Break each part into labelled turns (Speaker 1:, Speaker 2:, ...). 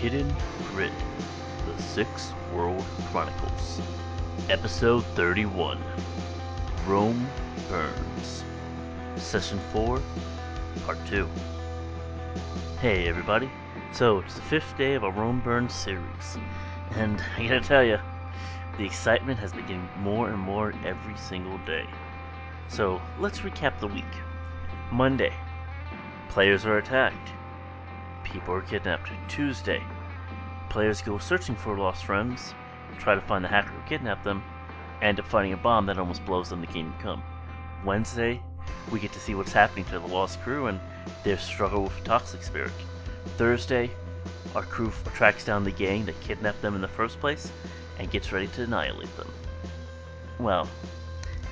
Speaker 1: Hidden Grid The Six World Chronicles, Episode 31 Rome Burns, Session 4, Part 2. Hey, everybody. So, it's the fifth day of our Rome Burns series, and I gotta tell you, the excitement has been getting more and more every single day. So, let's recap the week. Monday, players are attacked people are kidnapped. Tuesday, players go searching for lost friends, try to find the hacker who kidnapped them, and end up finding a bomb that almost blows them the kingdom come. Wednesday, we get to see what's happening to the lost crew and their struggle with toxic spirit. Thursday, our crew f- tracks down the gang that kidnapped them in the first place and gets ready to annihilate them. Well,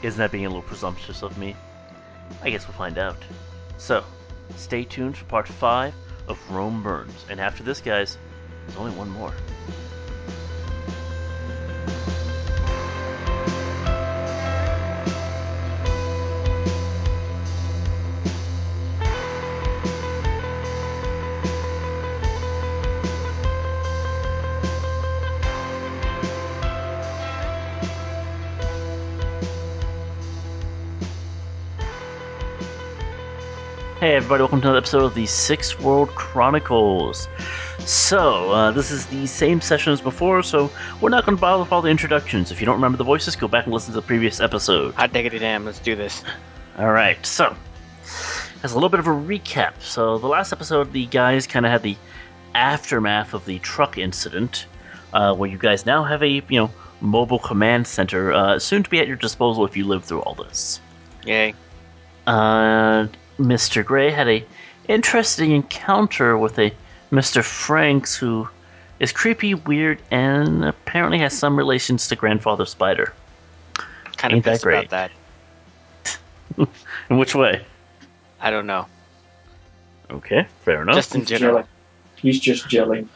Speaker 1: isn't that being a little presumptuous of me? I guess we'll find out. So, stay tuned for part 5 of Rome Burns. And after this, guys, there's only one more. Hey everybody, welcome to another episode of the Six World Chronicles. So, uh, this is the same session as before, so we're not going to bother with all the introductions. If you don't remember the voices, go back and listen to the previous episode.
Speaker 2: Hot diggity damn, let's do this.
Speaker 1: All right, so as a little bit of a recap, so the last episode, the guys kind of had the aftermath of the truck incident, uh, where you guys now have a you know mobile command center uh, soon to be at your disposal if you live through all this.
Speaker 2: Yay.
Speaker 1: Uh, Mr. Gray had a interesting encounter with a Mr. Franks who is creepy, weird, and apparently has some relations to Grandfather Spider.
Speaker 2: Kind of
Speaker 1: Ain't that
Speaker 2: pissed
Speaker 1: great.
Speaker 2: about that.
Speaker 1: In which way?
Speaker 2: I don't know.
Speaker 1: Okay, fair enough.
Speaker 2: Just in
Speaker 3: He's
Speaker 2: general.
Speaker 3: gelling. He's just gelling.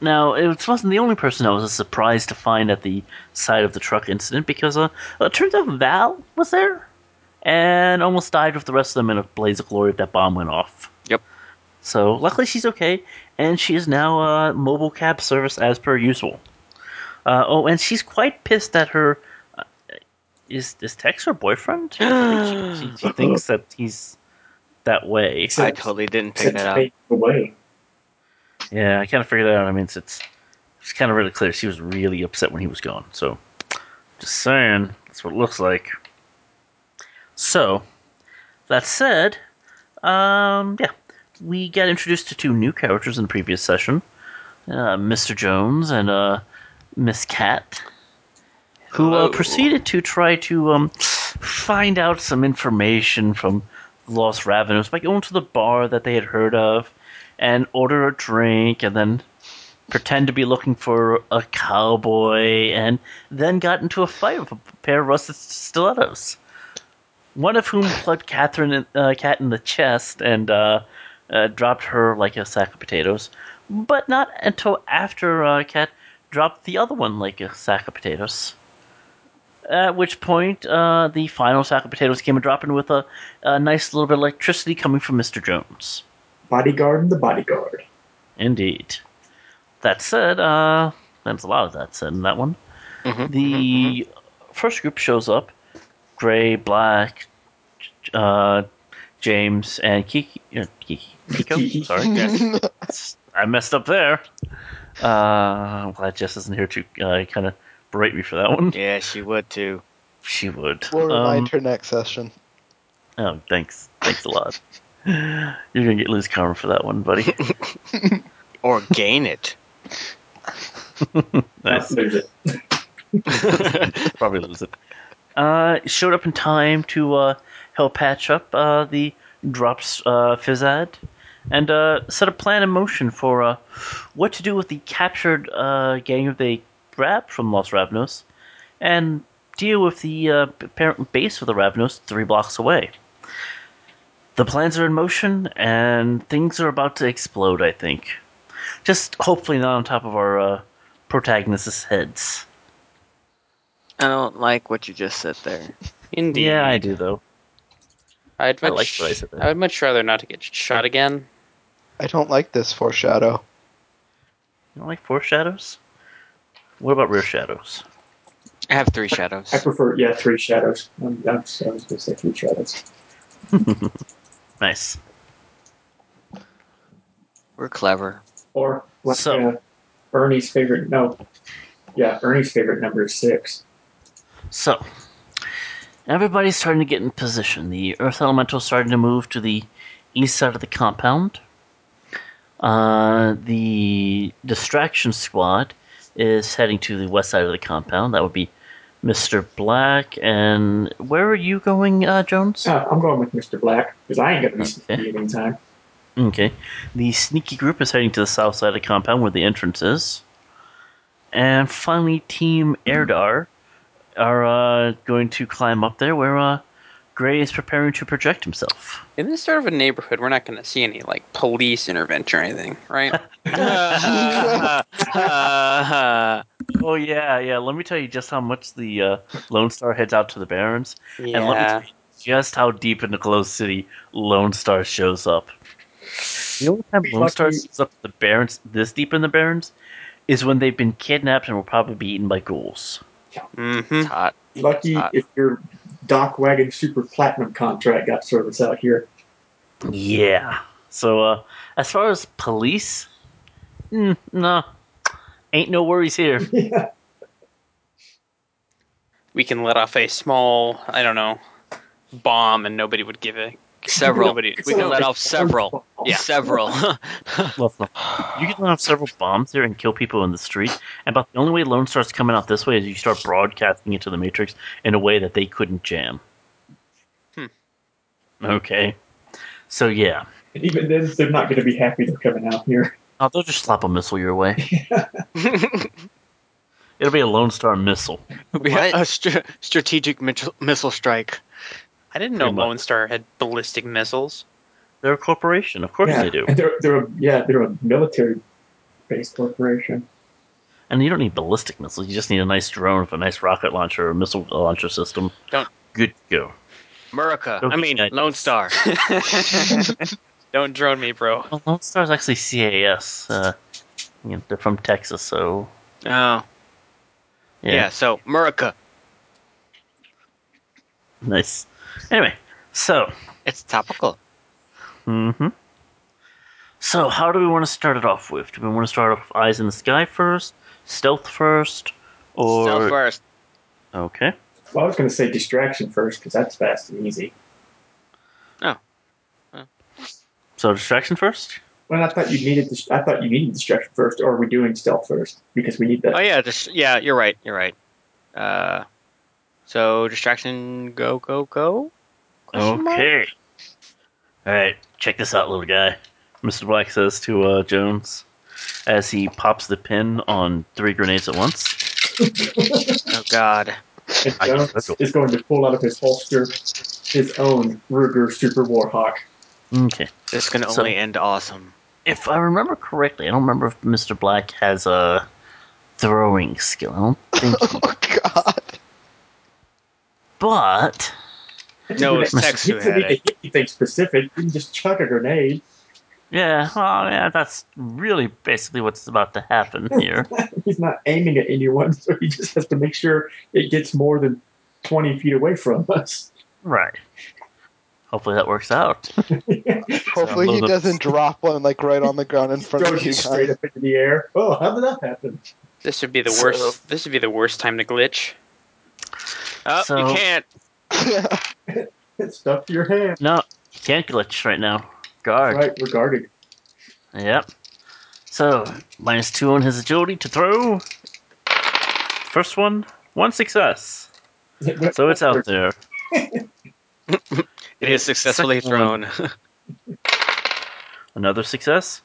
Speaker 1: Now, it wasn't the only person I was surprised to find at the side of the truck incident because uh, it turns out Val was there and almost died with the rest of them in a blaze of glory if that bomb went off.
Speaker 2: Yep.
Speaker 1: So, luckily, she's okay, and she is now uh, mobile cab service as per usual. Uh, oh, and she's quite pissed at her. Uh, is is Tex her boyfriend? I think she, she, she thinks that he's that way.
Speaker 2: I totally didn't pick
Speaker 3: Sent
Speaker 2: that up.
Speaker 3: me away.
Speaker 1: Yeah, I kind of figured that out. I mean, it's it's, it's kind of really clear. She was really upset when he was gone. So, just saying, that's what it looks like. So, that said, um, yeah, we got introduced to two new characters in the previous session, uh, Mr. Jones and uh, Miss Cat, who uh,
Speaker 2: Hello.
Speaker 1: proceeded to try to um, find out some information from Los Ravenous by going to the bar that they had heard of and order a drink and then pretend to be looking for a cowboy and then got into a fight with a pair of rusted stilettos. One of whom plugged Catherine in, uh, Cat in the chest and uh, uh, dropped her like a sack of potatoes, but not until after uh, Cat dropped the other one like a sack of potatoes. At which point, uh, the final sack of potatoes came a dropping with a, a nice little bit of electricity coming from Mr. Jones.
Speaker 3: Bodyguard and the bodyguard.
Speaker 1: Indeed. That said, uh, there's a lot of that said in that one.
Speaker 2: Mhm,
Speaker 1: The first group shows up: Gray, Black, uh, James, and Kiki. Uh, Kiki, Kiko.
Speaker 3: Kiki.
Speaker 1: Sorry, Yes. I messed up there. Uh, I'm glad Jess isn't here to uh, kind of berate me for that one.
Speaker 2: Yeah, she would too.
Speaker 1: She would.
Speaker 4: We'll remind
Speaker 1: Um,
Speaker 4: her next session.
Speaker 1: Oh, thanks. Thanks a lot. You're gonna get loose karma for that one, buddy.
Speaker 2: Or gain it.
Speaker 1: nice.
Speaker 3: Not lose it.
Speaker 1: probably lose it. Uh, showed up in time to uh, help patch up uh, the drops uh, Fizzad and uh, set a plan in motion for uh, what to do with the captured uh, gang that they grabbed from Los Ravnos and deal with the uh, apparent base of the Ravnos three blocks away. The plans are in motion and things are about to explode, I think. Just hopefully not on top of our uh, protagonist's heads.
Speaker 2: I don't like what you just said there.
Speaker 5: Indeed.
Speaker 1: Yeah, I do though.
Speaker 5: I'd
Speaker 1: I
Speaker 5: much,
Speaker 1: like what I said there.
Speaker 5: I would much rather not to get shot again.
Speaker 4: I don't like this foreshadow.
Speaker 1: You don't like four shadows? What about rare shadows?
Speaker 2: I have three shadows.
Speaker 3: I prefer, yeah, three shadows. I'm, I'm, I was going to say three shadows.
Speaker 1: Nice.
Speaker 2: We're clever.
Speaker 3: Or like
Speaker 1: So-
Speaker 3: uh, Ernie's favorite. No, yeah, Ernie's favorite number is six.
Speaker 1: So, everybody's starting to get in position. The Earth Elemental's starting to move to the east side of the compound. Uh, the Distraction Squad is heading to the west side of the compound. That would be Mr. Black. And where are you going, uh, Jones?
Speaker 3: Uh, I'm going with Mr. Black because I ain't gonna be sneaky in time.
Speaker 1: Okay. The sneaky group is heading to the south side of the compound where the entrance is. And finally, Team Erdar are uh, going to climb up there where uh, Gray is preparing to project himself.
Speaker 4: In this sort of a neighborhood, we're not going to see any like police intervention or anything, right?
Speaker 1: Oh, yeah, yeah. Let me tell you just how much the uh, Lone Star heads out to the Barrens. And let me tell
Speaker 4: yeah.
Speaker 1: you just how deep in the closed city Lone Star shows up. The only time Lone
Speaker 3: Fuck
Speaker 1: Star
Speaker 3: you.
Speaker 1: shows up to the Barrens, this deep in the Barrens, is when they've been kidnapped and will probably be eaten by ghouls.
Speaker 4: Mm-hmm.
Speaker 2: It's hot.
Speaker 3: Lucky
Speaker 2: Uh,
Speaker 3: if your dock wagon super platinum contract got service out here.
Speaker 1: Yeah. So, uh, as far as police, mm, no, ain't no worries here.
Speaker 3: yeah.
Speaker 4: We can let off a small, I don't know, bomb, and nobody would give a
Speaker 2: Several.
Speaker 4: Nobody,
Speaker 2: We can let off several.
Speaker 4: Yeah.
Speaker 2: Several.
Speaker 1: Well, no. you can have several bombs there and kill people in the street. And about the only way Lone Star's coming out this way is you start broadcasting it to the Matrix in a way that they couldn't jam.
Speaker 4: Hmm.
Speaker 1: Okay. So, yeah.
Speaker 3: Even then, they're not going to be happy they're coming out here.
Speaker 1: Oh, they'll just slap a missile your way. It'll be a Lone Star missile.
Speaker 5: We
Speaker 2: What?
Speaker 5: had a st- strategic mit- missile strike.
Speaker 4: I didn't know
Speaker 1: Pretty much.
Speaker 4: Lone Star had ballistic missiles.
Speaker 1: They're a corporation. Of course
Speaker 3: yeah.
Speaker 1: they do.
Speaker 3: And They're, they're a, yeah, they're a military-based corporation.
Speaker 1: And you don't need ballistic missiles. You just need a nice drone with a nice rocket launcher or missile uh, launcher system.
Speaker 4: Don't-
Speaker 1: Good to go.
Speaker 5: America.
Speaker 1: Okay.
Speaker 5: I mean, Lone Star.
Speaker 2: Oh,
Speaker 4: Don't drone me, bro.
Speaker 1: Well, Lone Star's actually CAS. Uh, you know, they're from Texas, so
Speaker 5: Oh, yeah.
Speaker 1: yeah,
Speaker 5: so America.
Speaker 1: nice. Anyway, so
Speaker 5: It's topical.
Speaker 1: hmm so how do we want to start it off with? Do we want to start off with eyes in the sky first, stealth first, or
Speaker 5: Stealth first.
Speaker 1: okay?
Speaker 3: Well, I was going to say distraction first because that's fast and easy.
Speaker 1: So distraction first.
Speaker 3: Well, I thought you needed. Dist- I thought you needed distraction first, or are we doing stealth first because we need that.
Speaker 5: Oh yeah, dis- yeah. You're right. You're right. Uh, so distraction. Go go go. Question mark?
Speaker 1: Okay. All right, check this out, little guy. Mr. Black says to uh, Jones as he pops the pin on three grenades at once.
Speaker 5: Oh god.
Speaker 3: And
Speaker 1: I
Speaker 3: Jones
Speaker 1: guess that's-
Speaker 3: is going to pull out of his holster his own Ruger Super Warhawk.
Speaker 1: Okay.
Speaker 5: This can
Speaker 1: So-
Speaker 5: only end awesome.
Speaker 1: If I remember correctly, I don't remember if Mr. Black has a throwing skill. I don't think, he-
Speaker 6: Oh God!
Speaker 1: but
Speaker 5: No, it's
Speaker 3: Grenade-
Speaker 5: text
Speaker 3: He
Speaker 5: who
Speaker 3: doesn't
Speaker 5: had
Speaker 3: need to
Speaker 5: it.
Speaker 3: hit anything specific. You can just chuck a grenade.
Speaker 1: yeah, well, yeah, that's really basically what's about to happen here.
Speaker 3: He's not aiming at anyone, so he just has to make sure it gets more than twenty feet away from us.
Speaker 1: right. Hopefully that works out.
Speaker 6: Hopefully he
Speaker 1: little-
Speaker 6: doesn't drop one like right on the ground in front
Speaker 3: Throws
Speaker 6: of
Speaker 3: you
Speaker 6: you
Speaker 3: straight
Speaker 6: guys.
Speaker 3: up into the air. Oh, how did that happen?
Speaker 4: This would be the
Speaker 1: So-
Speaker 4: worst. This would be the worst time to glitch.
Speaker 5: Oh,
Speaker 1: So-
Speaker 5: you can't.
Speaker 3: It stuck to your hand.
Speaker 1: No, you can't glitch right now. Guard.
Speaker 3: Right, regarded.
Speaker 1: Yep. So, minus two on his agility to throw. First one, one success. So it's out there.
Speaker 5: It is successfully
Speaker 1: Second
Speaker 5: thrown.
Speaker 1: Another success.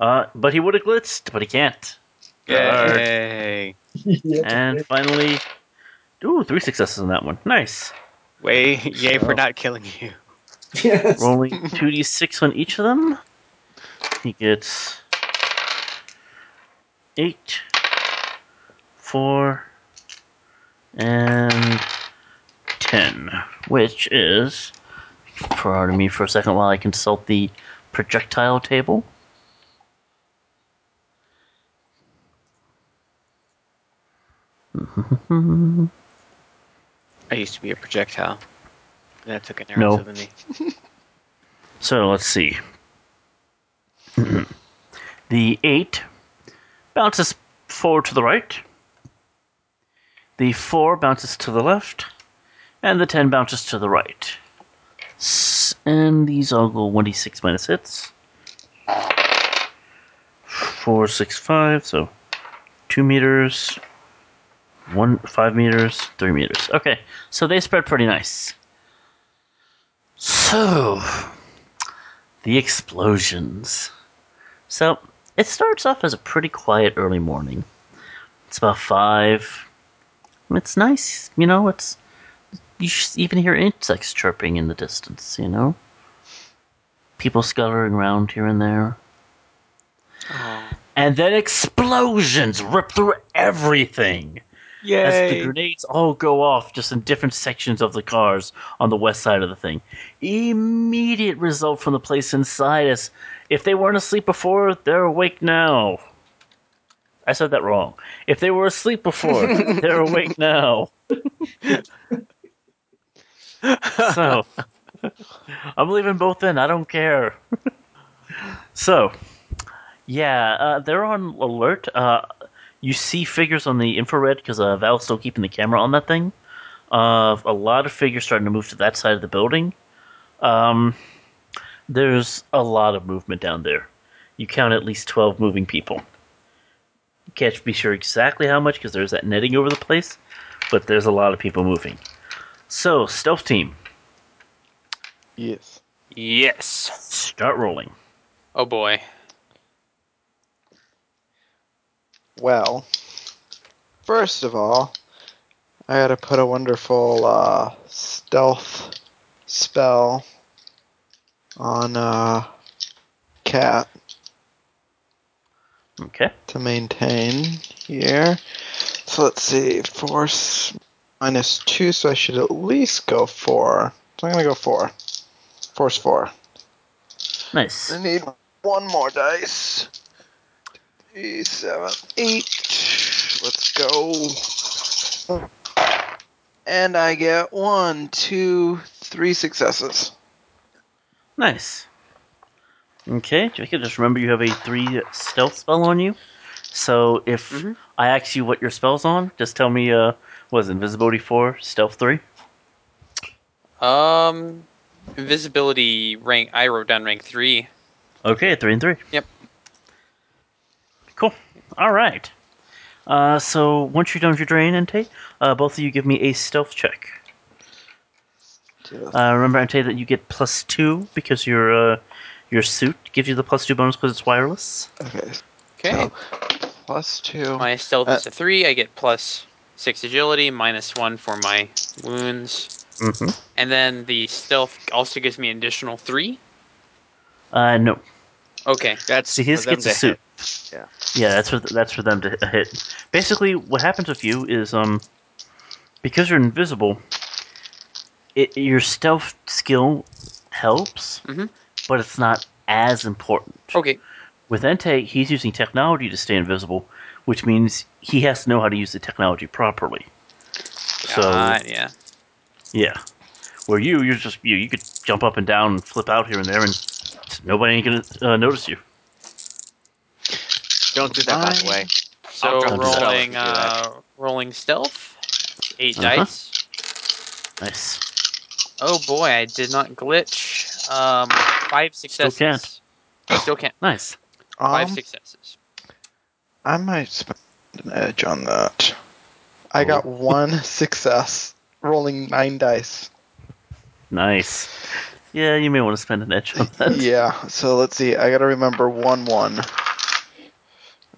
Speaker 1: Uh, but he would have glitzed, but he can't. Guard.
Speaker 5: Yay.
Speaker 3: Yeah.
Speaker 1: And finally, ooh, three successes on that one. Nice.
Speaker 5: Way, yay
Speaker 1: So-
Speaker 5: for not killing you.
Speaker 3: Yes.
Speaker 1: Rolling 2d6 on each of them. He gets 8, 4, and 10, which is, pardon me for a second while I consult the projectile table.
Speaker 5: I used to be a projectile. That took an
Speaker 1: No.
Speaker 5: arrow to the knee.
Speaker 1: So let's see. the 8 bounces forward to the right. The 4 bounces to the left. And the 10 bounces to the right. S- And these all go 1d6 minus hits. 4, 6, 5, so 2 meters, 1, 5 meters, 3 meters. Okay, so they spread pretty nice. So, the explosions. So it starts off as a pretty quiet early morning. It's about five. It's nice, you know. It's you sh- even hear insects chirping in the distance, you know. People scuttling around here and there. And then explosions rip through everything as the grenades all go off just in different sections of the cars on the west side of the thing. Immediate result from the place inside us. If they weren't asleep before, they're awake now. I said that wrong. If they were asleep before, they're awake now. so, I'm leaving both in. I don't care. so, yeah, uh, they're on alert. Uh, you see figures on the infrared because uh, Val's still keeping the camera on that thing. Uh, a lot of figures starting to move to that side of the building. Um, there's a lot of movement down there. You count at least 12 moving people. You can't be sure exactly how much because there's that netting over the place, but there's a lot of people moving. So, stealth team,
Speaker 6: Yes.
Speaker 4: Yes.
Speaker 1: start rolling.
Speaker 4: Oh boy.
Speaker 6: Well, first of all, I gotta put a wonderful uh, stealth spell on uh, Cat
Speaker 1: Okay.
Speaker 6: to maintain here. So let's see, force minus two, so I should at least go four. So I'm gonna go four. Force four.
Speaker 1: Nice.
Speaker 6: I need one more dice. Three, seven, eight. Let's go. And I get one, two, three successes.
Speaker 1: Nice. Okay, Jacob, just remember you have a three stealth spell on you. So if I ask you what your spell's on, just tell me uh was invisibility four, stealth three?
Speaker 4: Um, invisibility rank. I wrote down rank three.
Speaker 1: Okay, three and three.
Speaker 4: Yep.
Speaker 1: Cool. Alright. Uh so once you're done with your drain intake, uh both of you give me a stealth check. Uh, remember, I tell you that you get plus two because your uh, your suit gives you the plus two bonus because it's wireless.
Speaker 6: Okay,
Speaker 4: Okay.
Speaker 6: plus two.
Speaker 4: My stealth
Speaker 6: Uh,
Speaker 4: is a three. I get plus six agility, minus one for my wounds,
Speaker 1: Mm-hmm.
Speaker 4: and then the stealth also gives me an additional three.
Speaker 1: Uh, no,
Speaker 4: Okay.
Speaker 5: That's
Speaker 1: See, his
Speaker 5: for them
Speaker 1: gets a
Speaker 5: to
Speaker 1: suit.
Speaker 5: Yeah.
Speaker 1: Yeah, that's for th- that's for them to h- hit. Basically, what happens with you is um, because you're invisible, it, your stealth skill helps,
Speaker 5: Mm-hmm.
Speaker 4: Mhm.
Speaker 1: but it's not as important.
Speaker 5: Oh.
Speaker 4: Okay.
Speaker 1: With Entei, he's using technology to stay invisible, which means he has to know how to use the technology properly. So
Speaker 4: God, Ah, yeah.
Speaker 1: yeah, where you you're just you you could jump up and down and flip out here and there, and nobody ain't gonna uh, notice you.
Speaker 5: hit. Don't do that, by the way.
Speaker 4: So
Speaker 5: I'll
Speaker 1: drop the
Speaker 4: rolling,
Speaker 5: spell if you
Speaker 4: uh, rolling stealth, 8
Speaker 1: Uh-huh.
Speaker 4: dice.
Speaker 1: Nice.
Speaker 4: Oh boy, I did not glitch. Um, five successes.
Speaker 1: can't.
Speaker 4: I still can't.
Speaker 1: Nice.
Speaker 4: Five
Speaker 6: Um,
Speaker 4: successes.
Speaker 6: I might spend an edge on that. I got one success, rolling nine dice.
Speaker 1: Nice. Yeah, you may want to spend an edge on that.
Speaker 6: yeah. So let's see. I gotta remember one one.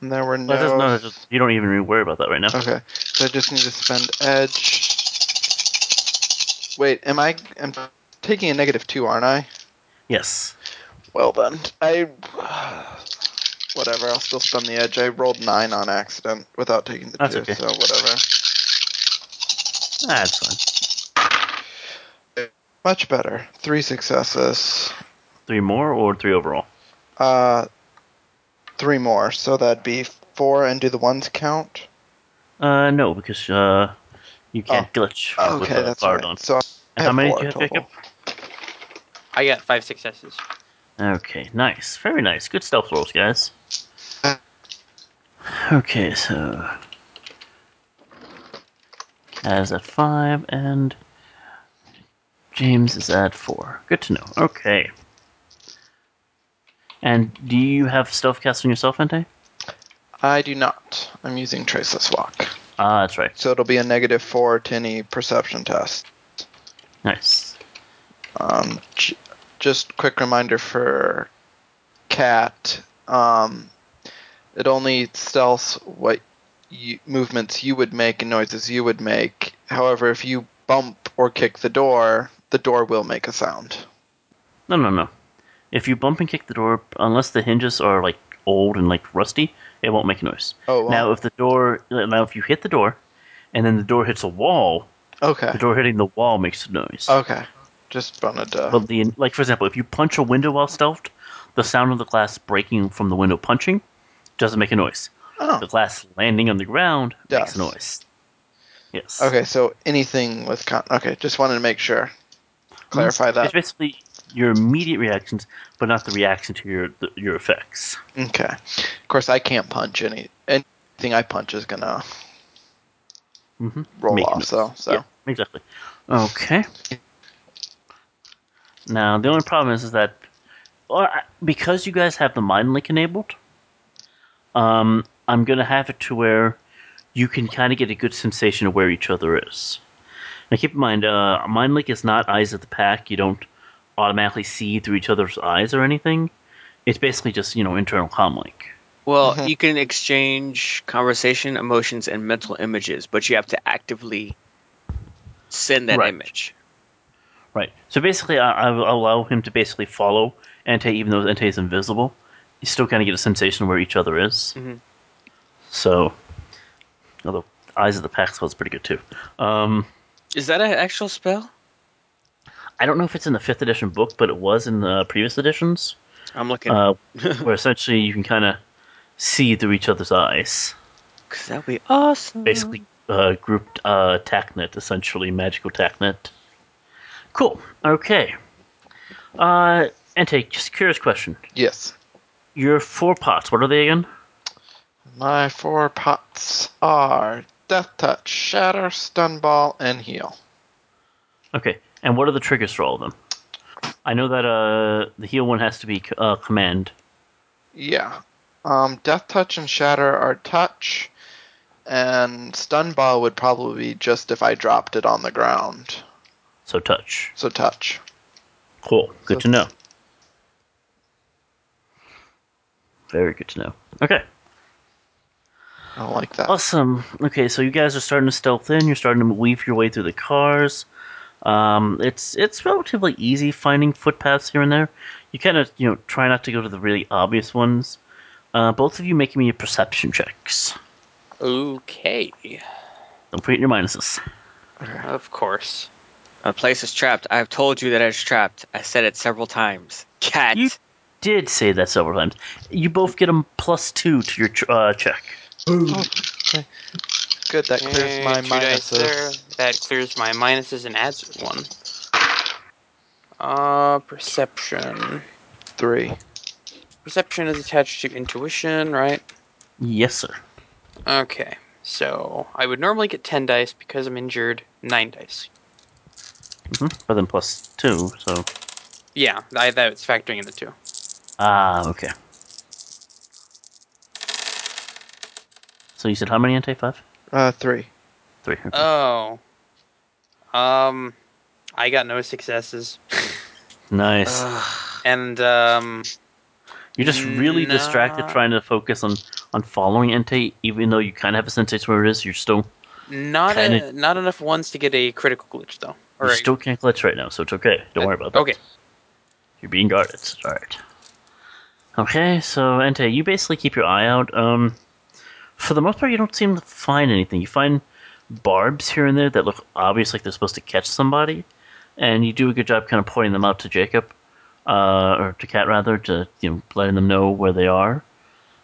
Speaker 6: And there were no.
Speaker 1: Well, it doesn't- no, no, just- you don't even really worry about that right now.
Speaker 6: Okay, so I just need to spend edge. Wait, am I? I'm taking a negative two, aren't I?
Speaker 1: Yes.
Speaker 6: Well then, I. Whatever, I'll still spend the edge. I rolled nine on accident without taking the
Speaker 1: That's
Speaker 6: two,
Speaker 1: okay.
Speaker 6: so whatever.
Speaker 1: That's fine.
Speaker 6: Much better. Three successes.
Speaker 1: Three more or three overall?
Speaker 6: Uh, three more, so that'd be four. And do the ones count?
Speaker 1: Uh, no, because uh, you can't glitch with
Speaker 6: Oh. Okay,
Speaker 1: a
Speaker 6: that's
Speaker 1: card
Speaker 6: right.
Speaker 1: on.
Speaker 6: So I
Speaker 1: How
Speaker 6: have
Speaker 1: many
Speaker 6: four
Speaker 1: do you have,
Speaker 6: total.
Speaker 1: Jacob?
Speaker 5: I got five successes.
Speaker 1: Okay, nice, very nice, good stealth rolls, guys. Okay, so as at five and James is at four. Good to know. Okay. And do you have stealth casting yourself, Ente?
Speaker 6: I do not. I'm using Traceless Walk.
Speaker 1: Ah, that's right.
Speaker 6: So it'll be a negative four to any perception test.
Speaker 1: Nice.
Speaker 6: Um, j- just quick reminder for Cat. Um, it only stealths what you, movements you would make and noises you would make. However, if you bump or kick the door, the door will make a sound.
Speaker 1: No, no, no. If you bump and kick the door, unless the hinges are like old and like rusty, it won't make a noise.
Speaker 6: Oh, well.
Speaker 1: Now, if the door, now if you hit the door, and then the door hits a wall,
Speaker 6: okay.
Speaker 1: the door hitting the wall makes a noise.
Speaker 6: Okay. Just wanted to.
Speaker 1: But the like, for example, if you punch a window while stealthed, the sound of the glass breaking from the window punching doesn't make a noise.
Speaker 6: Oh.
Speaker 1: The glass landing on the ground makes
Speaker 6: Does.
Speaker 1: a noise. Yes.
Speaker 6: Okay, so anything with con- okay, just wanted to make sure. Clarify
Speaker 1: It's
Speaker 6: that.
Speaker 1: basically your immediate reactions, but not the reaction to your the, your effects.
Speaker 6: Okay. Of course, I can't punch any anything I punch is gonna
Speaker 1: Mm-hmm.
Speaker 6: roll off. So, so
Speaker 1: Yeah, exactly. Okay. Now the only problem is, is that, or I- because you guys have the mind link enabled, um, I'm gonna have it to where you can kind of get a good sensation of where each other is. Now keep in mind, uh, mind link is not eyes of the pack. You don't automatically see through each other's eyes or anything. It's basically just you know internal comm link.
Speaker 5: Well,
Speaker 1: Mm-hmm.
Speaker 6: Mhm.
Speaker 5: you can exchange conversation, emotions, and mental images, but you have to actively send that
Speaker 1: Right.
Speaker 5: image.
Speaker 1: Right. So basically, I, I will allow him to basically follow Entei, even though Entei is invisible. You still kind of get a sensation of where each other is.
Speaker 5: Mhm.
Speaker 1: So, although Eyes of the Pack spell's pretty good too. Um,
Speaker 5: Is that an actual spell?
Speaker 1: I don't know if it's in the fifth edition book, but it was in the previous editions,
Speaker 5: I'm looking.
Speaker 1: uh, where essentially you can kind of see through each other's eyes.
Speaker 5: 'Cause that'd be awesome.
Speaker 1: Basically, uh, grouped uh, TACnet, essentially magical TACnet. Cool. Okay. Uh, Entei, just curious question.
Speaker 6: yes,
Speaker 1: Your four pots, what are they again?
Speaker 6: my four pots are death touch, shatter, stun ball, and heal.
Speaker 1: Okay, and what are the triggers for all of them? I know that uh, the heal one has to be c- uh, command.
Speaker 6: Yeah. Um, death touch and shatter are touch, and stun ball would probably be just if I dropped it on the ground.
Speaker 1: So touch.
Speaker 6: So touch.
Speaker 1: Cool. Good
Speaker 6: So-
Speaker 1: to know. Very good to know. Okay.
Speaker 6: I don't like that.
Speaker 1: Awesome. Okay, so you guys are starting to stealth in. You're starting to weave your way through the cars. Um, it's it's relatively easy finding footpaths here and there. You kind of you know try not to go to the really obvious ones. Uh, both of you making me perception checks.
Speaker 5: Okay.
Speaker 1: Don't forget your minuses.
Speaker 4: Of course.
Speaker 5: A place is trapped. I've told you that it's trapped. I said it several times. Cat.
Speaker 1: You did say that several times. You both get a plus two to your ch- uh, check.
Speaker 6: Good. That clears
Speaker 4: Yay,
Speaker 6: my
Speaker 4: two dice
Speaker 6: minuses.
Speaker 4: there. That clears my minuses and adds one. Uh, perception.
Speaker 6: Three.
Speaker 4: Perception is attached to intuition, right?
Speaker 1: Yes, sir.
Speaker 4: Okay. So I would normally get ten dice because I'm injured. Nine dice.
Speaker 1: hmm But then plus two, so.
Speaker 4: Yeah, I, that's factoring in the two.
Speaker 1: Ah, okay. So you said how many anti five?
Speaker 6: Uh, three.
Speaker 1: Three. okay.
Speaker 4: Oh. Um, I got no successes,
Speaker 1: nice.
Speaker 4: and um,
Speaker 1: You're just really distracted
Speaker 4: nah.
Speaker 1: trying to focus on on following Entei, even though you kind of have a sense of where it is. You're still
Speaker 4: not
Speaker 1: Kinda-
Speaker 4: a, not enough ones to get a critical glitch though.
Speaker 1: you still can't glitch right now, so it's okay. Don't worry about that.
Speaker 4: Okay.
Speaker 1: You're being guarded. so It's all right. Okay, so Entei, you basically keep your eye out. Um, for the most part, you don't seem to find anything. You find barbs here and there that look obvious, like they're supposed to catch somebody, and you do a good job kind of pointing them out to Jacob, uh, or to Cat rather, to you know letting them know where they are.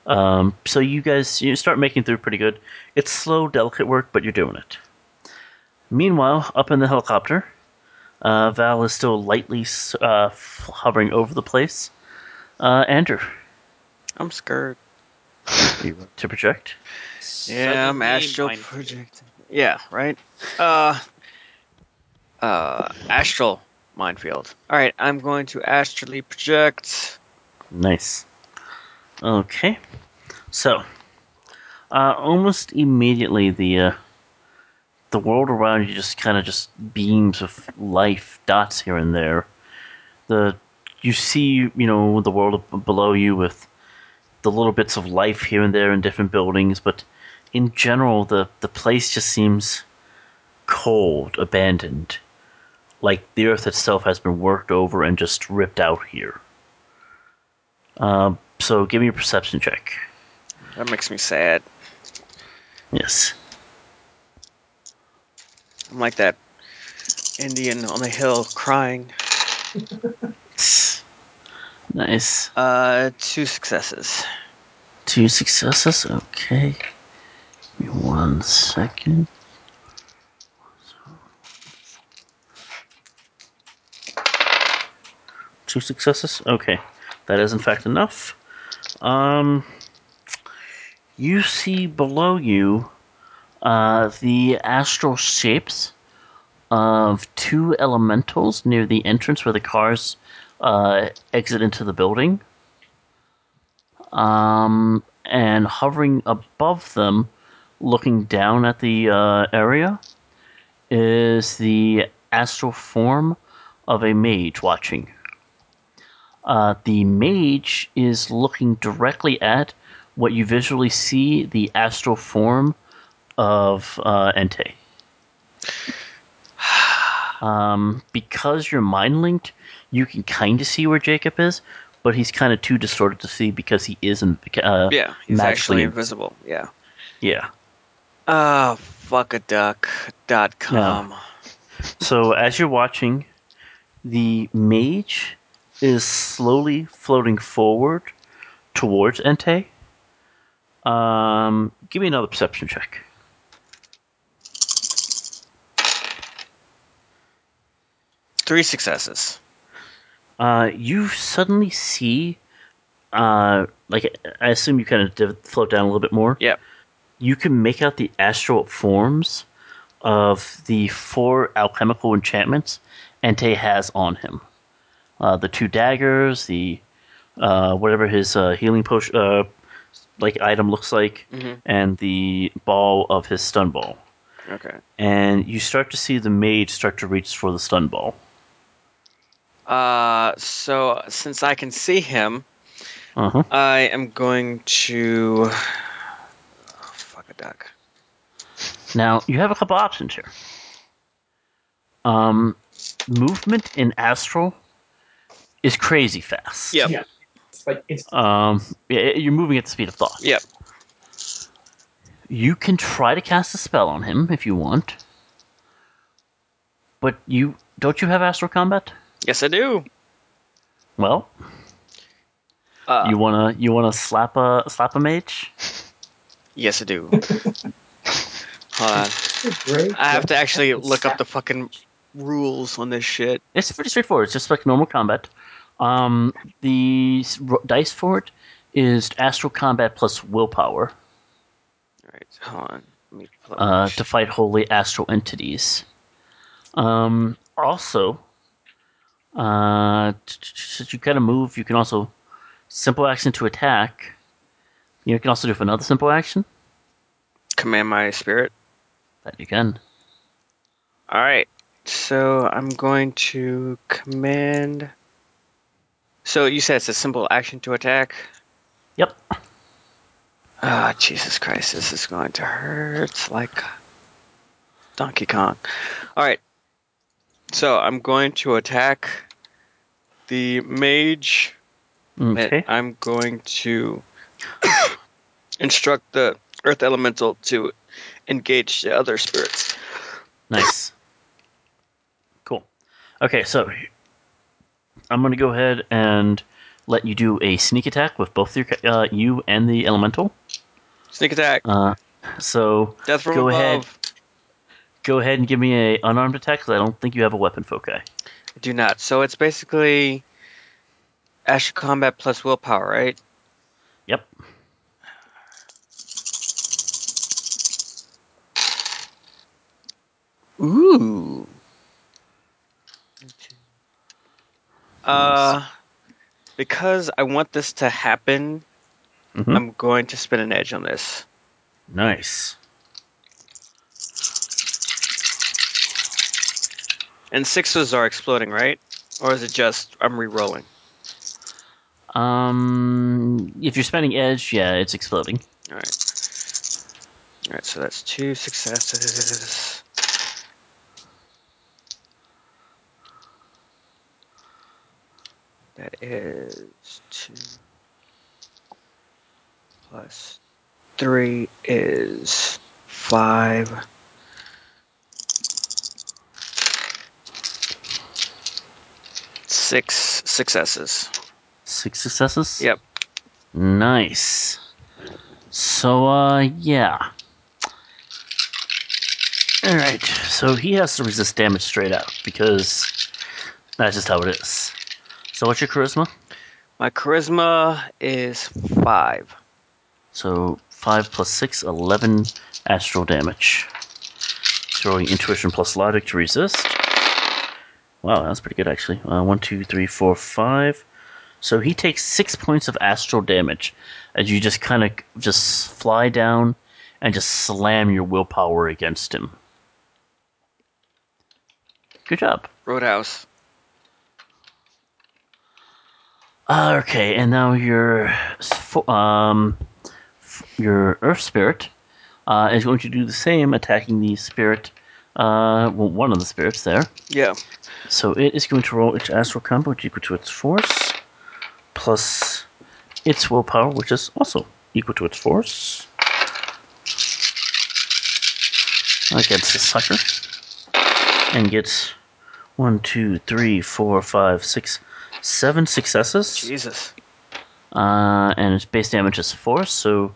Speaker 1: Um, so you guys you start making through pretty good. It's slow, delicate work, but you're doing it. Meanwhile, up in the helicopter, uh, Val is still lightly s- uh, f- hovering over the place. Uh, Andrew,
Speaker 5: I'm scared.
Speaker 1: you want to project?
Speaker 5: Yeah, I'm
Speaker 4: Suddenly
Speaker 5: astral
Speaker 4: mindful.
Speaker 5: projecting. Yeah, right. Uh, uh, astral minefield. All right, I'm going to astrally project.
Speaker 1: Nice. Okay. So, uh, almost immediately, the uh, the world around you just kind of just beams of life, dots here and there. The you see, you know, the world ab- below you with the little bits of life here and there in different buildings, but in general, the the place just seems cold, abandoned, like the earth itself has been worked over and just ripped out here. Um, so give me a perception check.
Speaker 5: That makes me sad.
Speaker 1: Yes.
Speaker 5: I'm like that Indian on the hill crying.
Speaker 1: Nice.
Speaker 5: Uh, two successes.
Speaker 1: Two successes. Okay. Give me one second. Two successes. Okay, that is in fact enough. Um, you see below you uh, the astral shapes of two elementals near the entrance where the cars uh, exit into the building. Um, and hovering above them, looking down at the uh, area, is the astral form of a mage watching. Uh, the mage is looking directly at what you visually see the astral form of uh, Entei. Um, because you're mind linked, you can kind of see where Jacob is, but he's kind of too distorted to see because he isn't. Uh,
Speaker 5: Yeah, he's
Speaker 1: magically-
Speaker 5: actually invisible. Yeah.
Speaker 1: yeah.
Speaker 5: Oh, fuckaduck.com.
Speaker 1: So as you're watching, the mage is slowly floating forward towards Entei. Um, give me another perception check.
Speaker 5: Three successes.
Speaker 1: Uh, you suddenly see, uh, like I assume you kind of div- float down a little bit more.
Speaker 5: Yep.
Speaker 1: You can make out the astral forms of the four alchemical enchantments Entei has on him. Uh, the two daggers, the uh, whatever his uh, healing potion, uh, like item looks like, and the ball of his stun ball.
Speaker 5: Okay.
Speaker 1: And you start to see the mage start to reach for the stun ball.
Speaker 5: Uh, so since I can see him,
Speaker 1: Uh huh.
Speaker 5: I am going to. Oh, fuck a duck.
Speaker 1: Now you have a couple options here. Um, movement in astral is crazy fast.
Speaker 5: Yep.
Speaker 3: Yeah. It's like it's
Speaker 1: Um, yeah, you're moving at the speed of thought.
Speaker 5: Yep.
Speaker 1: You can try to cast a spell on him if you want, but you don't you have astral combat?
Speaker 5: Yes, I do.
Speaker 1: Well,
Speaker 5: Uh,
Speaker 1: you wanna you wanna slap a slap a mage?
Speaker 5: Yes, I do. Hold on.
Speaker 3: great.
Speaker 5: I have to actually look up the fucking rules on this shit.
Speaker 1: It's pretty straightforward. It's just like normal combat. Um, the s- ro- dice for it is astral combat plus willpower.
Speaker 5: All right, hold on. Let me pull up
Speaker 1: uh,
Speaker 5: my
Speaker 1: to fight holy astral entities. Um, also, uh, t- t- since you kind of move, you can also simple action to attack. You can also do for another simple action
Speaker 5: command my spirit.
Speaker 1: that you can.
Speaker 5: All right. So I'm going to command. So you said it's a simple action to attack.
Speaker 1: Yep.
Speaker 5: Ah, Jesus Christ, this is going to hurt like Donkey Kong. All right. So I'm going to attack the mage.
Speaker 1: Mm, Okay.
Speaker 5: And I'm going to instruct the earth elemental to engage the other spirits.
Speaker 1: Nice. Cool. Okay, so I'm going to go ahead and let you do a sneak attack with both your ca- uh, you and the elemental.
Speaker 5: Sneak attack.
Speaker 1: Uh, so
Speaker 5: Death from
Speaker 1: go
Speaker 5: above.
Speaker 1: ahead. Go ahead and give me a unarmed attack because I don't think you have a weapon foci.
Speaker 5: I do not. So it's basically Ash Combat plus willpower, right?
Speaker 1: Yep.
Speaker 5: Ooh. Uh, because I want this to happen,
Speaker 1: Mhm.
Speaker 5: I'm going to spin an edge on this.
Speaker 1: Nice.
Speaker 5: And sixes are exploding, right? Or is it just I'm re-rolling?
Speaker 1: Um, if you're spending edge, yeah, it's exploding.
Speaker 5: All right. All right. So that's two successes. That is two plus three is five. Six successes.
Speaker 1: Six successes.
Speaker 5: Yep.
Speaker 1: Nice. So, uh, yeah. Alright, so he has to resist damage straight out because that's just how it is. So, what's your charisma?
Speaker 5: My charisma is five.
Speaker 1: So, 5 plus 6, 11 astral damage. Throwing intuition plus logic to resist. Wow, that's pretty good actually. Uh, 1, 2, 3, 4, 5. So he takes 6 points of astral damage as you just kind of just fly down and just slam your willpower against him. Good job.
Speaker 5: Roadhouse.
Speaker 1: Uh, okay, and now your s- fo- um, f- your Earth Spirit uh, is going to do the same, attacking the spirit. Uh, well, one of the spirits there.
Speaker 5: Yeah.
Speaker 1: So it is going to roll its astral combo, which is equal to its force, plus its willpower, which is also equal to its force. Against the sucker. And gets one, two, three, four, five, six, seven successes.
Speaker 5: Jesus.
Speaker 1: Uh, and its base damage is force, so.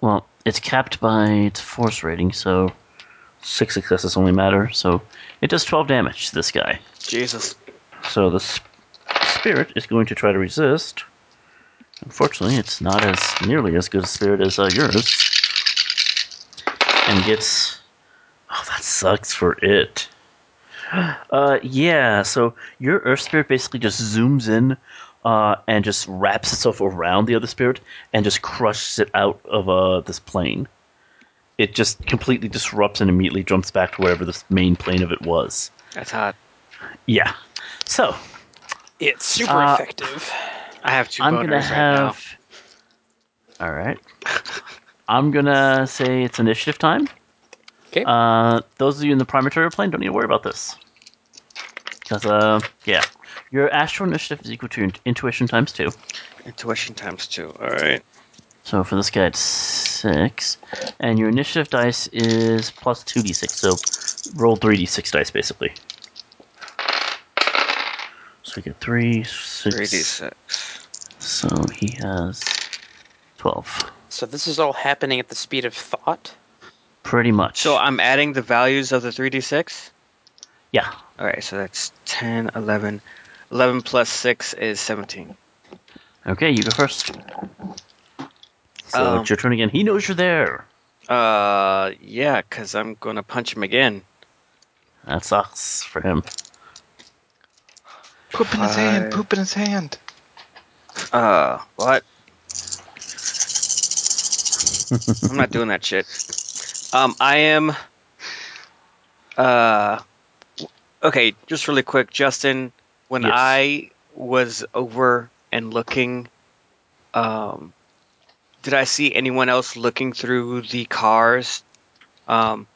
Speaker 1: Well, it's capped by its force rating, so six successes only matter. So it does 12 damage to this guy.
Speaker 5: Jesus.
Speaker 1: So the sp- spirit is going to try to resist. Unfortunately, it's not as nearly as good a spirit as uh, yours. And gets. Oh, that sucks for it. Uh, yeah, so your Earth Spirit basically just zooms in uh, and just wraps itself around the other spirit and just crushes it out of uh, this plane. It just completely disrupts and immediately jumps back to wherever the main plane of it was.
Speaker 5: That's hot.
Speaker 1: Yeah. So,
Speaker 4: It's super
Speaker 1: Uh,
Speaker 4: effective.
Speaker 5: I have 2
Speaker 1: I'm
Speaker 5: boners
Speaker 1: gonna
Speaker 5: right now.
Speaker 1: have. All right. I'm gonna say it's initiative time.
Speaker 4: 'Kay.
Speaker 1: Uh, those of you in the prime material plane don't need to worry about this. Because uh, yeah, your astral initiative is equal to your intuition times two.
Speaker 5: Intuition times two. All right.
Speaker 1: So for this guy, it's six, and your initiative dice is plus two d six. So roll three d six dice basically. So we get three, six.
Speaker 5: Three d six.
Speaker 1: So he has twelve.
Speaker 4: So this is all happening at the speed of thought.
Speaker 1: Pretty much.
Speaker 5: So uh, I'm adding the values of the three d six.
Speaker 1: yeah,
Speaker 5: All right. So that's 10, 11. 11 plus six is seventeen.
Speaker 1: Okay, you go first. So
Speaker 5: Um,
Speaker 1: it's your turn again. He knows you're there.
Speaker 5: Uh, yeah, because I'm gonna punch him again.
Speaker 1: That sucks for him.
Speaker 6: Poop in his hand.
Speaker 5: Five.
Speaker 6: Poop in his hand.
Speaker 5: Uh, what? I'm not doing that shit. Um, I am. Uh, w- okay, just really quick, Justin. When
Speaker 1: Yes.
Speaker 5: I was over and looking, um, did I see anyone else looking through the cars, um,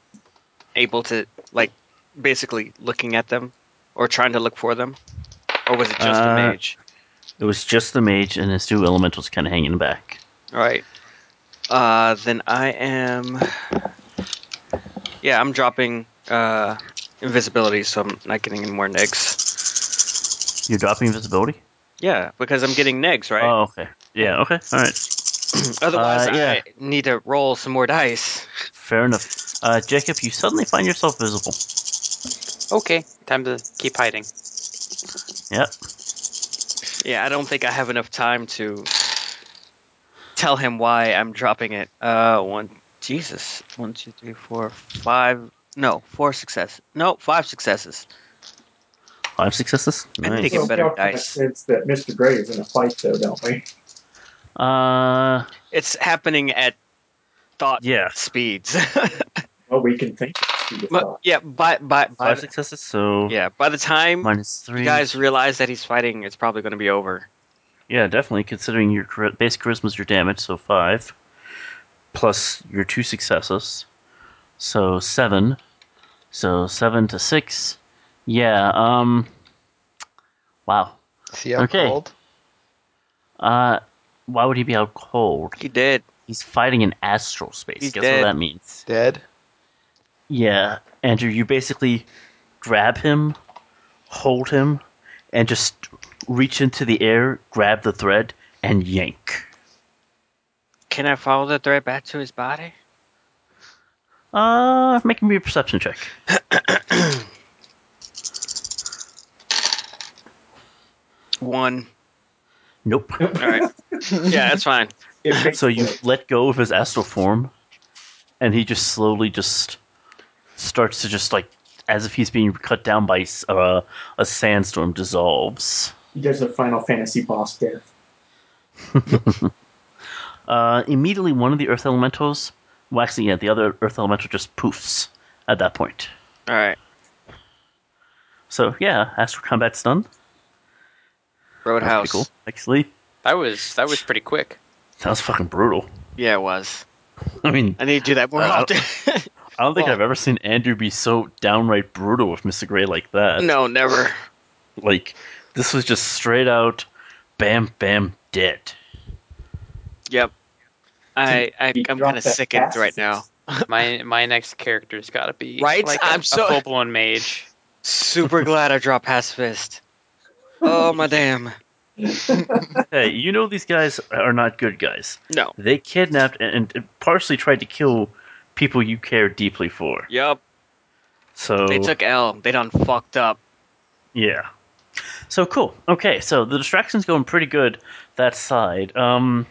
Speaker 5: able to like basically looking at them or trying to look for them, or was it just
Speaker 1: Uh,
Speaker 5: a mage?
Speaker 1: It was just the mage and his two elementals kind of hanging back.
Speaker 5: All right. Uh, then I am. Yeah, I'm dropping uh, invisibility, so I'm not getting any more nicks.
Speaker 1: You're dropping invisibility?
Speaker 5: Yeah, because I'm getting negs, right?
Speaker 1: Oh, okay. Yeah, okay. All right.
Speaker 5: Otherwise,
Speaker 1: uh, yeah.
Speaker 5: I need to roll some more dice.
Speaker 1: Fair enough. Uh, Jacob, you suddenly find yourself visible.
Speaker 4: Okay, time to keep hiding.
Speaker 1: Yep.
Speaker 5: Yeah, I don't think I have enough time to tell him why I'm dropping it. Uh, one, Jesus, one, two, three, four, five. No, four successes. No, five successes.
Speaker 1: Five successes.
Speaker 5: I need to
Speaker 1: Nice.
Speaker 5: get better
Speaker 3: we all kinda
Speaker 5: dice.
Speaker 3: sense that Mr. Gray is in a fight, though, don't we?
Speaker 1: Uh,
Speaker 5: It's happening at thought
Speaker 1: yeah.
Speaker 5: speeds.
Speaker 3: Well, we can think. through the
Speaker 5: but
Speaker 3: thought.
Speaker 5: yeah, by by, by
Speaker 1: Five
Speaker 5: the,
Speaker 1: successes, so
Speaker 5: yeah, by the time
Speaker 1: minus three.
Speaker 5: you guys realize that he's fighting, it's probably going to be over.
Speaker 1: Yeah, definitely. Considering your chari- base charisma is your damage, so five plus your two successes, so seven. So seven to six. Yeah. Um. Wow.
Speaker 6: See how
Speaker 1: Okay.
Speaker 6: cold?
Speaker 1: Uh, why would he be out cold?
Speaker 5: He did.
Speaker 1: He's fighting in astral space.
Speaker 5: He's
Speaker 1: Guess
Speaker 5: dead.
Speaker 1: what that means?
Speaker 6: Dead?
Speaker 1: Yeah, Andrew, you basically grab him, hold him, and just reach into the air, grab the thread, and yank.
Speaker 5: Can I follow the thread back to his body?
Speaker 1: Uh, make me a perception check.
Speaker 5: One.
Speaker 1: Nope.
Speaker 5: All right. yeah, that's fine.
Speaker 3: It makes
Speaker 1: so you
Speaker 3: sense.
Speaker 1: let go of his astral form, and he just slowly just starts to just like as if he's being cut down by s- uh, a sandstorm dissolves.
Speaker 3: He does a Final Fantasy boss death.
Speaker 1: Uh, immediately, one of the earth elementals, well, actually, yeah, the other earth elemental just poofs at that point.
Speaker 5: All right.
Speaker 1: So yeah, astral combat's done. That's pretty
Speaker 5: Roadhouse.
Speaker 1: cool. Actually,
Speaker 4: That was that was pretty quick.
Speaker 1: that was fucking brutal.
Speaker 5: Yeah, it was.
Speaker 1: I mean,
Speaker 5: I need to do that more
Speaker 1: Uh,
Speaker 5: often.
Speaker 1: I don't think
Speaker 5: Well-
Speaker 1: I've ever seen Andrew be so downright brutal with Mr. Gray like that.
Speaker 5: no, never.
Speaker 1: Like, this was just straight out, bam, bam, dead.
Speaker 5: Yep. I, I
Speaker 3: He
Speaker 5: I'm kind
Speaker 3: dropped
Speaker 5: of
Speaker 3: that
Speaker 5: sickened
Speaker 3: fast.
Speaker 5: right now.
Speaker 4: My my next character's got to be
Speaker 5: Right?
Speaker 4: Like
Speaker 5: I'm
Speaker 4: a,
Speaker 5: so-
Speaker 4: full blown mage.
Speaker 5: Super glad I dropped pacifist. Oh my damn.
Speaker 1: Hey, you know these guys are not good guys.
Speaker 5: No.
Speaker 1: They kidnapped and, and partially tried to kill people you care deeply for.
Speaker 5: Yep.
Speaker 1: So
Speaker 5: They took L. They done fucked up.
Speaker 1: Yeah. So cool. Okay, so the distraction's going pretty good that side. Um,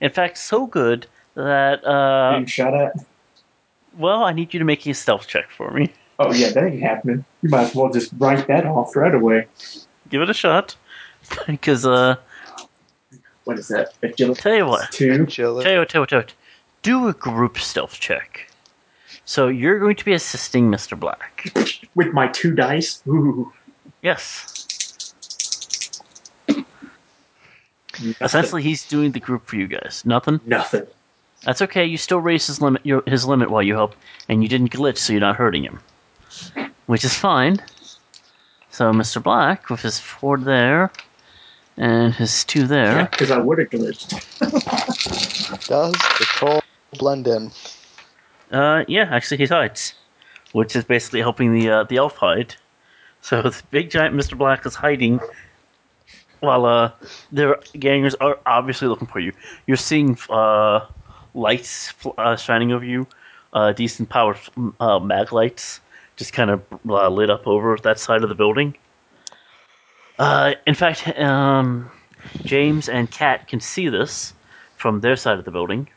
Speaker 1: in fact, so good that
Speaker 5: Hmm.
Speaker 1: uh,
Speaker 3: Being shot at.
Speaker 1: well, I need you to make a stealth check for me.
Speaker 3: Oh yeah, that ain't happening. You might as well just write that off right away.
Speaker 1: Give it a shot, because uh,
Speaker 3: What is that? Agility
Speaker 1: tell you what,
Speaker 3: two.
Speaker 1: tell
Speaker 6: Agility.
Speaker 1: you what, tell you what, tell you what, do a group stealth check. So you're going to be assisting Mr. Black.
Speaker 3: with my two dice. Ooh,
Speaker 1: Yes. Essentially, he's doing the group for you guys. Nothing.
Speaker 3: nothing.
Speaker 1: That's okay. You still raise his limit, your, his limit while you help, and you didn't glitch, so you're not hurting him, which is fine. So Mr. Black with his four there, and his two there.
Speaker 3: Because I would have glitched.
Speaker 6: Does the troll blend in?
Speaker 1: Uh, yeah, actually he hides, which is basically helping the uh, the elf hide. So the big giant Mr. Black is hiding, while uh, their gangers are obviously looking for you. You're seeing uh, lights fl- uh, shining over you, uh, decent power uh, mag lights, just kind of uh, lit up over that side of the building. Uh, in fact, um, James and Kat can see this from their side of the building.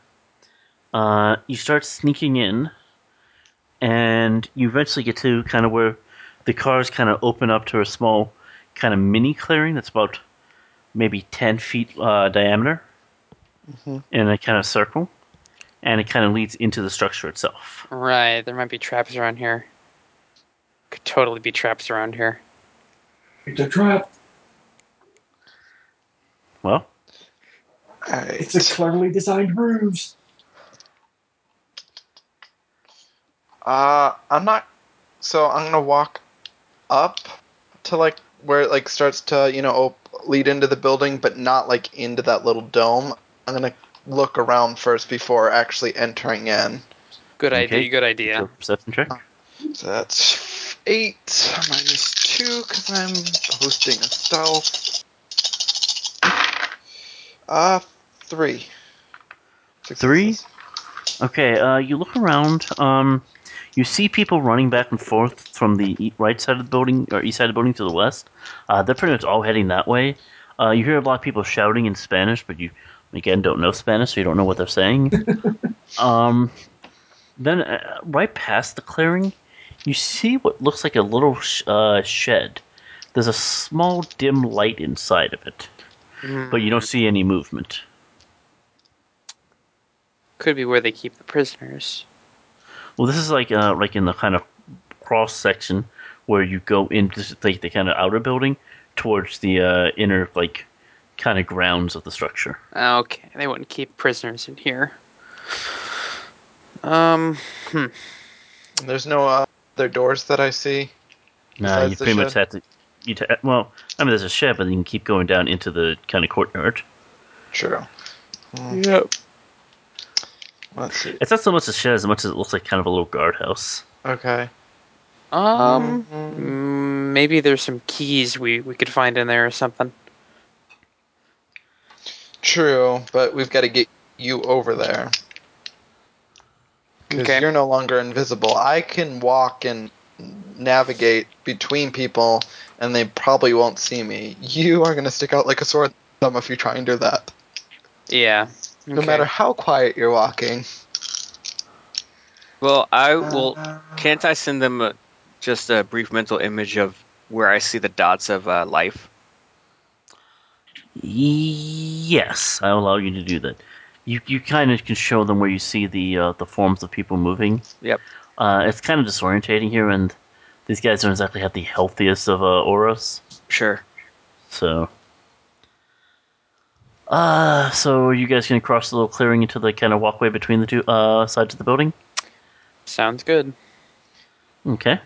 Speaker 1: Uh, you start sneaking in, and you eventually get to kind of where the cars kind of open up to a small kind of mini clearing that's about maybe 10 feet uh, diameter in a kind of circle, and it kind of leads into the structure itself.
Speaker 4: Right, there might be traps around here. Could totally be traps around here.
Speaker 3: It's a trap.
Speaker 1: Well,
Speaker 6: Alright.
Speaker 3: It's a cleverly designed ruse.
Speaker 6: Uh, I'm not. So I'm gonna walk up to like where it like starts to you know op- lead into the building, but not like into that little dome. I'm gonna look around first before actually entering in.
Speaker 4: Good
Speaker 1: Okay.
Speaker 4: idea. Good idea.
Speaker 1: so perception check.
Speaker 6: So that's eight minus two because I'm hosting a stealth. Uh, three. Six
Speaker 1: Three?
Speaker 6: seconds.
Speaker 1: Okay, uh, you look around. Um, you see people running back and forth from the e- right side of the building or east side of the building to the west. Uh, they're pretty much all heading that way. Uh, you hear a lot of people shouting in Spanish, but you again don't know Spanish, so you don't know what they're saying. um, then uh, right past the clearing, you see what looks like a little sh- uh, shed. There's a small dim light inside of it,
Speaker 4: Hmm.
Speaker 1: but you don't see any movement.
Speaker 4: Could be where they keep the prisoners.
Speaker 1: Well, this is like uh, like in the kind of cross section where you go into like the kind of outer building towards the uh, inner like kind of grounds of the structure.
Speaker 4: Okay, they wouldn't keep prisoners in here. Um,
Speaker 6: And there's no uh, other doors that I see.
Speaker 1: Nah, you
Speaker 6: Besides the
Speaker 1: pretty much
Speaker 6: shed?
Speaker 1: have to. You ta- well, I mean, there's a shed, but then you can keep going down into the kind of courtyard.
Speaker 6: True.
Speaker 4: yep.
Speaker 6: Hmm. Let's see.
Speaker 1: It's not so much a shed as much as it looks like kind of a little guardhouse.
Speaker 6: Okay.
Speaker 4: Um,
Speaker 6: Mm,
Speaker 4: mm, maybe there's some keys we we could find in there or something.
Speaker 6: True, but we've got to get you over there. Because
Speaker 4: Okay.
Speaker 6: you're no longer invisible. I can walk and navigate between people, and they probably won't see me. You are going to stick out like a sore thumb if you try and do that.
Speaker 4: Yeah.
Speaker 6: No matter how quiet you're walking.
Speaker 5: Well, I will. Can't I send them a, just a brief mental image of where I see the dots of uh, life?
Speaker 1: Yes, I allow you to do that. You you kind of can show them where you see the uh, the forms of people moving.
Speaker 5: Yep.
Speaker 1: Uh, it's kind of disorientating here, and these guys don't exactly have the healthiest of uh, auras.
Speaker 5: Sure.
Speaker 1: So, uh, so are you guys gonna cross the little clearing into the kind of walkway between the two uh, sides of the building?
Speaker 4: Sounds good.
Speaker 1: Okay.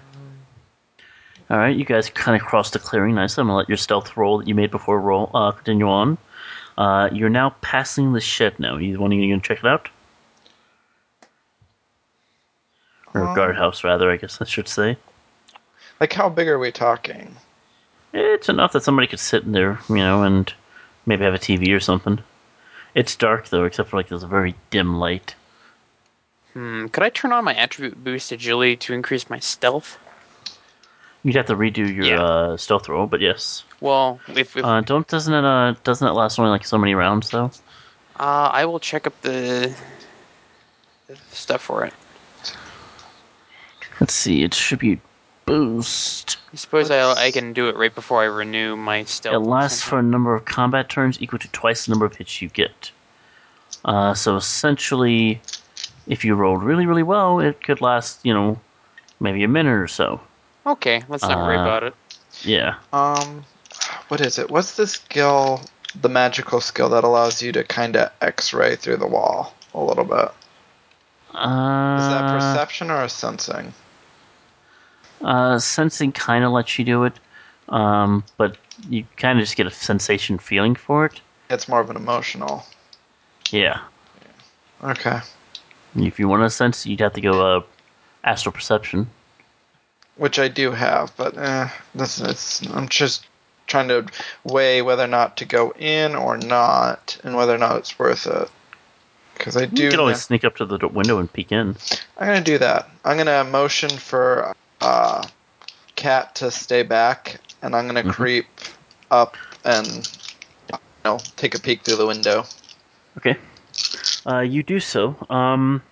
Speaker 1: All right, you guys kind of cross the clearing nicely. I'm gonna let your stealth roll that you made before roll uh, continue on. Uh, you're now passing the shed now. You want you gonna check it out? Or
Speaker 6: Um,
Speaker 1: guardhouse, rather, I guess I should say.
Speaker 6: Like, how big are we talking?
Speaker 1: It's enough that somebody could sit in there, you know, and maybe have a TV or something. It's dark though, except for like there's a very dim light.
Speaker 4: Hmm. Could I turn on my attribute boost agility to increase my stealth?
Speaker 1: You'd have to redo your
Speaker 4: Yeah.
Speaker 1: uh, stealth roll, but yes.
Speaker 4: Well, if, if uh,
Speaker 1: Uh, don't doesn't it uh doesn't it last only like so many rounds though?
Speaker 4: uh, I will check up the the stuff for it.
Speaker 1: Let's see. It should be boost.
Speaker 4: I suppose I I can do it right before I renew my stealth.
Speaker 1: It lasts
Speaker 4: somehow.
Speaker 1: for a number of combat turns equal to twice the number of hits you get. Uh, so essentially, if you rolled really really well, it could last you know maybe a minute or so.
Speaker 4: Okay, let's not worry
Speaker 1: Uh,
Speaker 4: about it.
Speaker 1: Yeah.
Speaker 6: Um, what is it? What's the skill, the magical skill that allows you to kind of x-ray through the wall a little bit?
Speaker 1: Uh,
Speaker 6: Is that perception or a sensing?
Speaker 1: Uh, sensing kind of lets you do it, um, but you kind of just get a sensation feeling for it.
Speaker 6: It's more of an emotional.
Speaker 1: Yeah.
Speaker 6: Okay.
Speaker 1: If you want to sense, you'd have to go uh, astral perception.
Speaker 6: Which I do have, but eh, this is, I'm just trying to weigh whether or not to go in or not, and whether or not it's worth it. Because I do.
Speaker 1: you could always sneak up to the d- window and peek in.
Speaker 6: I'm gonna do that. I'm gonna motion for uh, Cat to stay back, and I'm gonna
Speaker 1: Mm-hmm.
Speaker 6: creep up and you know, take a peek through the window.
Speaker 1: Okay. Uh, you do so. Um,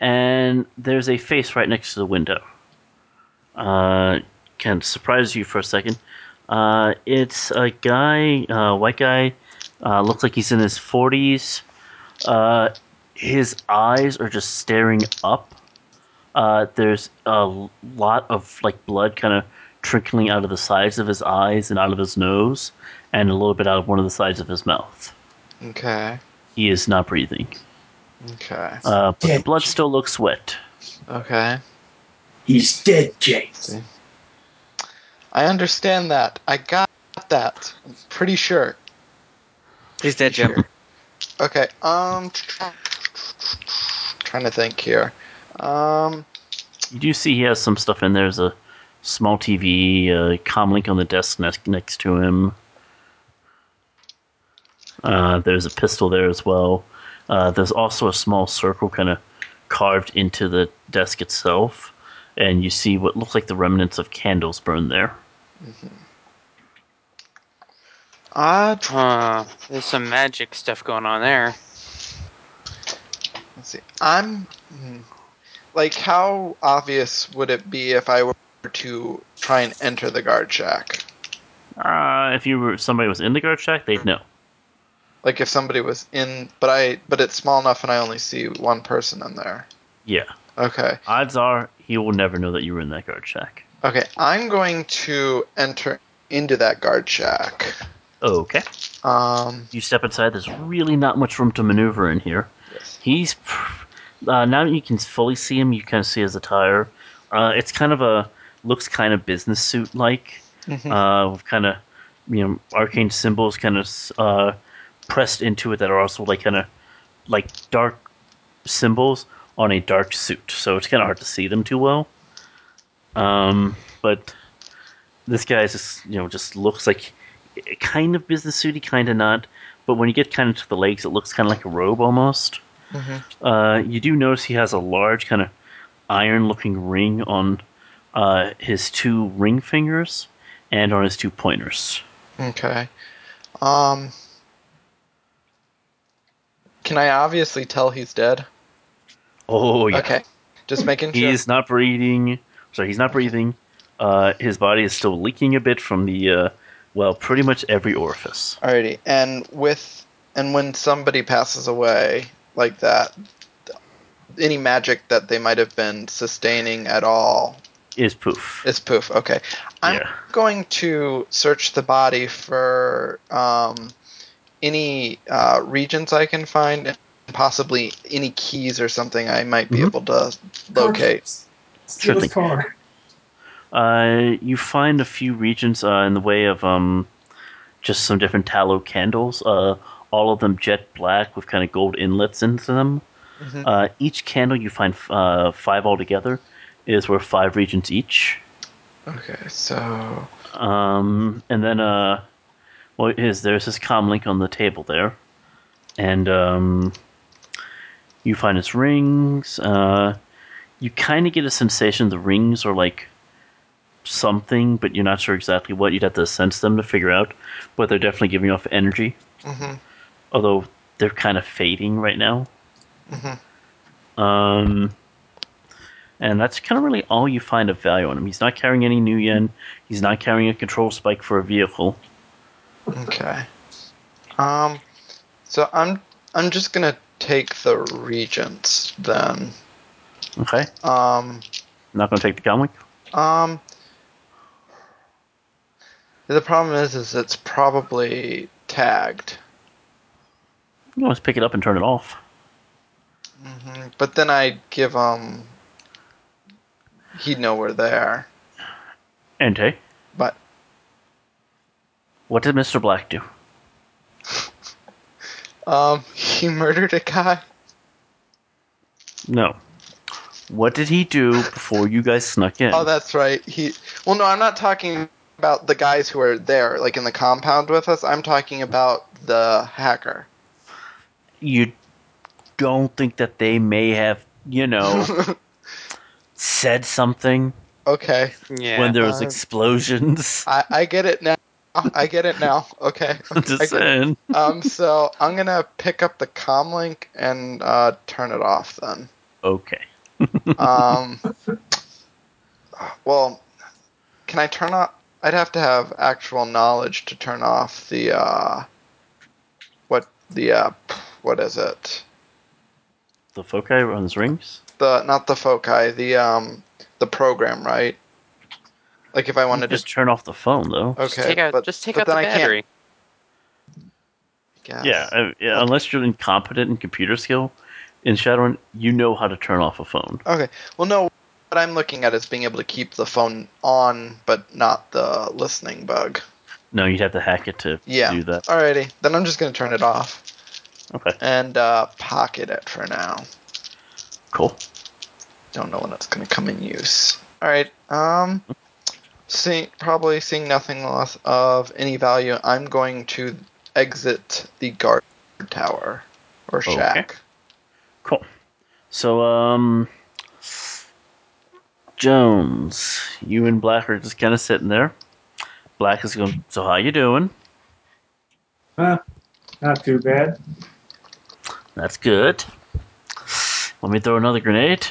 Speaker 1: and there's a face right next to the window. Uh, can surprise you for a second. Uh, it's a guy, uh, white guy. Uh, looks like he's in his 40s. Uh, his eyes are just staring up. Uh, there's a lot of like blood kind of trickling out of the sides of his eyes and out of his nose, and a little bit out of one of the sides of his mouth.
Speaker 6: Okay.
Speaker 1: He is not breathing.
Speaker 6: Okay.
Speaker 1: Uh, but the
Speaker 3: Dead.
Speaker 1: blood still looks wet.
Speaker 6: Okay.
Speaker 3: He's dead, James.
Speaker 6: See. I understand that. I got that. I'm pretty sure.
Speaker 5: He's dead, Jim.
Speaker 6: Okay. Um, trying to think here. Um,
Speaker 1: You do see he has some stuff in there. There's a small TV, a comlink on the desk next, next to him. Uh, there's a pistol there as well. Uh, there's also a small circle kind of carved into the desk itself, and you see what looks like the remnants of candles burned there.
Speaker 6: Odd.
Speaker 4: Uh, there's some magic stuff going on there.
Speaker 6: Let's see. I'm hmm. like, how obvious would it be if I were to try and enter the guard shack?
Speaker 1: Uh, if you were somebody was in the guard shack, they'd know.
Speaker 6: Like if somebody was in, but I, but it's small enough, and I only see one person in there.
Speaker 1: Yeah.
Speaker 6: Okay.
Speaker 1: Odds are he will never know that you were in that guard shack.
Speaker 6: Okay. I'm going to enter into that guard shack.
Speaker 1: Okay.
Speaker 6: Um.
Speaker 1: You step inside. There's really not much room to maneuver in here.
Speaker 6: Yes.
Speaker 1: He's uh, now that you can fully see him. You kind of see his attire. Uh, it's kind of a looks kind of business suit like, uh, with kind of you know arcane symbols kind of uh, pressed into it that are also like kind of like dark symbols on a dark suit. So it's kind of hard to see them too well. Um, but this guy is just you know just looks like kind of business suity, kind of not. But when you get kind of to the legs, it looks kind of like a robe almost.
Speaker 6: Mm-hmm.
Speaker 1: Uh, you do notice he has a large kind of iron-looking ring on uh, his two ring fingers and on his two pointers.
Speaker 6: Okay. Um. Can I obviously tell he's dead?
Speaker 1: Oh yeah,
Speaker 6: Okay. Just making
Speaker 1: he
Speaker 6: sure.
Speaker 1: is not breathing. Sorry, he's not breathing. Uh, his body is still leaking a bit from the uh, well, pretty much every orifice.
Speaker 6: Alrighty, and with and when somebody passes away like that, th- any magic that they might have been sustaining at all
Speaker 1: Is poof.
Speaker 6: is poof. Okay, I'm
Speaker 1: Yeah.
Speaker 6: going to search the body for um, any uh, regions I can find, and possibly any keys or something I might be
Speaker 1: Mhm.
Speaker 6: able to locate.
Speaker 3: Steal
Speaker 1: Sure
Speaker 3: his car.
Speaker 1: Uh, you find a few regions uh, in the way of um, just some different tallow candles. Uh, all of them jet black with kind of gold inlets into them. Uh, each candle you find f- uh, five altogether is worth five regions each.
Speaker 6: Okay, so
Speaker 1: Um, and then uh, what is there's his comlink on the table there, and um, you find his rings. Uh, you kind of get a sensation the rings are like something, but you're not sure exactly what. You'd have to sense them to figure out, but they're definitely giving off energy. Although they're kind of fading right now. Um. And that's kind of really all you find of value on him. He's not carrying any new yen. He's not carrying a control spike for a vehicle.
Speaker 6: okay, um, so I'm I'm just gonna take the regents then.
Speaker 1: Okay.
Speaker 6: Um,
Speaker 1: Not going to take the comic.
Speaker 6: um. The problem is, is it's probably tagged.
Speaker 1: You always pick it up and turn it off.
Speaker 6: Mm-hmm. But then I'd give um. He'd know we're there,
Speaker 1: Entei,
Speaker 6: but
Speaker 1: what did Mr. Black do?
Speaker 6: um, he murdered a guy.
Speaker 1: No. What did he do before you guys snuck in?
Speaker 6: Oh, that's right. He. Well, no, I'm not talking about the guys who are there, like in the compound with us. I'm talking about the hacker.
Speaker 1: you don't think that they may have, you know, said something
Speaker 6: Okay,
Speaker 4: Yeah.
Speaker 1: when there was
Speaker 6: uh,
Speaker 1: explosions?
Speaker 6: I I get it now. I get it now. Okay.
Speaker 1: I'm
Speaker 6: I
Speaker 1: just
Speaker 6: get it.
Speaker 1: saying.
Speaker 6: um, so I'm gonna pick up the comlink and uh, turn it off then.
Speaker 1: Okay.
Speaker 6: Um, well, can I turn off? I'd have to have actual knowledge to turn off the uh, what the uh, what is it?
Speaker 1: The foci on his rings?
Speaker 6: The not the foci, the um, the program, right? Like if I wanted to,
Speaker 1: Just turn off the phone, though.
Speaker 6: okay,
Speaker 4: Take out,
Speaker 6: but
Speaker 4: just take
Speaker 6: but
Speaker 4: out the
Speaker 6: then I can't
Speaker 4: battery.
Speaker 6: guess.
Speaker 1: Yeah, uh, yeah unless you're incompetent in computer skill, in Shadowrun, you know how to turn off a phone.
Speaker 6: Okay. Well, no, what I'm looking at is being able to keep the phone on, but not the listening bug.
Speaker 1: No, you'd have to hack it to
Speaker 6: Yeah.
Speaker 1: do that.
Speaker 6: Alrighty. Then I'm just going to turn it off
Speaker 1: Okay,
Speaker 6: and uh, pocket it for now.
Speaker 1: cool.
Speaker 6: Don't know when it's going to come in use. Alright. Um. Seeing probably seeing nothing less of any value, I'm going to exit the guard tower or
Speaker 1: Okay.
Speaker 6: shack.
Speaker 1: Cool. So, um, Jones, you and Black are just kind of sitting there. Black is going. So, how you doing?
Speaker 3: Not too bad.
Speaker 1: That's good. Let me throw another grenade.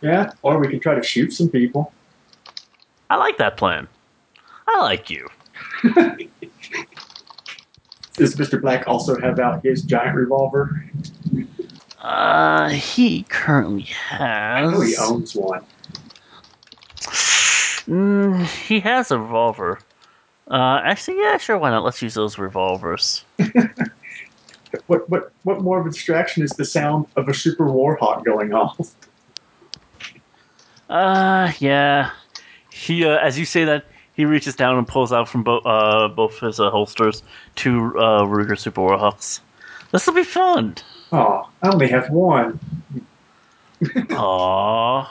Speaker 3: Yeah. Or we could try to shoot some people.
Speaker 1: I like that plan. I like you.
Speaker 3: Does Mr. Black also have out his giant revolver?
Speaker 1: Uh, he currently
Speaker 3: I
Speaker 1: has.
Speaker 3: know Oh, he owns one.
Speaker 1: Mm, he has a revolver. Uh, actually, yeah, sure, why not? Let's use those revolvers.
Speaker 3: What what what more of a distraction is the sound of a super warhawk going off?
Speaker 1: Uh, yeah. He, uh, as you say that, he reaches down and pulls out from bo- uh, both his uh, holsters two uh, Ruger Super Warhawks. This will be fun.
Speaker 3: Oh, I only have one.
Speaker 1: Aww.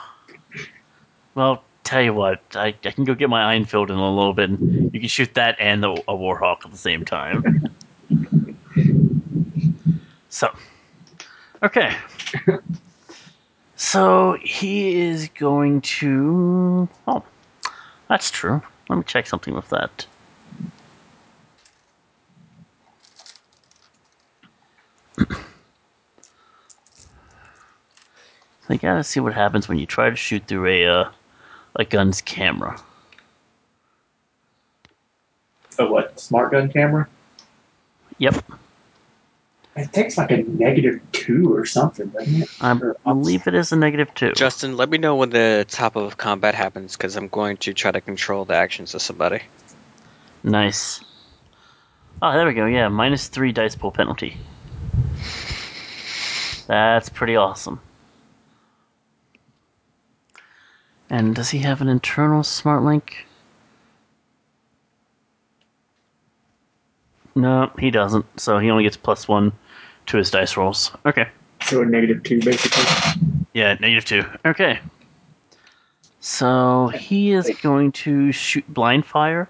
Speaker 1: Well, tell you what, I, I can go get my Einfield in a little bit, and you can shoot that and the, a Warhawk at the same time. so, okay. So he is going to. Oh, that's true. Let me check something with that. So you gotta see what happens when you try to shoot through a uh, a gun's camera.
Speaker 3: A what? Smart gun camera?
Speaker 1: Yep,
Speaker 3: It takes like a negative two or something, doesn't it?
Speaker 1: I
Speaker 3: Or ups-
Speaker 1: believe it is a negative two.
Speaker 5: Justin, let me know when the top of combat happens because I'm going to try to control the actions of somebody.
Speaker 1: Nice. Oh, there we go. Yeah, minus three dice pool penalty. That's pretty awesome. And does he have an internal smart link? No, he doesn't. So he only gets plus one to his dice rolls. Okay.
Speaker 3: So a negative two, basically.
Speaker 1: Yeah, negative two. Okay. So he is going to shoot blind fire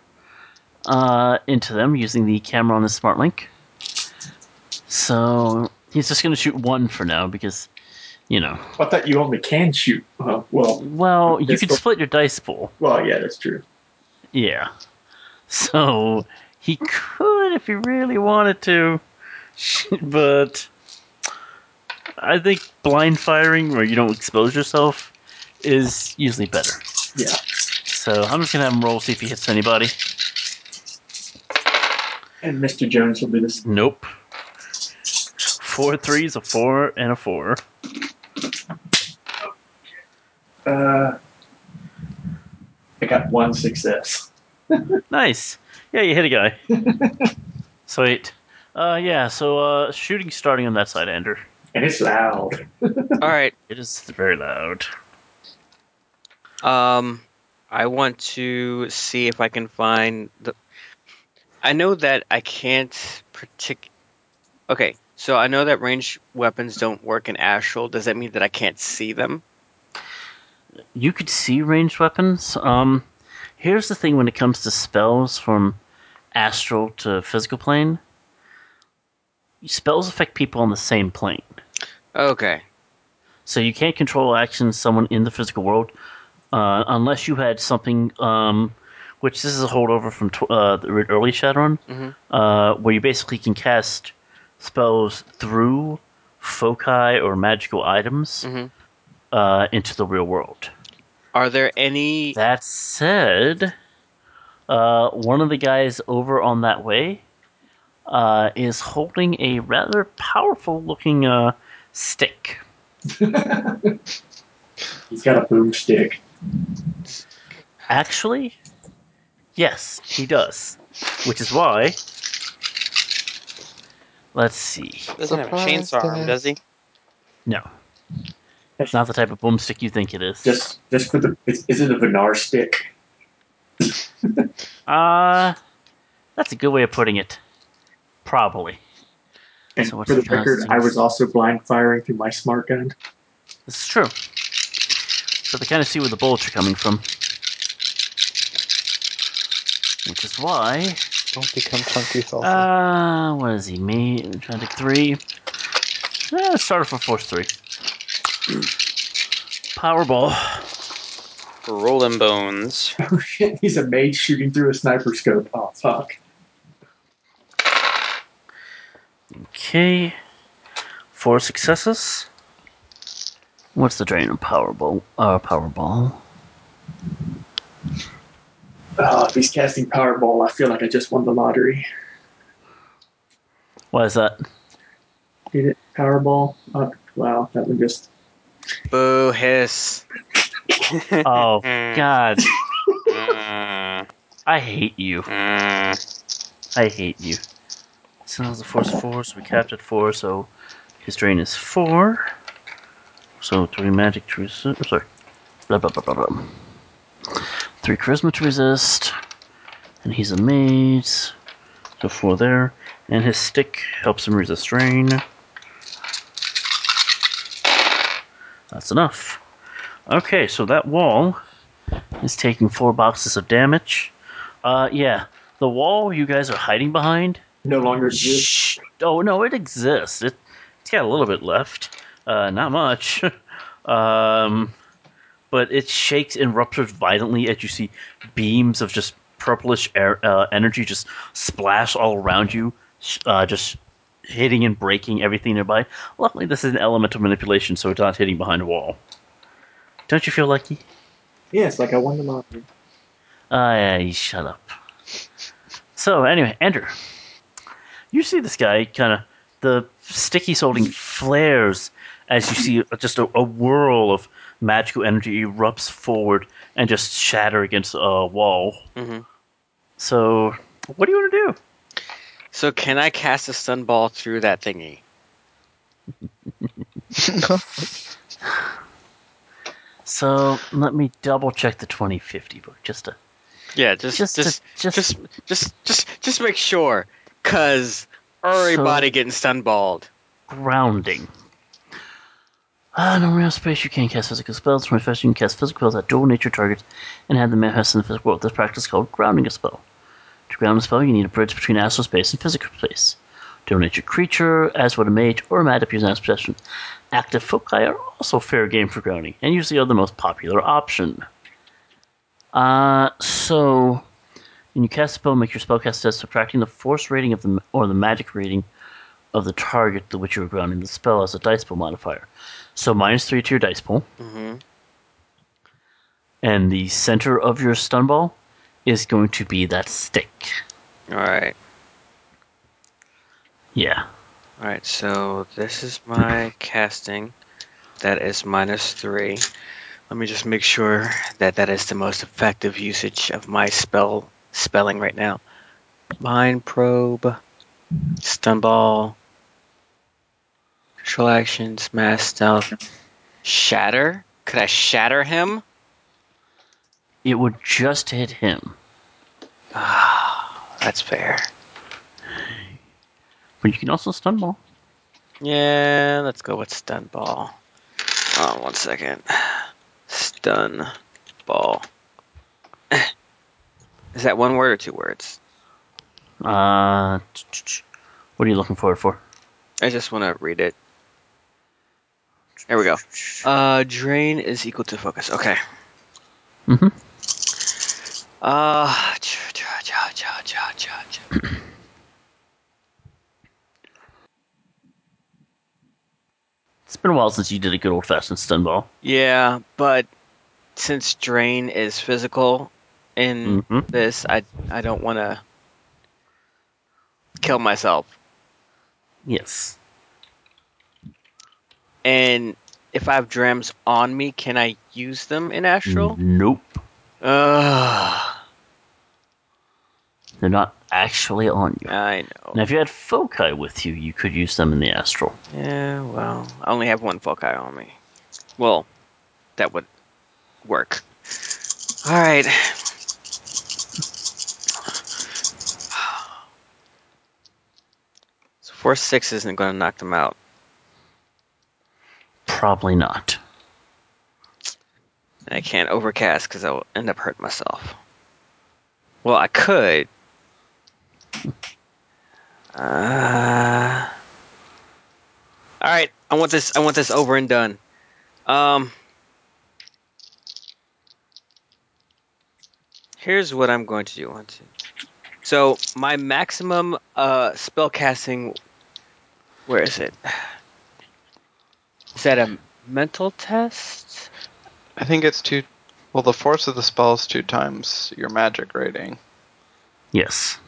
Speaker 1: uh, into them using the camera on the smart link. So he's just going to shoot one for now because, you know,
Speaker 3: I thought you only can shoot. Uh, well,
Speaker 1: well, you
Speaker 3: That's
Speaker 1: can
Speaker 3: cool.
Speaker 1: split your dice pool.
Speaker 3: well, yeah, that's true.
Speaker 1: Yeah. So he could if he really wanted to, but I think blind firing where you don't expose yourself is usually better.
Speaker 3: Yeah.
Speaker 1: So I'm just gonna have him roll see if he hits anybody.
Speaker 3: And Mr. Jones will do this.
Speaker 1: Nope. Four threes, a four, and a four.
Speaker 3: Uh, I got one success.
Speaker 1: Nice. Yeah, you hit a guy. Sweet. Uh, yeah. So uh, shooting starting on that side, Ender.
Speaker 3: And it's loud.
Speaker 5: All right.
Speaker 1: It is very loud.
Speaker 5: Um, I want to see if I can find the. I know that I can't partic. Okay, so I know that ranged weapons don't work in astral. Does that mean that I can't see them?
Speaker 1: you could see ranged weapons. Um, here's the thing when it comes to spells from astral to physical plane spells affect people on the same plane.
Speaker 5: Okay.
Speaker 1: So you can't control actions someone in the physical world uh, unless you had something, um, which this is a holdover from tw- uh, the re- early Shadowrun,
Speaker 5: Mhm.
Speaker 1: uh, where you basically can cast spells through foci or magical items
Speaker 5: Mhm.
Speaker 1: uh, into the real world.
Speaker 5: Are there any?
Speaker 1: That said, uh, one of the guys over on that way uh, is holding a rather powerful looking uh, stick.
Speaker 3: He's got a boomstick.
Speaker 1: Actually, yes, he does. Which is why. Let's see.
Speaker 4: Doesn't have a
Speaker 6: Surprise
Speaker 4: chainsaw
Speaker 6: there.
Speaker 4: arm, does he?
Speaker 1: No. It's not the type of boomstick you think it is.
Speaker 3: Just, just for the. Is, is it a Vinar stick?
Speaker 1: Uh, that's a good way of putting it. Probably.
Speaker 3: And
Speaker 1: So what's
Speaker 3: for the
Speaker 1: the
Speaker 3: record,
Speaker 1: constants?
Speaker 3: I was also blind firing through my smart gun.
Speaker 1: This is true. So they kind of see where the bullets are coming from. Which is why
Speaker 6: Don't become clunky salsa.
Speaker 1: Uh, what is he? Me? I'm trying to take three. Eh, start off with force three. Powerball.
Speaker 4: Rolling bones.
Speaker 3: Oh shit, he's a mage shooting through a sniper scope. Oh fuck.
Speaker 1: Okay. Four successes. What's the drain of Powerball? Uh, Powerball.
Speaker 3: Oh, if he's casting Powerball, I feel like I just won the lottery.
Speaker 1: Why is that?
Speaker 3: Did it? Powerball? Oh, wow, that would just.
Speaker 5: Boo hiss.
Speaker 1: Oh,
Speaker 4: Mm,
Speaker 1: God.
Speaker 4: mm,
Speaker 1: I hate you.
Speaker 4: mm.
Speaker 1: I hate you. So that was a force of four, so we capped at four, so his drain is four. So three magic to resist. oh, Sorry. Blah, blah, blah, blah, blah. Three charisma to resist. And he's a mage. So four there. And his stick helps him resist drain. That's enough. Okay, so that wall is taking four boxes of damage. Uh, yeah. The wall you guys are hiding behind
Speaker 3: No longer exists.
Speaker 1: Shh. Oh no, it exists. It, it's got a little bit left, uh, not much, um, but it shakes and ruptures violently as you see beams of just purplish air, uh, energy just splash all around you, sh- uh, just hitting and breaking everything nearby. Luckily, this is an elemental manipulation, so it's not hitting behind a wall. Don't you feel lucky?
Speaker 3: Yeah, it's like I won the lottery.
Speaker 1: Ah, yeah, shut up. So anyway, Ender, you see this guy kind of the stick he's holding flares as you see just a, a whirl of magical energy erupts forward and just shatter against a wall.
Speaker 5: Mm-hmm.
Speaker 4: Mhm.
Speaker 1: So, what do you want to do?
Speaker 5: So can I cast a stun ball through that thingy? Uh,
Speaker 1: So let me double check the twenty fifty book just to
Speaker 5: Yeah, just
Speaker 1: Just
Speaker 5: just
Speaker 1: to-
Speaker 5: just
Speaker 1: just-
Speaker 5: just just just just, make sure, cause everybody
Speaker 1: So-
Speaker 5: getting stunballed.
Speaker 1: grounding. Ah, in real space, you can cast physical spells. From effects, you can cast physical spells at dual nature targets and have them manifest in the physical world. This practice is called grounding a spell. To ground a spell, you need a bridge between astral space and physical space. Dual nature creature, as would a mage or a mad up using astral possession. Active foci are also fair game for grounding, and usually are the most popular option. Uh, so when you cast a spell, make your spellcast test subtracting the force rating of the m- or the magic rating of the target to which you are grounding the spell as a dice pool modifier. So minus three to your dice pool,
Speaker 5: Mm-hmm.
Speaker 1: and the center of your stun ball is going to be that stick.
Speaker 5: All right,
Speaker 1: Yeah.
Speaker 5: all right. So this is my casting. That is minus three. Let me just make sure that that is the most effective usage of my spell spelling right now. Mind probe, stun ball, control actions, mass stealth, shatter. Could I shatter him?
Speaker 1: It would just hit him,
Speaker 5: Ah, that's fair.
Speaker 1: but you can also stun ball.
Speaker 5: Yeah, let's go with stun ball. Oh, one second. Stun ball. Is that one word or two words?
Speaker 1: Uh, t- t- t- what are you looking forward for?
Speaker 5: I just want to read it. There we go. Uh, drain is equal to focus. Okay.
Speaker 1: Mhm.
Speaker 5: Uh, cha, cha, cha, cha, cha, cha, cha.
Speaker 1: It's been a while since you did a good old fashioned stun ball.
Speaker 5: yeah, but since drain is physical in
Speaker 1: Mm-hmm.
Speaker 5: this, I I don't want to kill myself.
Speaker 1: Yes.
Speaker 5: And if I have drams on me, can I use them in astral?
Speaker 1: Nope.
Speaker 5: Ugh,
Speaker 1: They're not actually on you.
Speaker 5: I
Speaker 1: Now,
Speaker 5: know.
Speaker 1: if you had foci with you, you could use them in the astral.
Speaker 5: Yeah, well, I only have one foci on me. Well, that would work. All right. So four six isn't going to knock them out.
Speaker 1: Probably not.
Speaker 5: And I can't overcast because I'll end up hurting myself. Well, I could, Uh, all right, I want this. I want this over and done. Um, here's what I'm going to do. One, two. So my maximum uh, spell casting. Where is it? Is that a mental test?
Speaker 6: I think it's two. Well, the force of the spell is two times your magic rating.
Speaker 1: Yes.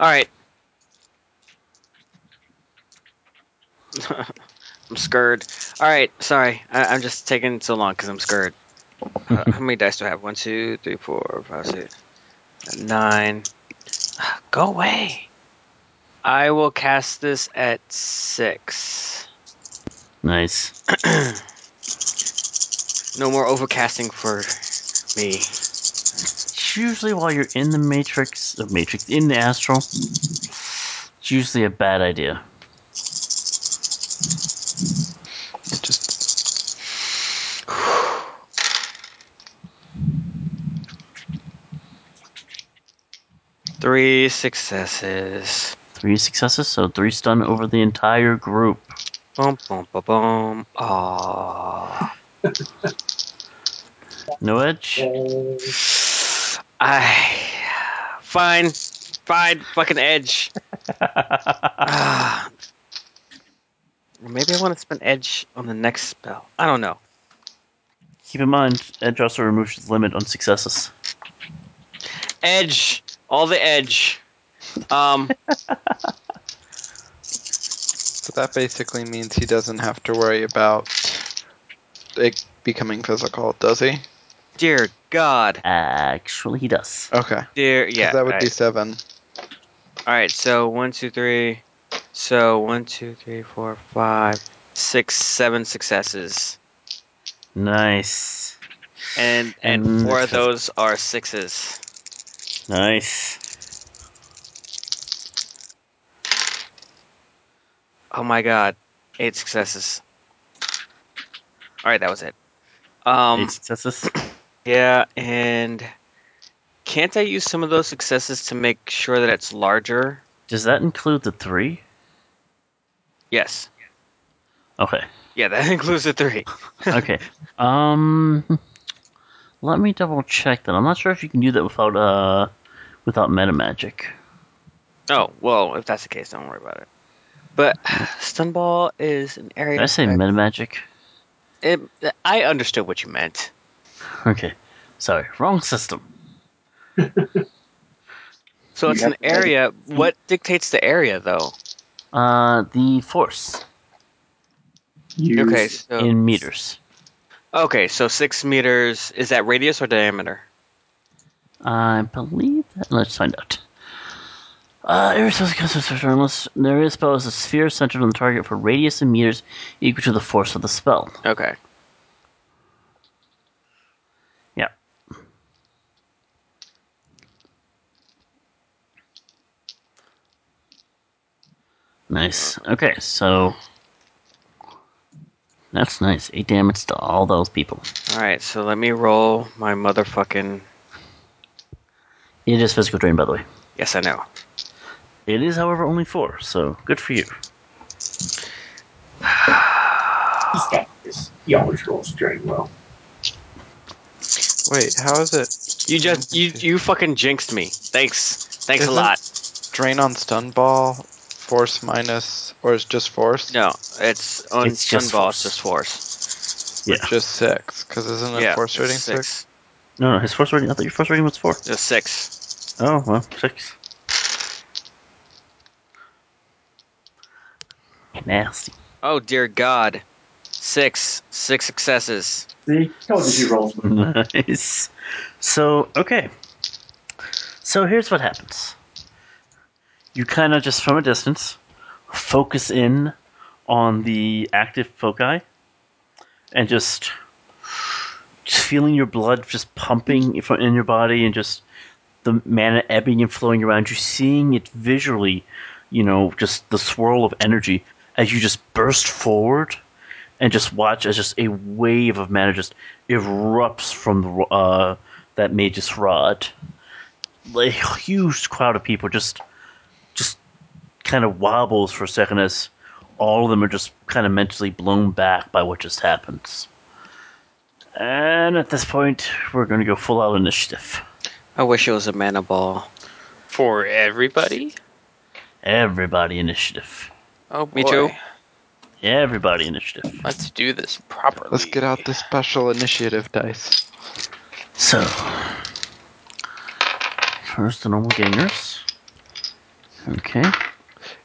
Speaker 5: All right. I'm scared. All right, sorry. I, I'm just taking so long because I'm scared. Uh, how many dice do I have? One, two, three, four, five, six, nine. Ah, Go away. I will cast this at six.
Speaker 1: Nice.
Speaker 5: No more overcasting for me.
Speaker 1: It's usually while you're in the Matrix, uh, Matrix, in the Astral, it's usually a bad idea.
Speaker 6: It just
Speaker 5: Three successes.
Speaker 1: Three successes, so three stun over the entire group.
Speaker 5: Bum, bum, bum, bum. Aw.
Speaker 1: No edge?
Speaker 3: Uh,
Speaker 5: I. Fine. Fine. Fucking edge. Ah. Maybe I want to spend edge on the next spell. I don't know.
Speaker 1: Keep in mind, edge also removes his limit on successes.
Speaker 5: Edge. All the edge. Um.
Speaker 6: so that basically means he doesn't have to worry about it becoming physical, does he?
Speaker 5: dear God.
Speaker 1: Actually, he does.
Speaker 6: Okay. 'Cause
Speaker 5: Dear. Yeah.
Speaker 6: that would
Speaker 5: all
Speaker 6: be
Speaker 5: right.
Speaker 6: seven.
Speaker 5: All right. So one, two, three. So one, two, three, four, five, six, seven successes,
Speaker 1: Nice.
Speaker 5: and
Speaker 1: Mm,
Speaker 5: and four
Speaker 1: success.
Speaker 5: of those are sixes.
Speaker 1: Nice.
Speaker 5: Oh my God. Eight successes. All right. That was it. Um.
Speaker 1: Eight successes.
Speaker 5: Yeah, and can't I use some of those successes to make sure that it's larger?
Speaker 1: Does that include the three?
Speaker 5: Yes.
Speaker 1: Okay.
Speaker 5: Yeah, that includes the three.
Speaker 1: Okay. um, let me double check that. I'm not sure if you can do that without uh, without meta magic.
Speaker 5: Oh, well, if that's the case, don't worry about it. But stun ball is an area.
Speaker 1: Did I say
Speaker 5: effect.
Speaker 1: meta magic?
Speaker 5: It- I understood what you meant.
Speaker 1: Okay. Sorry, wrong system.
Speaker 5: So it's
Speaker 3: Yeah.
Speaker 5: an area. What dictates the area, though?
Speaker 1: Uh, the force
Speaker 3: use-
Speaker 5: Okay, so
Speaker 1: in meters.
Speaker 5: okay, so six meters is that radius or diameter?
Speaker 1: I believe that. Let's find out. Uh, every spell casts a sphere unless there is spell is a sphere centered on the target for radius in meters equal to the force of the spell.
Speaker 5: Okay.
Speaker 1: Yeah. Nice. Okay, so that's nice. Eight damage to all those people.
Speaker 5: All right, so let me roll my motherfucking.
Speaker 1: It is physical drain, by the way.
Speaker 5: Yes, I know.
Speaker 1: It is, however, only four, so good for you.
Speaker 3: he's got this. He always rolls drain well.
Speaker 6: Wait, how is it
Speaker 5: You just you you fucking jinxed me. Thanks. Thanks
Speaker 6: Isn't-
Speaker 5: a lot.
Speaker 6: drain on stun ball, force minus, or is just force?
Speaker 5: No, it's on
Speaker 1: It's just
Speaker 5: Sunball,
Speaker 1: force.
Speaker 5: it's just force.
Speaker 1: Yeah.
Speaker 6: Just six, because isn't it
Speaker 5: yeah,
Speaker 6: force rating
Speaker 5: it's
Speaker 6: six?
Speaker 1: No, no, his force rating. I thought your force rating was four.
Speaker 5: Just six.
Speaker 1: Oh, well, six. Nasty.
Speaker 5: Oh dear God, six, six successes.
Speaker 3: See, told you he rolls. well.
Speaker 1: nice. So, okay. So here's what happens. You kind of just from a distance focus in on the active foci and just, just feeling your blood just pumping fro- in your body and just the mana ebbing and flowing around you, seeing it visually, you know, just the swirl of energy as you just burst forward and just watch as just a wave of mana just erupts from the, uh, that mage's rod. A huge crowd of people just just kind of wobbles for a second as all of them are just kind of mentally blown back by what just happened. And at this point, we're going to go full out initiative.
Speaker 5: I wish it was a mana ball.
Speaker 4: For everybody?
Speaker 1: Everybody initiative.
Speaker 4: Oh, boy.
Speaker 5: Me too.
Speaker 1: Everybody initiative.
Speaker 4: Let's do this properly.
Speaker 6: Let's get out the special initiative dice.
Speaker 1: So, first the normal gangers. Okay,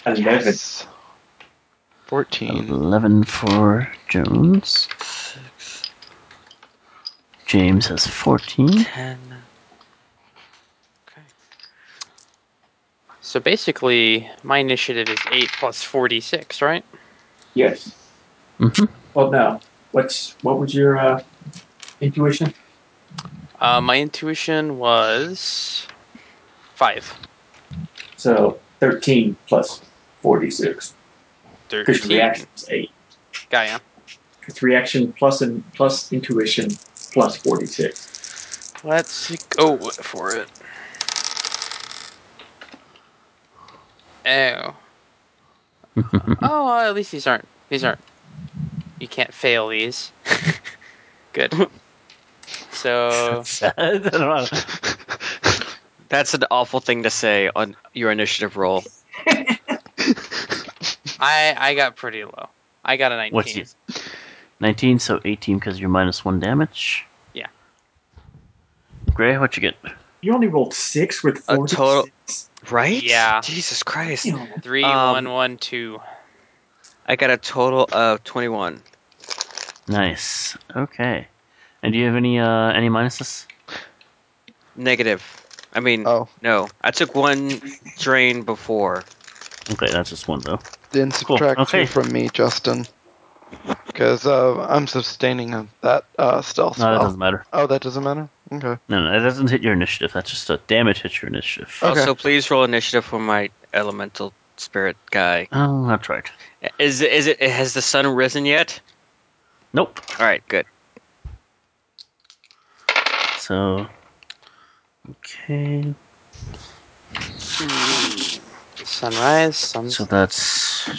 Speaker 3: Eleven.
Speaker 6: Yes. 14.
Speaker 1: 11 for Jones. James has 14.
Speaker 5: Ten.
Speaker 4: So basically, my initiative is 8 plus 46, right?
Speaker 3: Yes.
Speaker 5: Mm-hmm.
Speaker 1: Mhm.
Speaker 3: Well, no. What's what was your uh, intuition?
Speaker 4: Uh, my intuition was 5.
Speaker 3: So thirteen plus forty-six because your
Speaker 4: 13.
Speaker 3: reaction is eight.
Speaker 4: Gaia.
Speaker 3: It's reaction plus and plus intuition plus forty-six.
Speaker 4: Let's go for it. Oh. oh, well, at least these aren't. These aren't. You can't fail these. Good. So,
Speaker 1: I don't know.
Speaker 5: That's an awful thing to say on your initiative roll.
Speaker 4: I I got pretty low. I got a 19.
Speaker 1: What's it? 19, so 18 because you're minus 1 damage.
Speaker 4: Yeah.
Speaker 1: Gray, what you get?
Speaker 3: You only rolled six with
Speaker 5: A
Speaker 3: forty-six.
Speaker 5: total- Right?
Speaker 4: Yeah.
Speaker 5: Jesus Christ.
Speaker 3: Damn.
Speaker 4: Three,
Speaker 5: Um,
Speaker 4: one, one, two.
Speaker 5: I got a total of 21.
Speaker 1: Nice. Okay. And do you have any uh any minuses?
Speaker 5: Negative. I mean,
Speaker 6: Oh,
Speaker 5: no. I took one drain before.
Speaker 1: Okay, that's just one though.
Speaker 6: then
Speaker 1: Cool,
Speaker 6: subtract
Speaker 1: okay.
Speaker 6: two from me, Justin. Because uh, I'm sustaining a, that uh, stealth
Speaker 1: No, that
Speaker 6: spell.
Speaker 1: doesn't matter.
Speaker 6: Oh, that doesn't matter? Okay.
Speaker 1: No, no, that doesn't hit your initiative. That's just a damage hit your initiative.
Speaker 6: Okay.
Speaker 5: Also, please roll initiative for my elemental spirit guy.
Speaker 1: Oh, that's right.
Speaker 5: Is it, is it has the sun risen yet?
Speaker 1: Nope.
Speaker 5: All right, good.
Speaker 1: So, okay.
Speaker 4: Sunrise, sun.
Speaker 1: So that's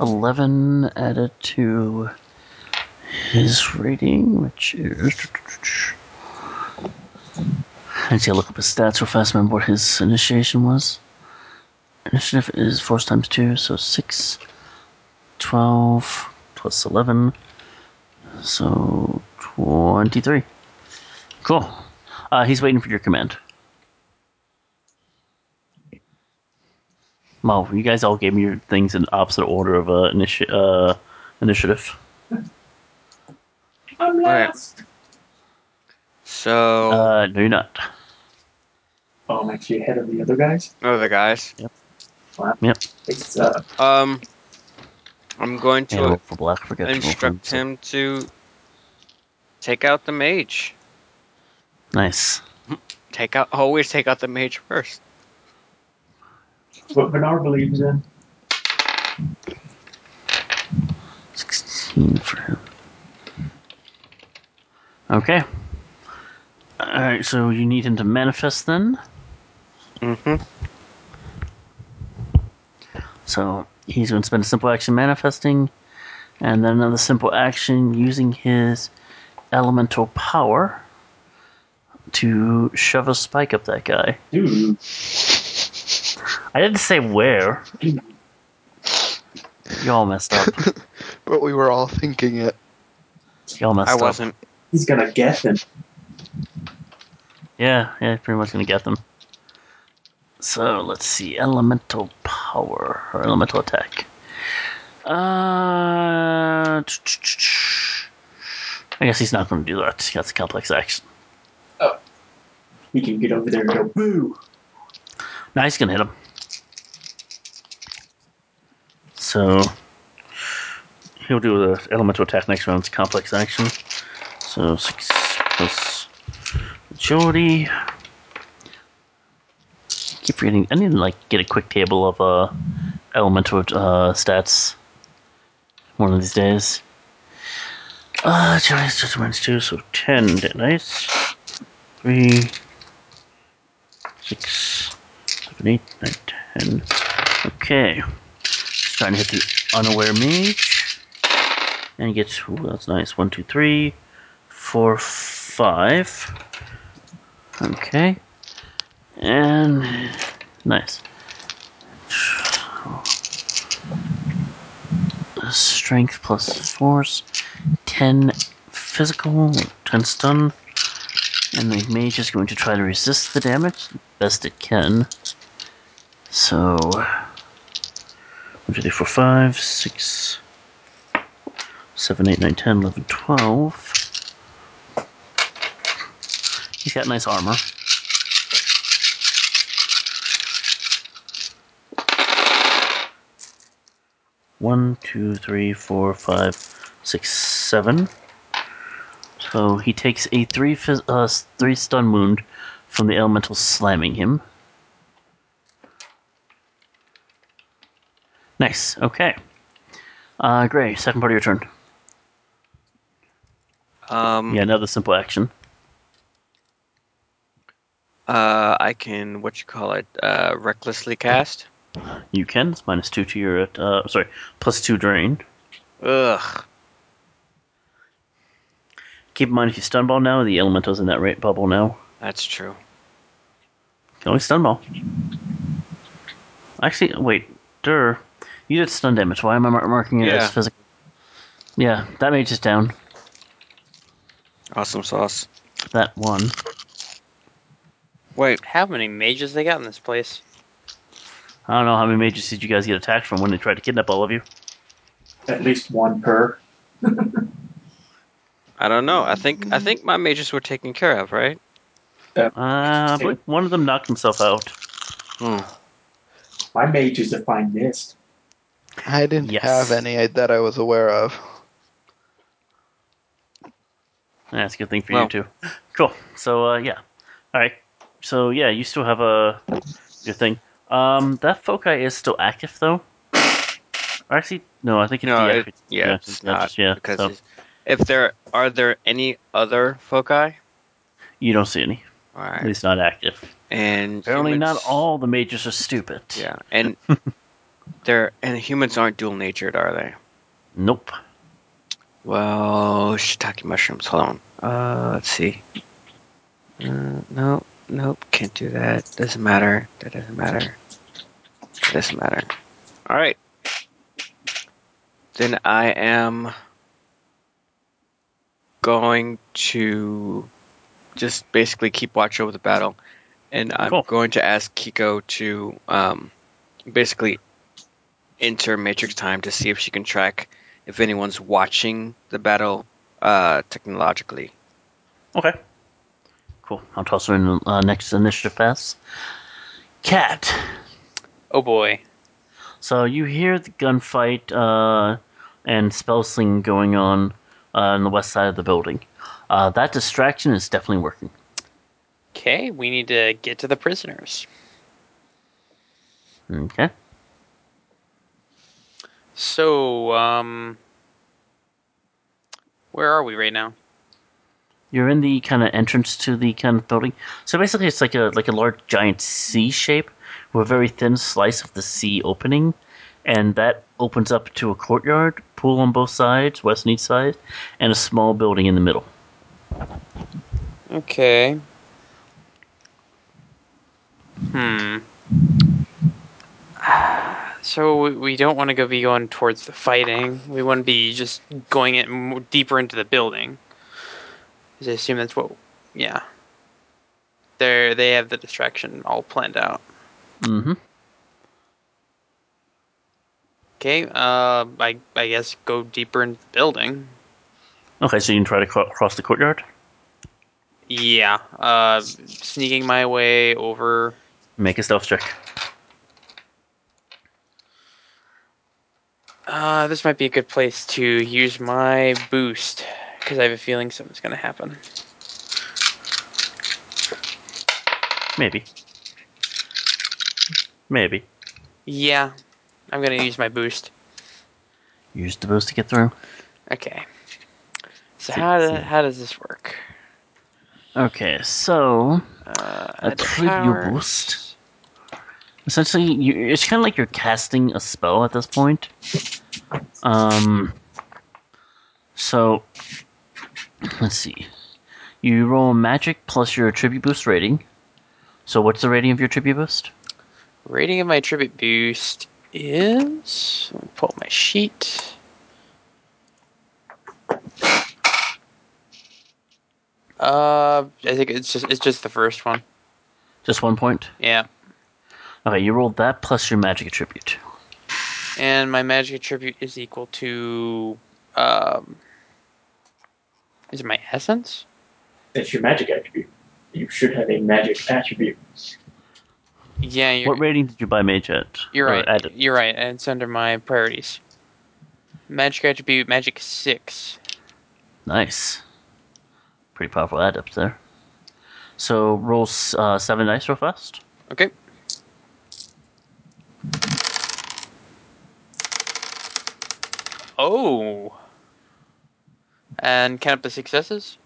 Speaker 1: eleven added to his rating, which is. I need to look up his stats real fast. Remember what his initiation was. Initiative is force times two, so six. 12 plus 11. So 23. Cool. Uh, he's waiting for your command. Well, you guys all gave me your things in opposite order of uh, initi- uh, initiative.
Speaker 3: I'm last.
Speaker 5: So,
Speaker 1: Uh, no, you're not.
Speaker 3: Oh, I'm actually ahead of the other guys.
Speaker 5: other oh, guys.
Speaker 3: It's uh,
Speaker 5: Um, I'm going
Speaker 1: And roll
Speaker 5: to
Speaker 1: for black, forget to roll for
Speaker 5: instruct
Speaker 1: himself.
Speaker 5: him to take out the mage.
Speaker 1: Nice.
Speaker 5: Take out always take out the mage first.
Speaker 3: what Bernard believes in.
Speaker 1: 16 for him. Okay. Alright, so you need him to manifest then?
Speaker 5: Mm-hmm.
Speaker 1: So he's going to spend a simple action manifesting, and then another simple action using his elemental power to shove a spike up that guy.
Speaker 3: Dude,
Speaker 1: I didn't say where. Y'all messed up.
Speaker 6: But we were all thinking it.
Speaker 1: Y'all messed
Speaker 5: I
Speaker 1: up.
Speaker 5: wasn't.
Speaker 3: he's gonna get them.
Speaker 1: Yeah, yeah, pretty much gonna get them. So let's see, elemental power or elemental attack. Uh, I guess he's not gonna do that. That's a complex action.
Speaker 3: He can get over there and go boo.
Speaker 1: Now he's gonna hit him. So he'll do the elemental attack next round. It's a complex action. So six plus agility. Keep forgetting. I need to like get a quick table of uh elemental uh, stats. One of these days. Uh, Johnny's just wins two, so ten hit dice. Three, six, seven, eight, nine, ten. Okay. Just trying to hit the unaware mage. And he gets, ooh, that's nice. One, two, three, four, five. Okay. And, nice. Strength plus force. 10 physical, 10 stun, and the mage is going to try to resist the damage the best it can. So, 1, 2, 3, 4, 5, 6, 7, 8, 9, 10, 11, 12. He's got nice armor. One, two, three, four, five, six, seven. So he takes a three phys- uh, s- three stun wound from the elemental slamming him. Nice. Okay. Uh, Gray, second part of your turn.
Speaker 5: Um, Hmm.
Speaker 1: Yeah, another simple action.
Speaker 5: uh, I can what you call it? Uh, recklessly cast.
Speaker 1: You can. It's minus two to your. Uh, sorry, plus two drain.
Speaker 5: Ugh.
Speaker 1: Keep in mind if you stun ball now, the elemental's in that rate bubble now.
Speaker 5: That's true.
Speaker 1: You can only stun ball. Actually, wait, Dur, you did stun damage. Why am I mar- marking it
Speaker 5: Yeah.
Speaker 1: as physical? Yeah, that mage is down.
Speaker 5: Awesome sauce.
Speaker 1: That one.
Speaker 5: Wait.
Speaker 4: How many mages they got in this place?
Speaker 1: I don't know how many mages did you guys get attacked from when they tried to kidnap all of you.
Speaker 3: At least one per.
Speaker 5: I don't know. I think I think my mages were taken care of, right?
Speaker 1: Uh, but one of them knocked himself out.
Speaker 5: Hmm.
Speaker 3: My mage is a fine mist.
Speaker 6: I didn't
Speaker 1: Yes.
Speaker 6: have any that I was aware of.
Speaker 1: That's a good thing for
Speaker 5: Well.
Speaker 1: you too. Cool. So uh, yeah. All right. So yeah, you still have a your thing. Um, that foci is still active though. Or actually, no. I think it
Speaker 5: No,
Speaker 1: deactivates.
Speaker 5: it, yeah, it's
Speaker 1: yeah,
Speaker 5: not
Speaker 1: yeah,
Speaker 5: because
Speaker 1: so
Speaker 5: it's- if there are there any other foci?
Speaker 1: you don't see any.
Speaker 5: All
Speaker 1: At
Speaker 5: right,
Speaker 1: least not active.
Speaker 5: and
Speaker 1: Apparently,
Speaker 5: humans-
Speaker 1: not all the mages are stupid.
Speaker 5: Yeah, and they're and humans aren't dual natured, are they?
Speaker 1: Nope.
Speaker 5: Well, shiitake mushrooms. Hold on. Uh, let's see. Uh, no, nope, can't do that. Doesn't matter. That doesn't matter. Doesn't matter. All right. Then I am going to just basically keep watch over the battle, and I'm
Speaker 1: Cool.
Speaker 5: going to ask Kiko to um, basically enter Matrix time to see if she can track if anyone's watching the battle uh, technologically.
Speaker 1: Okay. Cool. I'll toss her in uh, next initiative pass. Cat.
Speaker 4: Oh boy.
Speaker 1: So you hear the gunfight uh, and spell sling going on uh, on the west side of the building. Uh, that distraction is definitely working.
Speaker 4: Okay, we need to get to the prisoners.
Speaker 1: Okay.
Speaker 4: So, um, where are we right now?
Speaker 1: You're in the kind of entrance to the kind of building. So basically, it's like a like a large giant C shape with a very thin slice of the C opening, and that opens up to a courtyard, pool on both sides, west and east side, and a small building in the middle.
Speaker 4: Okay. Hmm. So we- we don't want to go be going towards the fighting. We want to be just going it more deeper into the building. 'Cause I assume that's what. Yeah. They they have the distraction all planned out.
Speaker 1: Mm-hmm.
Speaker 4: Okay. Uh, I I guess go deeper into the building.
Speaker 1: Okay, so you can try to cro- cross the courtyard.
Speaker 4: Yeah. Uh, sneaking my way over.
Speaker 1: Make a stealth check.
Speaker 4: Uh, this might be a good place to use my boost because I have a feeling something's gonna happen.
Speaker 1: Maybe. Maybe.
Speaker 4: Yeah, I'm gonna use my boost.
Speaker 1: Use the boost to get through.
Speaker 4: Okay. So how do, how does this work?
Speaker 1: Okay, so
Speaker 4: Uh,
Speaker 1: A
Speaker 4: add
Speaker 1: trigger
Speaker 4: powers.
Speaker 1: boost? essentially, you, it's kind of like you're casting a spell at this point. Um, so let's see. You roll magic plus your attribute boost rating. So what's the rating of your attribute boost?
Speaker 4: Rating of my tribute boost is. Let me pull up my sheet. Uh, I think it's just it's just the first one.
Speaker 1: Just one point.
Speaker 4: Yeah,
Speaker 1: Okay, you rolled that plus your magic attribute.
Speaker 4: and my magic attribute is equal to um. Is it my essence?
Speaker 3: That's your magic attribute. You should have a magic attribute.
Speaker 4: Yeah, you're
Speaker 1: what rating did you buy mage at? Oh,
Speaker 4: you're
Speaker 1: Or
Speaker 4: right.
Speaker 1: add it.
Speaker 4: You're right. and It's under my priorities. Magic attribute, magic six.
Speaker 1: Nice. Pretty powerful adept there. So roll s- uh, seven dice real fast.
Speaker 4: Okay. Oh. And count up the successes.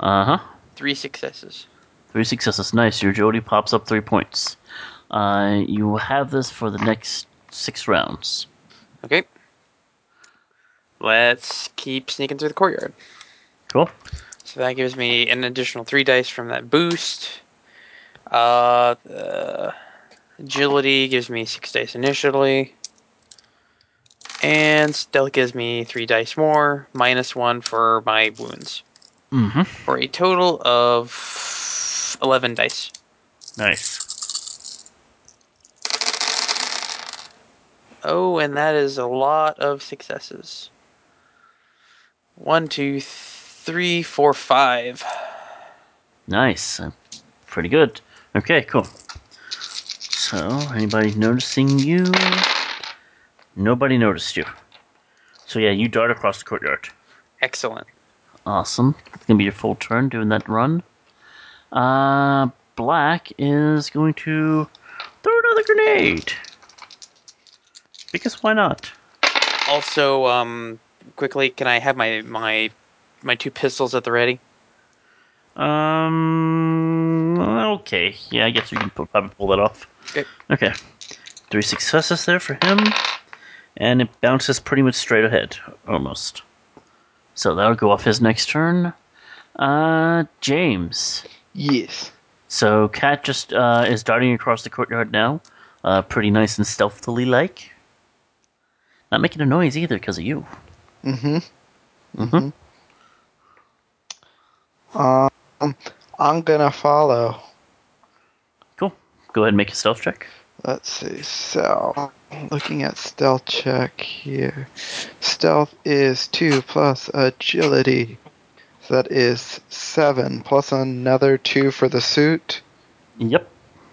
Speaker 1: Uh huh.
Speaker 4: Three successes.
Speaker 1: Three successes. Nice. Your agility pops up three points. Uh, you will have this for the next six rounds.
Speaker 4: Okay. Let's keep sneaking through the courtyard.
Speaker 1: Cool.
Speaker 4: So that gives me an additional three dice from that boost. Uh, the agility gives me six dice initially. And stealth gives me three dice more, minus one for my wounds.
Speaker 1: Mm-hmm.
Speaker 4: for a total of 11 dice.
Speaker 1: Nice.
Speaker 4: Oh, and that is a lot of successes. One, two, three, four, five.
Speaker 1: Nice. Uh, Pretty good. Okay, cool. So, anybody noticing you? Nobody noticed you. So, yeah, you dart across the courtyard.
Speaker 4: Excellent.
Speaker 1: Awesome. It's going to be your full turn doing that run. Uh, Black is going to throw another grenade. Because why not?
Speaker 4: Also, um, quickly, can I have my my my two pistols at the ready?
Speaker 1: Um. Okay. Yeah, I guess you can pu- probably pull that off.
Speaker 4: Okay.
Speaker 1: Okay. Three successes there for him, and it bounces pretty much straight ahead, almost. So that'll go off his next turn. Uh, James.
Speaker 6: Yes.
Speaker 1: So Cat just uh, is darting across the courtyard now, uh, pretty nice and stealthily like. Not making a noise either because of you.
Speaker 6: Mm-hmm.
Speaker 1: Mm-hmm.
Speaker 6: Um, I'm gonna follow.
Speaker 1: Cool. Go ahead and make a stealth check.
Speaker 6: Let's see. So, looking at stealth check here. Stealth is 2 plus agility. So that is 7 plus another 2 for the suit,
Speaker 1: Yep.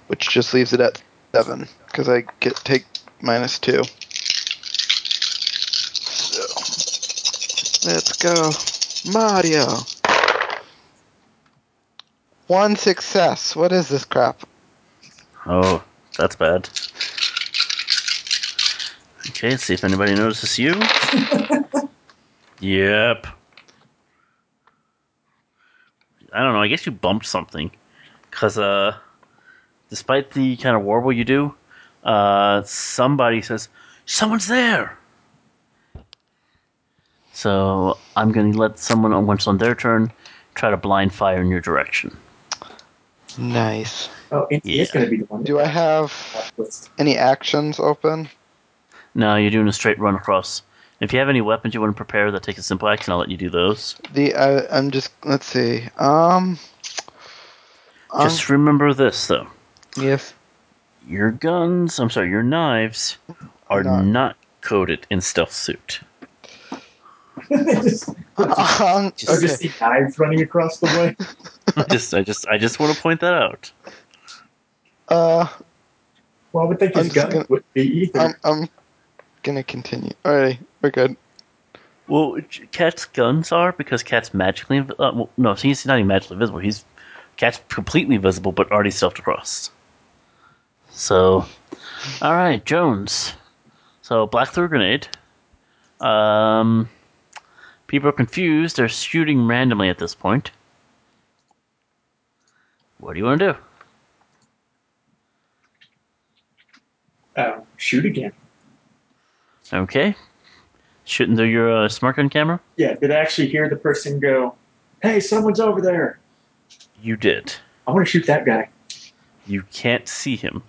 Speaker 6: which just leaves it at 7 cuz I get take minus 2. So, let's go. Mario. One success. What is this crap?
Speaker 1: Oh, that's bad. Okay, let's see if anybody notices you. yep. I don't know. I guess you bumped something, because uh, despite the kind of warble you do, uh, somebody says someone's there. So I'm going to let someone, on- once on their turn, try to blind fire in your direction.
Speaker 6: Nice.
Speaker 3: Oh, and
Speaker 1: Yeah.
Speaker 3: it's going to be the one.
Speaker 6: Do I have
Speaker 3: that- that's-
Speaker 6: any actions open?
Speaker 1: No, you're doing a straight run across. If you have any weapons you want to prepare that take a simple action, I'll let you do those.
Speaker 6: The uh, I'm just let's see. Um, um,
Speaker 1: Just remember this though:
Speaker 6: yes,
Speaker 1: your guns, I'm sorry, your knives, are
Speaker 6: Not-
Speaker 1: not, coated in stealth suit.
Speaker 3: just,
Speaker 6: um,
Speaker 1: Just-
Speaker 3: I just
Speaker 6: okay.
Speaker 3: see knives running across the way.
Speaker 1: just, I just, I just want to point that out.
Speaker 6: Uh,
Speaker 3: Well, I would think his
Speaker 6: I'm just
Speaker 3: gun
Speaker 6: gonna-
Speaker 3: would be either.
Speaker 6: I'm I'm gonna continue. Alrighty, we're good.
Speaker 1: Well, J- Cat's guns are because Cat's magically inv- uh, well, no, he's not even magically visible. He's Cat's completely visible, but already stealthed across. So, all right, Jones. So Black threw a grenade. Um, People are confused. They're shooting randomly at this point. What do you want to do?
Speaker 3: Uh, shoot again.
Speaker 1: Okay. Shooting through your uh, smart gun camera?
Speaker 3: Yeah, did I actually hear the person go, hey, someone's over there?
Speaker 1: You did.
Speaker 3: I want to shoot that guy.
Speaker 1: You can't see him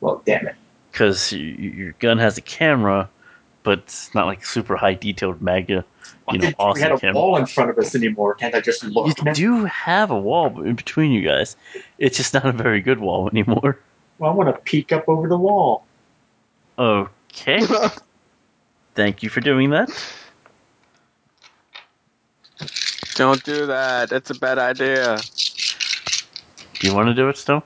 Speaker 3: Well, damn it.
Speaker 1: because your gun has a camera, but it's not like super high detailed MAGA,
Speaker 3: Why
Speaker 1: you know,
Speaker 3: didn't we
Speaker 1: awesome
Speaker 3: had a
Speaker 1: camera.
Speaker 3: wall in front of us anymore. Can't I just look
Speaker 1: You
Speaker 3: now?
Speaker 1: do have a wall in between you guys. It's just not a very good wall anymore.
Speaker 3: Well, I want to peek up over the wall.
Speaker 1: Okay. Thank you for doing that.
Speaker 5: Don't do that. That's a bad idea.
Speaker 1: Do you want to do it still?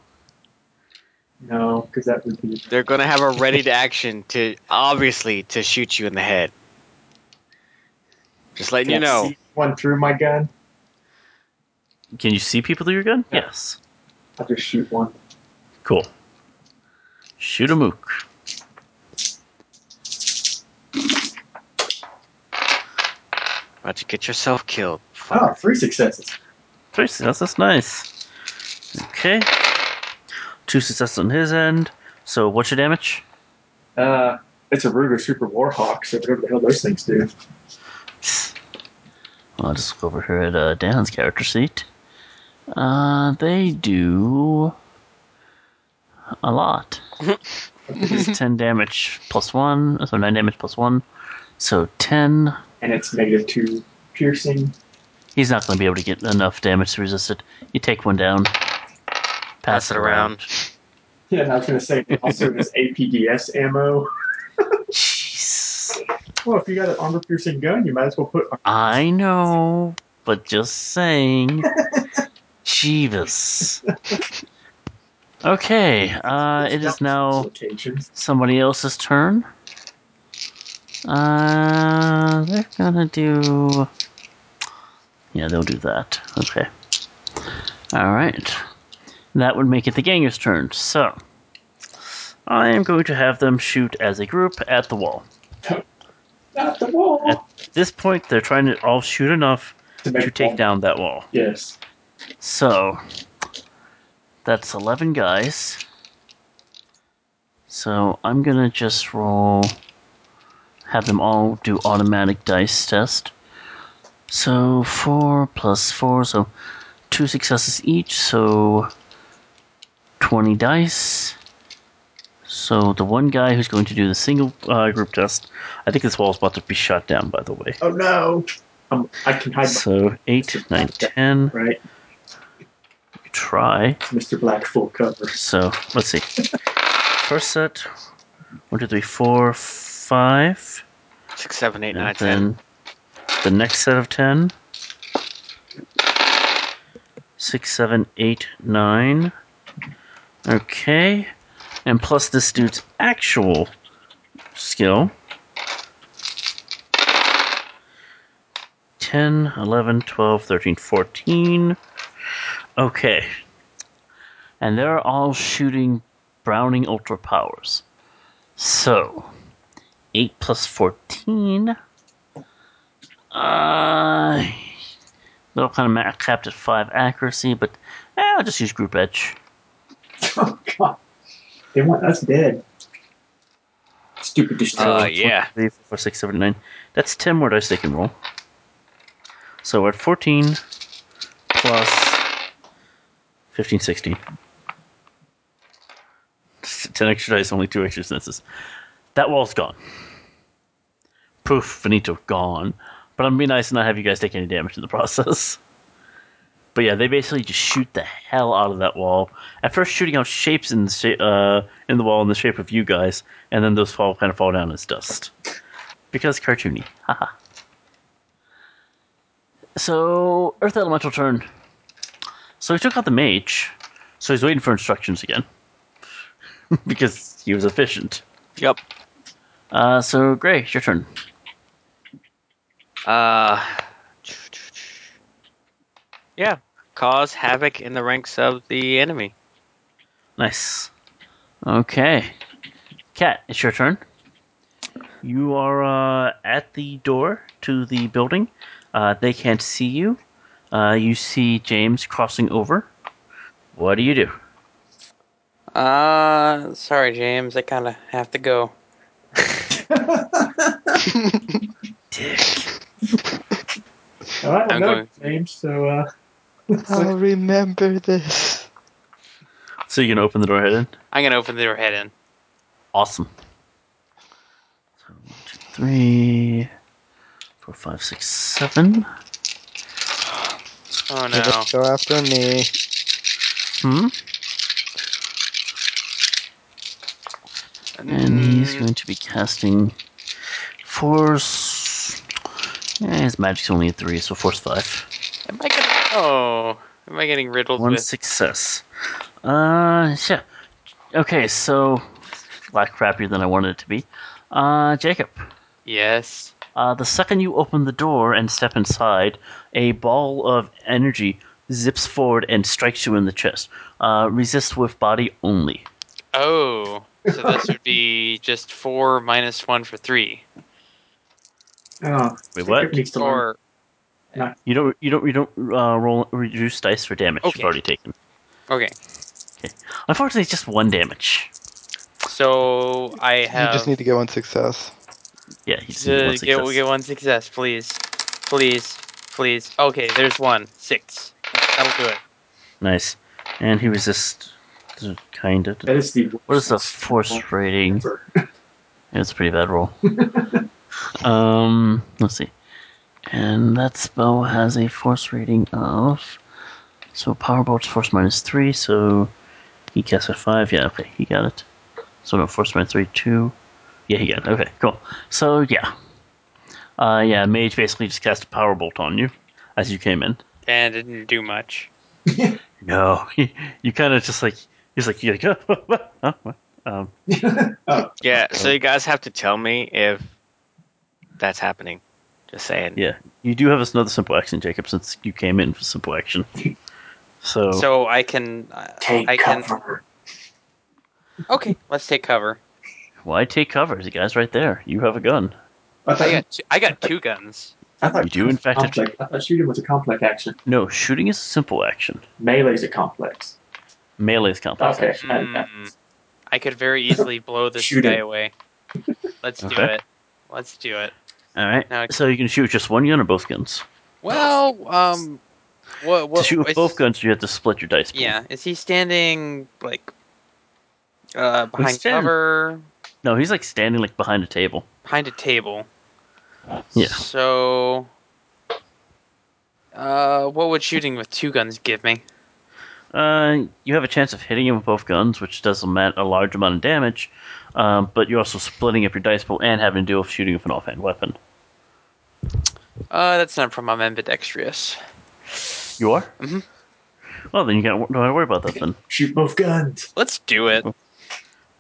Speaker 3: No, because that would be.
Speaker 5: They're gonna have a ready to action to obviously to shoot you in the head. Just letting you
Speaker 3: Can't
Speaker 5: know.
Speaker 3: see One through my gun.
Speaker 1: Can you see people through your gun?
Speaker 3: Yeah.
Speaker 1: Yes.
Speaker 3: I'll just shoot one.
Speaker 1: Cool. Shoot a mook.
Speaker 5: About to get yourself killed. Fuck.
Speaker 3: Oh, three successes.
Speaker 1: Three successes, that's nice. Okay. Two successes on his end. So what's your damage?
Speaker 3: Uh, it's a Ruger Super Warhawk, so whatever the hell those things do.
Speaker 1: I'll just look over here at uh, Dan's character sheet. Uh, they do a lot. it's 10 damage plus 1, so 9 damage plus 1. So 10.
Speaker 3: And it's negative two piercing.
Speaker 1: He's not going to be able to get enough damage to resist it. You take one down, pass, it around.
Speaker 3: Yeah, and I was going to say, it also this APDS ammo.
Speaker 1: Jeez.
Speaker 3: Well, if you got an armor piercing gun, you might as well put.
Speaker 1: I know, but just saying. Jeeves. Okay, uh, it is now.
Speaker 3: Locations.
Speaker 1: somebody else's turn. Uh, they're gonna do. Yeah, they'll do that. Okay. All right. That would make it the ganger's turn. So, I am going to have them shoot as a group at the wall.
Speaker 3: Not the wall.
Speaker 1: At this point, they're trying to all shoot enough
Speaker 3: To make
Speaker 1: to take
Speaker 3: one.
Speaker 1: down that wall.
Speaker 3: Yes.
Speaker 1: So that's 11 guys. So I'm going to just roll have them all do automatic dice test. So 4 plus 4 so two successes each so 20 dice. So the one guy who's going to do the single uh, group test, I think this wall is about to be shot down by the way.
Speaker 3: Oh no. Um, I can hide.
Speaker 1: So 8 9 10
Speaker 3: my- right,
Speaker 1: try.
Speaker 3: Mr. Black full cover.
Speaker 1: So let's see. First set one, two, three, four, five.
Speaker 5: Six, seven, eight,
Speaker 1: Oh. And
Speaker 5: nine, ten.
Speaker 1: then the next set of ten. Six, seven, eight, nine. Okay. And plus this dude's actual skill. 10, 11, 12, 13, 14. Okay. And they're all shooting Browning Ultra Powers. So, 8 plus 14. Uh, they're kind of ma- capped at 5 accuracy, but eh, I'll just use Group Edge.
Speaker 3: Oh god. They want us dead. Stupid distraction.
Speaker 5: Uh, yeah.
Speaker 1: Three, four, six, seven, nine. That's 10 more dice they can roll. So we're at 14 plus 15, 16. 10 extra dice, only two extra senses. That wall's gone. Poof, finito, gone. But I'm being nice and not have you guys take any damage in the process. But yeah, they basically just shoot the hell out of that wall. At first, shooting out shapes in the sha- uh, in the wall in the shape of you guys, and then those fall kind of fall down as dust because cartoony. Haha. so Earth Elemental turn. So he took out the mage. So he's waiting for instructions again because he was efficient.
Speaker 5: Yep.
Speaker 1: Uh, so Gray, it's your turn.
Speaker 5: Uh, yeah. Cause havoc in the ranks of the enemy.
Speaker 1: Nice. Okay. Cat, it's your turn. You are uh, at the door to the building. Uh, they can't see you. Uh, you see James crossing over. What do you do?
Speaker 4: Uh, sorry, James. I kind of have to go.
Speaker 3: And I don't
Speaker 4: I'm
Speaker 3: know
Speaker 4: going-
Speaker 3: his name, so uh,
Speaker 6: I'll remember this.
Speaker 1: So you can open the door head in.
Speaker 4: I'm gonna open the door head in.
Speaker 1: Awesome. So, one, two, three, four, five, six, seven.
Speaker 4: Oh
Speaker 6: Did
Speaker 4: no.
Speaker 6: it Go after me.
Speaker 1: Hmm. And he's going to be casting force. Yeah, his magic's only a three, so force five.
Speaker 4: Am I getting? Oh, am I getting riddled
Speaker 1: One
Speaker 4: with?
Speaker 1: success. Uh, yeah. Okay, so a lot crappier than I wanted it to be. Uh, Jacob.
Speaker 4: Yes.
Speaker 1: Uh, the second you open the door and step inside, a ball of energy zips forward and strikes you in the chest. Uh, resist with body only.
Speaker 4: Oh, so this would be just four minus one for three,
Speaker 3: oh,
Speaker 1: Wait,
Speaker 3: Jacob
Speaker 1: what?
Speaker 3: Needs to learn.
Speaker 4: or
Speaker 1: You don't. You don't. You don't uh, roll reduce dice for damage
Speaker 4: Okay.
Speaker 1: you've already taken.
Speaker 4: okay.
Speaker 1: Unfortunately, it's just one damage.
Speaker 4: So I have.
Speaker 6: You just need to get one success.
Speaker 1: Yeah, he just
Speaker 4: to
Speaker 1: needs one
Speaker 4: get,
Speaker 1: success.
Speaker 4: get one success, please, please, please. Okay, there's one six. That'll do it.
Speaker 1: Nice. And he resists, kind of.
Speaker 3: That is the worst
Speaker 1: What is the force rating?
Speaker 3: ever.
Speaker 1: It's a pretty bad roll. um, let's see. And that spell has a force rating of. So Powerbolt's force minus three, so he casts a five. Yeah, okay, he got it. So no, force minus three, two. Yeah, he got it. Okay, cool. So yeah. Uh, yeah, Mage basically just cast a Powerbolt on you as you came in.
Speaker 4: And it didn't do much.
Speaker 1: No, you kind of just like, he's like, you're like, oh, what, what, huh, what? Um,
Speaker 3: Oh,
Speaker 5: Yeah, so you guys have to tell me if that's happening. Just saying.
Speaker 1: Yeah, you do have another simple action, Jacob, since you came in for simple action. So,
Speaker 4: So I can. Uh,
Speaker 3: Take
Speaker 4: I can.
Speaker 3: cover.
Speaker 4: Okay, let's take cover.
Speaker 1: why take cover? The guy's right there. You have a gun.
Speaker 3: I
Speaker 4: I
Speaker 3: thought,
Speaker 4: got two, I got two guns.
Speaker 3: I thought
Speaker 1: You do, in fact, have-
Speaker 3: complex. I thought shooting was a complex action.
Speaker 1: No, shooting is a simple action.
Speaker 3: Melee's a complex.
Speaker 1: Melee is complex.
Speaker 3: Okay.
Speaker 1: action.
Speaker 3: I- I-
Speaker 4: Hmm. I could very easily blow this
Speaker 3: Shoot
Speaker 4: guy
Speaker 3: it.
Speaker 4: away. Let's do
Speaker 1: Okay.
Speaker 4: it. Let's do it.
Speaker 1: All right.
Speaker 4: Now I-
Speaker 1: So you can shoot with just one gun or both guns.
Speaker 4: Well, um, what? what
Speaker 1: to shoot with
Speaker 4: is-
Speaker 1: both guns, you have to split your dice. pool.
Speaker 4: Yeah, is he standing like uh behind
Speaker 1: standing-
Speaker 4: cover,
Speaker 1: No, he's like standing like behind a table.
Speaker 4: behind a table?
Speaker 1: Yeah.
Speaker 4: So, uh, what would shooting with two guns give me?
Speaker 1: Uh, you have a chance of hitting him with both guns, which does a, ma- a large amount of damage, um, but you're also splitting up your dice pool and having to deal with shooting with an offhand weapon.
Speaker 4: Uh, that's not a problem. I'm ambidextrous.
Speaker 1: You are?
Speaker 4: Mhm.
Speaker 1: Well, then you got, don't have to worry about that then.
Speaker 3: Shoot both guns.
Speaker 4: Let's do it.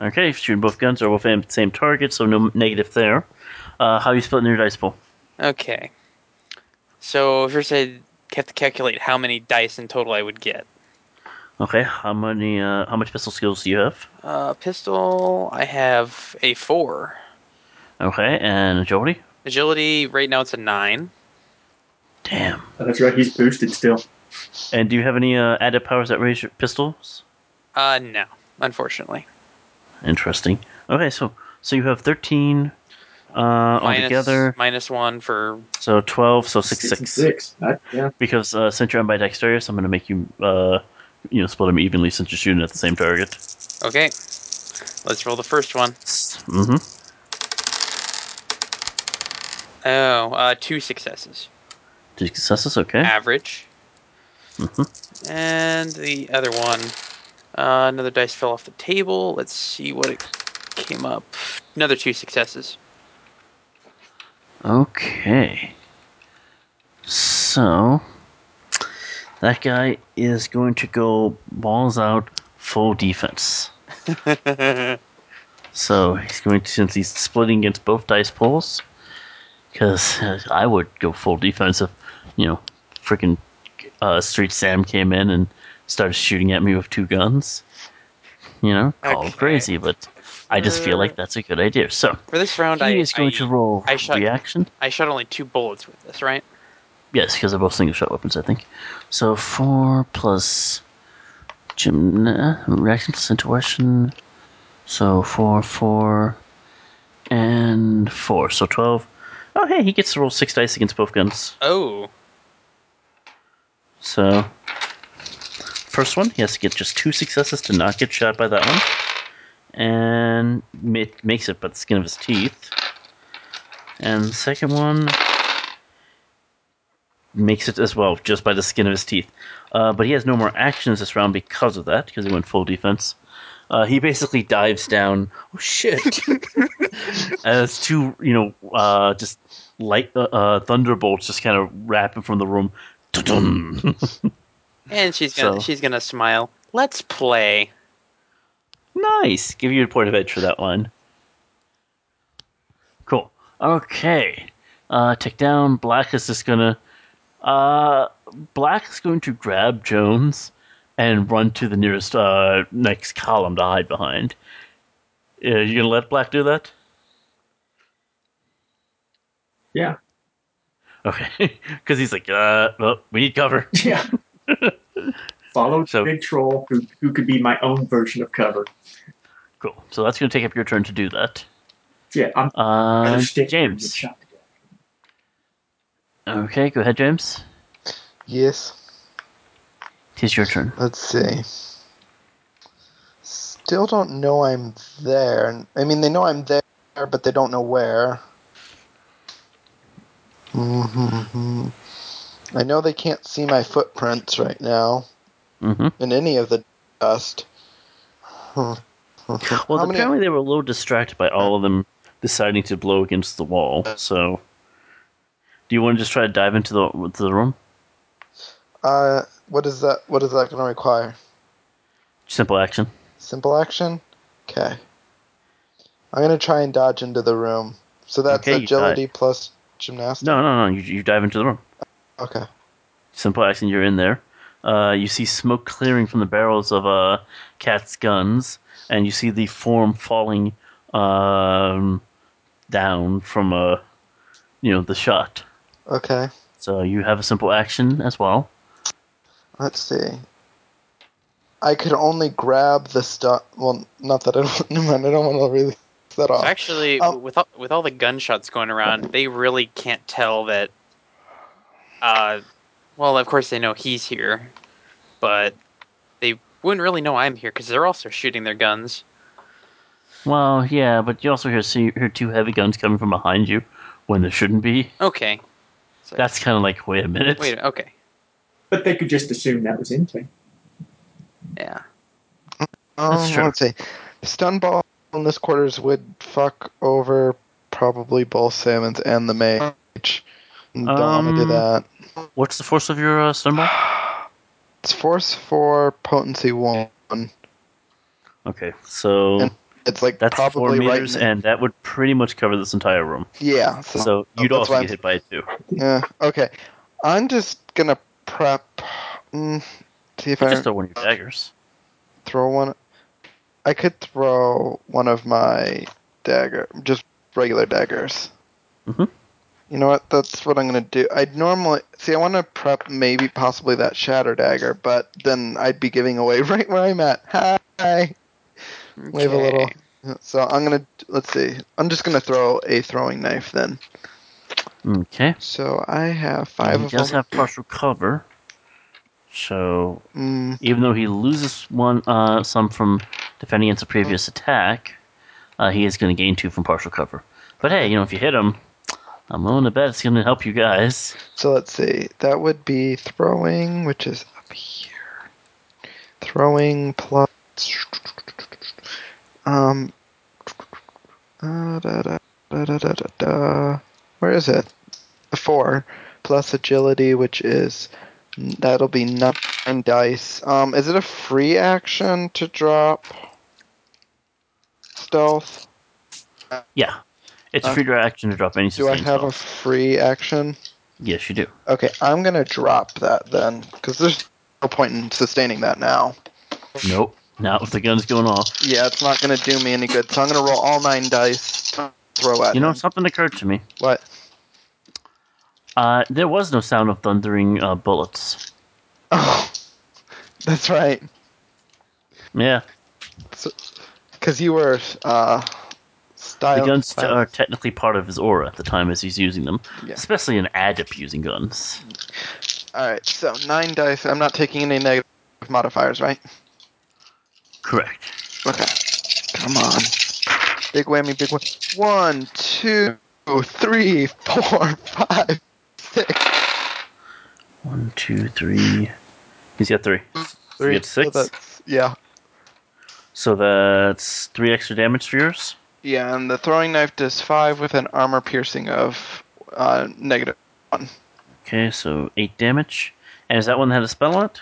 Speaker 1: Okay, shooting both guns are both aim at the same target, so no negative there. Uh, how you splitting your dice pool?
Speaker 4: Okay. So first I have to calculate how many dice in total I would get.
Speaker 1: Okay, how many? Uh, how much pistol skills do you have?
Speaker 4: Uh, pistol. I have a four.
Speaker 1: Okay, and agility.
Speaker 4: Agility. Right now it's a nine.
Speaker 1: Damn.
Speaker 3: Oh, that's right. He's boosted still.
Speaker 1: And do you have any uh, added powers that raise your pistols?
Speaker 4: Uh, no, unfortunately.
Speaker 1: Interesting. Okay, so so you have thirteen uh,
Speaker 4: Minus-
Speaker 1: altogether,
Speaker 4: minus one for
Speaker 1: so twelve, so six six.
Speaker 3: and six. I- yeah.
Speaker 1: Because uh, since you're on by dexterous, I'm going to make you uh, you know split them evenly since you're shooting at the same target.
Speaker 4: okay. Let's roll the first one.
Speaker 1: Mm-hmm.
Speaker 4: Oh, uh, two successes.
Speaker 1: Two successes. Okay.
Speaker 4: average. And the other one, uh, another dice fell off the table. Let's see what it came up. Another two successes.
Speaker 1: Okay. So that guy is going to go balls out full defense. so he's going to since he's splitting against both dice pools because I would go full defense if you know freaking uh, Street Sam came in and started shooting at me with two guns. You know, called
Speaker 4: Okay.
Speaker 1: crazy, but I just feel
Speaker 4: for-
Speaker 1: like that's a good idea. So
Speaker 4: For this round, I,
Speaker 1: he is going
Speaker 4: I,
Speaker 1: to roll
Speaker 4: I shot-
Speaker 1: reaction.
Speaker 4: I shot only two bullets with this, right?
Speaker 1: Yes, because they're both single shot weapons, I think. So four plus gymna reaction plus intuition. So four, four, and four. So twelve. Oh hey, he gets to roll six dice against both guns.
Speaker 4: Oh,
Speaker 1: So first one, he has to get just two successes to not get shot by that one, and it makes it by the skin of his teeth. And the second one makes it as well, just by the skin of his teeth. Uh, but he has no more actions this round because of that, because he went full defense. Uh, he basically dives down. Oh shit! as two, you know, uh, just light uh, uh, thunderbolts just kind of wrap him from the room. Dun-dun.
Speaker 4: and she's gonna
Speaker 1: So-
Speaker 4: she's gonna smile. Let's play.
Speaker 1: Nice. Give you a point of edge for that one. Cool. Okay. Uh, take down. Black is just gonna. Uh, Black is going to grab Jones and run to the nearest uh, next column to hide behind. Uh, you gonna let Black do that?
Speaker 3: Yeah.
Speaker 1: Okay, because he's like, uh, well, we need cover.
Speaker 3: Yeah. Follow
Speaker 1: So-
Speaker 3: the big troll who, who could be my own version of cover.
Speaker 1: Cool. So that's gonna take up your turn to do that.
Speaker 3: Yeah, I'm
Speaker 1: Uh,
Speaker 3: understand where you get
Speaker 1: James.
Speaker 3: shot to death.
Speaker 1: Okay, go ahead, James.
Speaker 6: Yes.
Speaker 1: Tis your turn.
Speaker 6: Let's see. Still don't know I'm there. I mean, they know I'm there, but they don't know where. Mhm. I know they can't see my footprints right now
Speaker 1: Mm-hmm.
Speaker 6: in any of the dust.
Speaker 1: Well,
Speaker 6: How many-
Speaker 1: apparently they were a little distracted by all of them deciding to blow against the wall. So, do you want to just try to dive into the to the room?
Speaker 6: Uh, what is that? What is that going to require?
Speaker 1: Simple action.
Speaker 6: Simple action? Okay. I'm going to try and dodge into the room. So that's
Speaker 1: Okay, you
Speaker 6: agility plus gymnastics?
Speaker 1: No, no, no. You you dive into the room.
Speaker 6: Okay.
Speaker 1: Simple action. You're in there. Uh, you see smoke clearing from the barrels of uh, Cat's guns, and you see the form falling um, down from uh, you know the shot.
Speaker 6: Okay.
Speaker 1: So you have a simple action as well.
Speaker 6: Let's see. I could only grab the stuff. Well, not that I don't. Never mind. I don't want to really that off.
Speaker 4: So actually,
Speaker 6: Oh.
Speaker 4: with all, with all the gunshots going around, they really can't tell that. Uh, well, of course they know he's here, but they wouldn't really know I'm here because they're also shooting their guns.
Speaker 1: Well, yeah, but you also hear see, hear two heavy guns coming from behind you when there shouldn't be.
Speaker 4: Okay. So-
Speaker 1: That's kind of like, wait a minute.
Speaker 4: wait. Okay.
Speaker 3: But they could just assume that was anything.
Speaker 4: Yeah.
Speaker 6: Um,
Speaker 1: That's true.
Speaker 6: Let's see. Stun ball on this quarters would fuck over probably both salmons and the mage. Don't want to
Speaker 1: Um,
Speaker 6: do that.
Speaker 1: What's the force of your uh, stun ball?
Speaker 6: It's force four, potency one.
Speaker 1: Okay, so
Speaker 6: And it's like
Speaker 1: that's four
Speaker 6: probably right.
Speaker 1: meters,
Speaker 6: In,
Speaker 1: and that would pretty much cover this entire room.
Speaker 6: yeah. So, oh,
Speaker 1: So you'd
Speaker 6: that's
Speaker 1: also
Speaker 6: why
Speaker 1: get
Speaker 6: I'm-
Speaker 1: hit by it too.
Speaker 6: yeah. Okay. I'm just gonna prep. Mm, see if I
Speaker 1: Just throw one of your daggers.
Speaker 6: throw one. I could throw one of my dagger, just regular daggers.
Speaker 1: Mhm.
Speaker 6: You know what? That's what I'm gonna do. I'd normally see. I want to prep maybe possibly that shatter dagger, but then I'd be giving away right where I'm at. Hi. Wave a little.
Speaker 4: Okay.
Speaker 6: So I'm gonna let's see. I'm just gonna throw a throwing knife then.
Speaker 1: Okay.
Speaker 6: So I have
Speaker 1: And
Speaker 6: five
Speaker 1: he
Speaker 6: of
Speaker 1: does
Speaker 6: them.
Speaker 1: have partial cover. So
Speaker 6: Mm,
Speaker 1: even though he loses one uh, some from defending against a previous attack, uh, he is going to gain two from partial cover. But hey, you know if you hit him, I'm willing to bet it's going to help you guys.
Speaker 6: so let's see. That would be throwing, which is up here. Throwing plus. Um. uh, da, da, da, da, da, da, da. Where is it? A four plus agility, which is that'll be nine dice. Um, is it a free action to drop stealth?
Speaker 1: Yeah, it's
Speaker 6: Uh,
Speaker 1: a free action to drop any.
Speaker 6: Do I
Speaker 1: sustained
Speaker 6: have a
Speaker 1: spells.
Speaker 6: free action?
Speaker 1: Yes, you do.
Speaker 6: Okay, I'm gonna drop that then, because there's no point in sustaining that now.
Speaker 1: Nope. Not with the guns going off.
Speaker 6: Yeah, it's not going to do me any good. So I'm going to roll all nine dice. to Throw at
Speaker 1: You know,
Speaker 6: him.
Speaker 1: something occurred to me.
Speaker 6: what?
Speaker 1: Uh, there was no sound of thundering uh, bullets.
Speaker 6: Oh, that's right.
Speaker 1: Yeah,
Speaker 6: Because you were
Speaker 1: the
Speaker 6: uh, style.
Speaker 1: guns t-
Speaker 6: style-
Speaker 1: are technically part of his aura at the time as he's using them,
Speaker 6: Yeah.
Speaker 1: especially an adept using guns.
Speaker 6: All right, so nine dice. I'm not taking any negative modifiers, right?
Speaker 1: Correct.
Speaker 6: Okay. Come on. Big whammy, big whammy. One, two, three, four, five, six.
Speaker 1: One, two, three. He's got three.
Speaker 6: Three.
Speaker 1: get six?
Speaker 6: So that's- yeah.
Speaker 1: So that's three extra damage for yours.
Speaker 6: Yeah, and the throwing knife does five with an armor piercing of uh, negative one.
Speaker 1: Okay, so eight damage. And is that one that had a spell on it?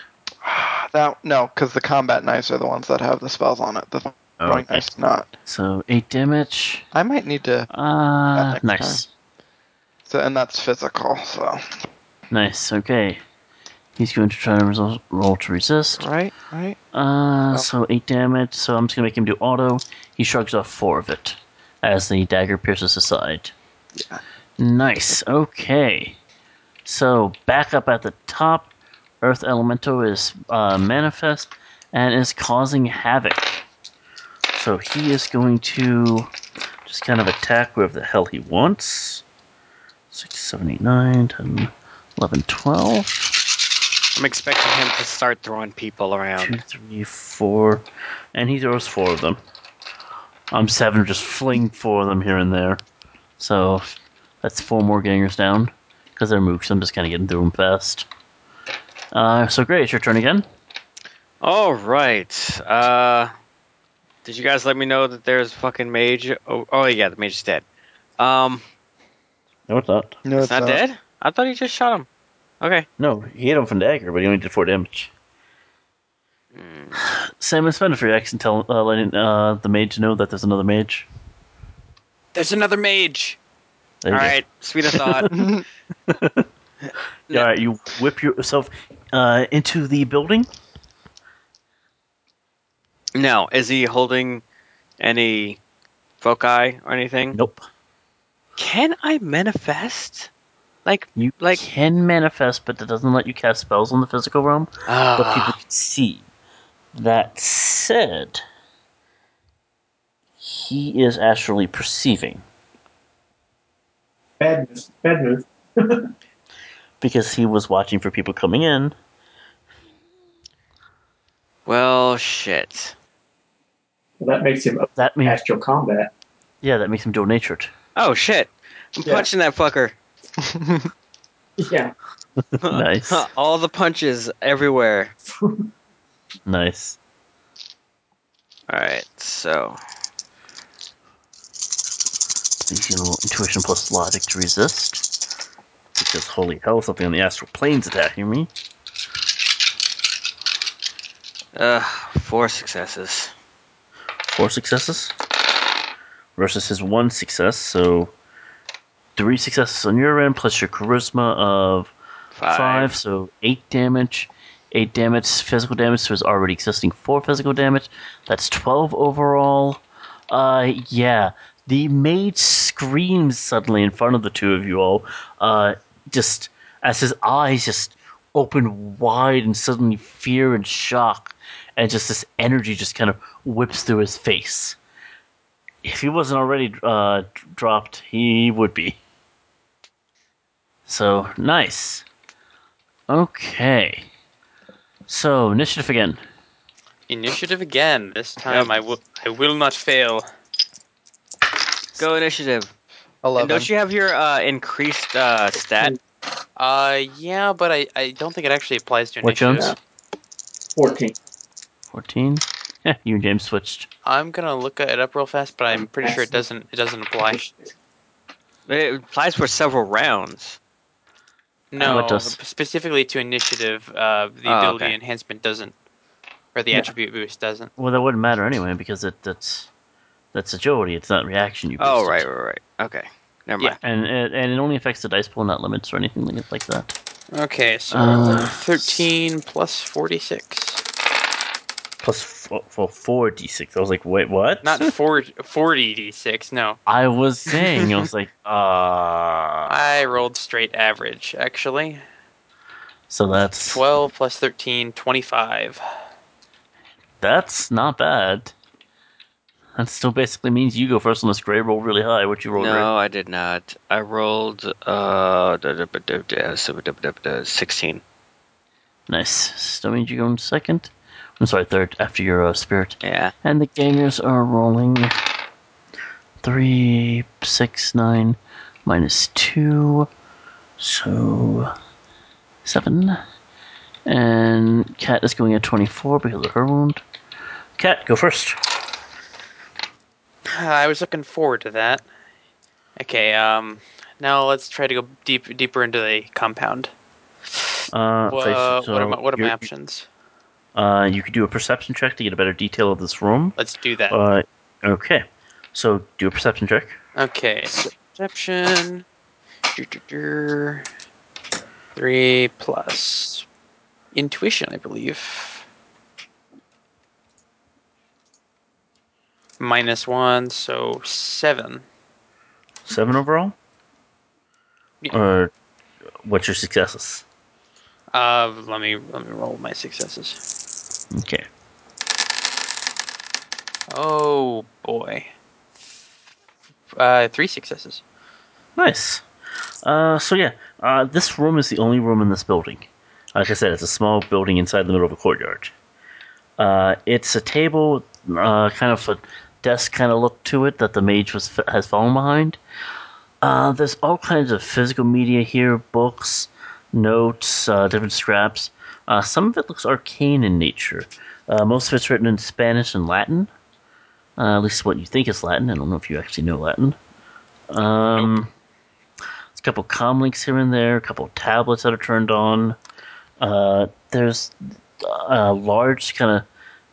Speaker 6: That no, because the combat knives are the ones that have the spells on it. The throwing
Speaker 1: Oh, okay.
Speaker 6: knife's not.
Speaker 1: So eight damage.
Speaker 6: I might need to.
Speaker 1: Ah,
Speaker 6: next
Speaker 1: nice,
Speaker 6: So, and that's physical. So
Speaker 1: nice. Okay, he's going to try to resol- roll to resist.
Speaker 6: right, right.
Speaker 1: Uh,
Speaker 6: Oh.
Speaker 1: so eight damage. So I'm just gonna make him do auto. He shrugs off four of it as the dagger pierces his side.
Speaker 6: Yeah.
Speaker 1: Nice. Okay. So back up at the top, Earth Elemental is uh, manifest and is causing havoc. So he is going to just kind of attack wherever the hell he wants. Six, seven, eight, nine, 10, 11, 12.
Speaker 5: I'm expecting him to start throwing people
Speaker 1: two,
Speaker 5: around.
Speaker 1: three, four, and he throws four of them. Um, seven just fling four of them here and there. So that's four more gangers down because they're mooks. I'm just kind of getting through them fast. Uh, so great, it's your turn again.
Speaker 5: All right. Uh, did you guys let me know that there's fucking mage? Oh, oh yeah, the mage is dead. Um,
Speaker 1: No, it's not.
Speaker 6: No,
Speaker 5: it's not dead. I thought he just shot him. Okay.
Speaker 1: No, he hit him from dagger, but he only did four damage. Sam and spend for your action, tell uh, letting uh, the mage know that there's another mage.
Speaker 4: There's another mage.
Speaker 1: There
Speaker 5: All
Speaker 1: you go.
Speaker 5: right. Sweet of thought.
Speaker 1: All right, you whip yourself uh, into the building.
Speaker 5: now, is he holding any foci or anything?
Speaker 1: Nope.
Speaker 5: Can I manifest? Like,
Speaker 1: You
Speaker 5: Like-
Speaker 1: can manifest, but that doesn't let you cast spells on the physical realm, but people
Speaker 5: ah,
Speaker 1: can see. That said, he is astrally perceiving
Speaker 3: Bad move. Bad move.
Speaker 1: because he was watching for people coming in.
Speaker 5: well, shit.
Speaker 3: Well, that makes him
Speaker 1: That means
Speaker 3: astral combat.
Speaker 1: yeah, that makes him dual natured.
Speaker 5: Oh shit! I'm
Speaker 3: Yeah.
Speaker 5: punching that fucker.
Speaker 3: Yeah.
Speaker 1: nice,
Speaker 5: All the punches everywhere.
Speaker 1: nice.
Speaker 5: All right. So,
Speaker 1: He's gonna roll intuition plus logic to resist because holy hell, something on the astral plane's attacking me.
Speaker 5: uh, four successes.
Speaker 1: Four successes versus his one success, so three successes on your end plus your charisma of
Speaker 5: Five.
Speaker 1: five, so eight damage. Eight damage, physical damage to his already existing four physical damage. That's twelve overall. Uh, yeah. The mage screams suddenly in front of the two of you all. Uh, just as his eyes just open wide and suddenly fear and shock, and just this energy just kind of whips through his face. If he wasn't already uh, d- dropped, he would be. So nice. Okay. So, initiative again.
Speaker 4: Initiative again. This time I will. I will not fail.
Speaker 5: Go initiative. And
Speaker 6: Eleven.
Speaker 5: don't you have your uh, increased uh, stat?
Speaker 4: Uh, yeah, but I, I don't think it actually applies to
Speaker 1: What,
Speaker 4: initiative.
Speaker 1: Jones?
Speaker 3: 14.
Speaker 1: 14. Yeah, you and James switched.
Speaker 4: I'm gonna look it up real fast, but I'm pretty sure it doesn't. It doesn't apply.
Speaker 5: It applies for several rounds.
Speaker 1: Oh,
Speaker 4: No,
Speaker 1: it does.
Speaker 4: specifically to initiative, uh, the
Speaker 5: Oh,
Speaker 4: ability
Speaker 5: okay.
Speaker 4: enhancement doesn't, or the
Speaker 3: Yeah.
Speaker 4: attribute boost doesn't.
Speaker 1: Well, that wouldn't matter anyway because it, that's that's agility. It's not reaction. You.
Speaker 5: Oh,
Speaker 1: boosted.
Speaker 5: right, right, right. Okay. Never
Speaker 4: Yeah.
Speaker 5: mind.
Speaker 1: And it, and it only affects the dice pool, not limits or anything like like that.
Speaker 4: Okay, so
Speaker 1: Uh,
Speaker 4: thirteen plus forty-six.
Speaker 1: Plus fo- for four d six. I was like, wait, what?
Speaker 4: Not 40, 40 d6, no.
Speaker 1: I was saying, I was like, uh.
Speaker 4: I rolled straight average, actually.
Speaker 1: So that's
Speaker 4: 12 plus 13, 25.
Speaker 1: that's not bad. That still basically means you go first unless Gray roll really high. What you roll? Gray?
Speaker 5: No, I did not. I rolled uh, da- da- da- da- da- da- da- da- da- 16.
Speaker 1: Nice. Still means you go in second. I'm sorry, third after your uh, spirit.
Speaker 5: Yeah.
Speaker 1: And the gangers are rolling three, six, nine, minus two, so seven. And Cat is going at 24 because of her wound. Cat, go first.
Speaker 4: I was looking forward to that. Okay, um, now let's try to go deep, deeper into the compound.
Speaker 1: Uh,
Speaker 4: Wha-
Speaker 1: so-
Speaker 4: what are my, what are my
Speaker 1: you're-
Speaker 4: options?
Speaker 1: Uh, you could do a perception check to get a better detail of this room.
Speaker 4: Let's do that.
Speaker 1: Uh, okay. So do a perception check.
Speaker 4: Okay, so perception. Doo, doo, doo. Three plus intuition, I believe. Minus one, so seven.
Speaker 1: Seven overall?
Speaker 4: Yeah.
Speaker 1: Or what's your successes?
Speaker 4: Uh, let me let me roll my successes.
Speaker 1: Okay.
Speaker 4: Oh boy. Uh, three successes.
Speaker 1: Nice. Uh, so yeah, uh, this room is the only room in this building. Like I said, it's a small building inside the middle of a courtyard. Uh, it's a table, uh, kind of a desk kind of look to it that the mage was has fallen behind. Uh, there's all kinds of physical media here: books, notes, uh, different scraps. Uh, some of it looks arcane in nature. Uh, most of it's written in Spanish and Latin. Uh, at least what you think is Latin. I don't know if you actually know Latin. Um, There's a couple comlinks here and there, a couple tablets that are turned on. Uh, there's uh, a large kind of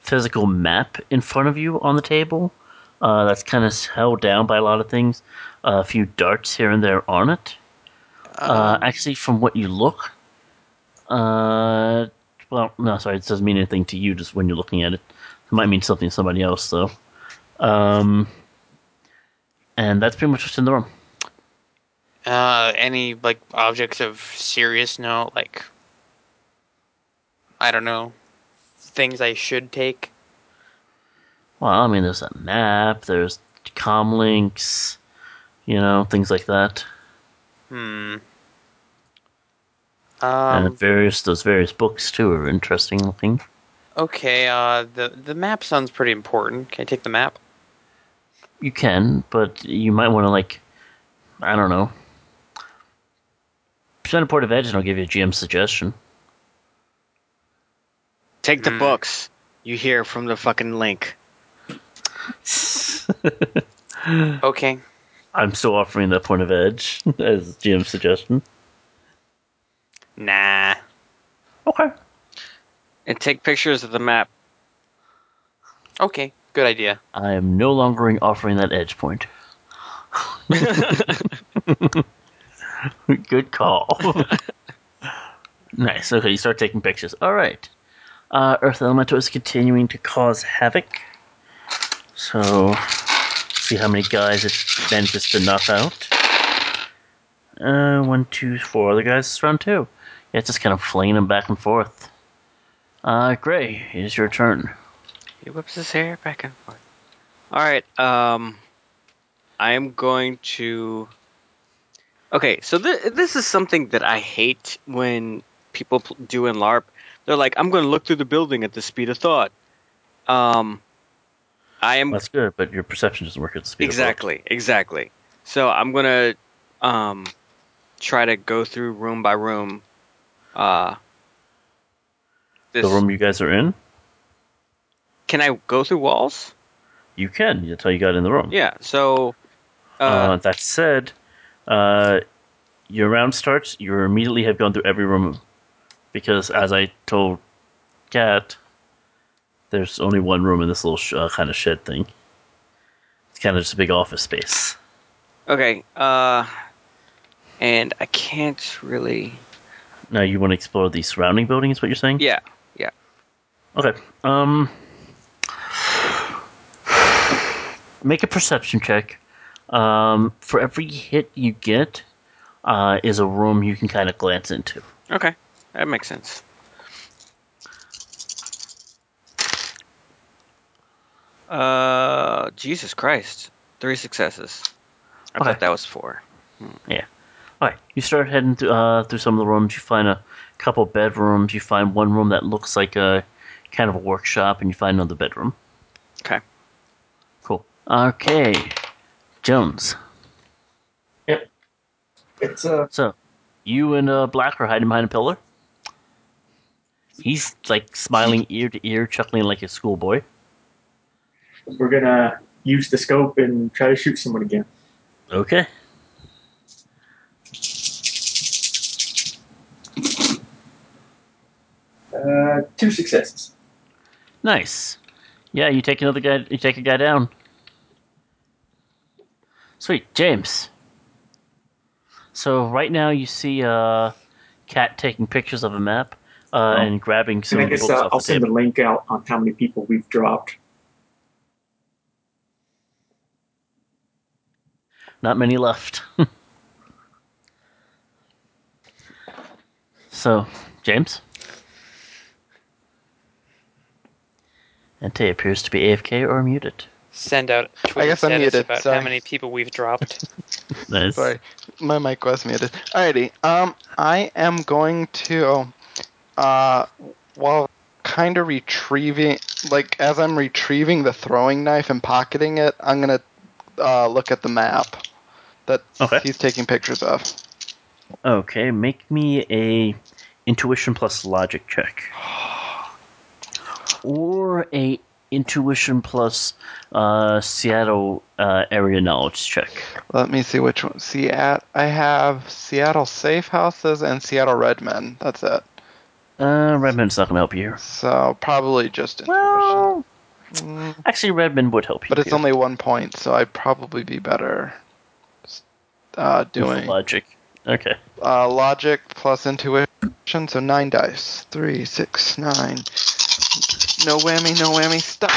Speaker 1: physical map in front of you on the table uh, that's kind of held down by a lot of things. Uh, a few darts here and there on it. Uh, actually, from what you look, uh, well, no, sorry, it doesn't mean anything to you just when you're looking at it. It might mean something to somebody else, though. Um, and that's pretty much what's in the room.
Speaker 4: Uh, any like objects of serious note, like I don't know, things I should take.
Speaker 1: Well, I mean, there's that map, there's comlinks, you know, things like that,
Speaker 4: Hmm.
Speaker 1: and
Speaker 4: Um.
Speaker 1: various those various books too are interesting looking.
Speaker 4: Okay. Uh. The the map sounds pretty important. Can I take the map?
Speaker 1: You can, but you might want to like, I don't know, send a port of edge, and I'll give you a GM suggestion.
Speaker 5: Take the
Speaker 4: Hmm.
Speaker 5: books you hear from the fucking link.
Speaker 4: Okay.
Speaker 1: I'm still offering that point of edge as GM suggestion.
Speaker 4: Nah.
Speaker 1: Okay.
Speaker 5: And take pictures of the map.
Speaker 4: Okay. Good idea.
Speaker 1: I am no longer offering that edge point. Good call. nice. Okay, you start taking pictures. All right. Uh, Earth Elemental is continuing to cause havoc. So, see how many guys it manages to knock out. Uh, one, two, four other guys. It's round two. Yeah, it's just kind of flinging them back and forth. Uh, Gray, it is your turn.
Speaker 5: He whips his hair back and forth. All right. Um, I am going to. Okay, so th- this is something that I hate when people pl- do in LARP. They're like, "I'm going to look through the building at the speed of thought." Um, I am
Speaker 1: That's good, but your perception doesn't work at the speed of light.
Speaker 5: exactly, exactly. So I'm gonna um, try to go through room by room. Uh, this,
Speaker 1: The room you guys are in?
Speaker 5: Can I go through walls?
Speaker 1: You can. That's how you got in the room.
Speaker 5: Yeah. So.
Speaker 1: Uh, that said, uh, your round starts. You immediately have gone through every room because, as I told Kat, there's only one room in this little sh- uh, kind of shed thing. It's kind of just a big office space.
Speaker 5: Okay. Uh, and I can't really.
Speaker 1: Now you want to explore the surrounding building? Is what you're saying?
Speaker 5: Yeah.
Speaker 1: Okay. Um. make a perception check. Um, for every hit you get, uh, is a room you can kind of glance into.
Speaker 5: Okay, that makes sense. Uh, Jesus Christ! Three successes. I
Speaker 1: Okay.
Speaker 5: thought that was four.
Speaker 1: All right, you start heading through, uh, through some of the rooms. You find a couple bedrooms. You find one room that looks like a kind of a workshop, and you find another bedroom.
Speaker 5: Okay.
Speaker 1: Cool. Okay, Jones.
Speaker 3: It's uh,
Speaker 1: So, you and uh, Black are hiding behind a pillar. He's like smiling ear to ear, chuckling like a schoolboy.
Speaker 3: we're gonna use the scope and try to shoot someone again.
Speaker 1: Okay.
Speaker 3: Uh, two successes.
Speaker 1: Nice. Yeah, you take another guy. You take a guy down. Sweet, James. So right now you see uh, Cat taking pictures of a map uh, and grabbing some
Speaker 3: And I
Speaker 1: of the
Speaker 3: guess
Speaker 1: books
Speaker 3: uh, I'll
Speaker 1: off the
Speaker 3: send the
Speaker 1: table.
Speaker 3: link out on how many people we've dropped.
Speaker 1: Not many left. so, James. Entei appears to be AFK or muted.
Speaker 4: Send out a tweet
Speaker 6: guess I'm
Speaker 4: status
Speaker 6: muted,
Speaker 4: about
Speaker 6: sorry.
Speaker 4: how many people we've dropped.
Speaker 1: Nice.
Speaker 6: Sorry, my mic was muted. Alrighty, um, I am going to, uh, while kind of retrieving, like as I'm retrieving the throwing knife and pocketing it, I'm gonna uh, look at the map that
Speaker 1: Okay.
Speaker 6: he's taking pictures of.
Speaker 1: Okay, make me a intuition plus logic check, or a intuition plus uh, Seattle uh, area knowledge check.
Speaker 6: Let me see which one. See, at I have Seattle Safe Houses and Seattle Redmen. That's it.
Speaker 1: Uh, Redmond's not gonna help you. here.
Speaker 6: So probably just intuition.
Speaker 1: Well,
Speaker 6: Mm,
Speaker 1: actually, Redmond would help you.
Speaker 6: but it's
Speaker 1: here
Speaker 6: only one point, so I'd probably be better uh,
Speaker 1: with the
Speaker 6: doing
Speaker 1: logic. Okay.
Speaker 6: uh, logic plus intuition, so nine dice. Three, six, nine. No whammy, no whammy. Stop.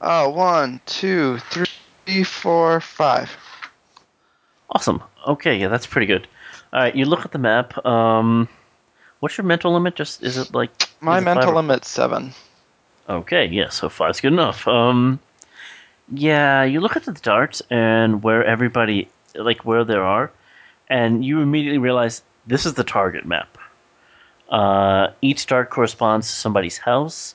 Speaker 6: Uh, one, two, three, four, five.
Speaker 1: Awesome. Okay, yeah, that's pretty good. All right, you look at the map. Um, what's your mental limit? Just is it like
Speaker 6: My
Speaker 1: is it
Speaker 6: mental
Speaker 1: five or-
Speaker 6: limit's seven.
Speaker 1: Okay, yeah, so five's good enough. Um, yeah, you look at the darts and where everybody, like where there are, and you immediately realize this is the target map. Uh, each dart corresponds to somebody's house.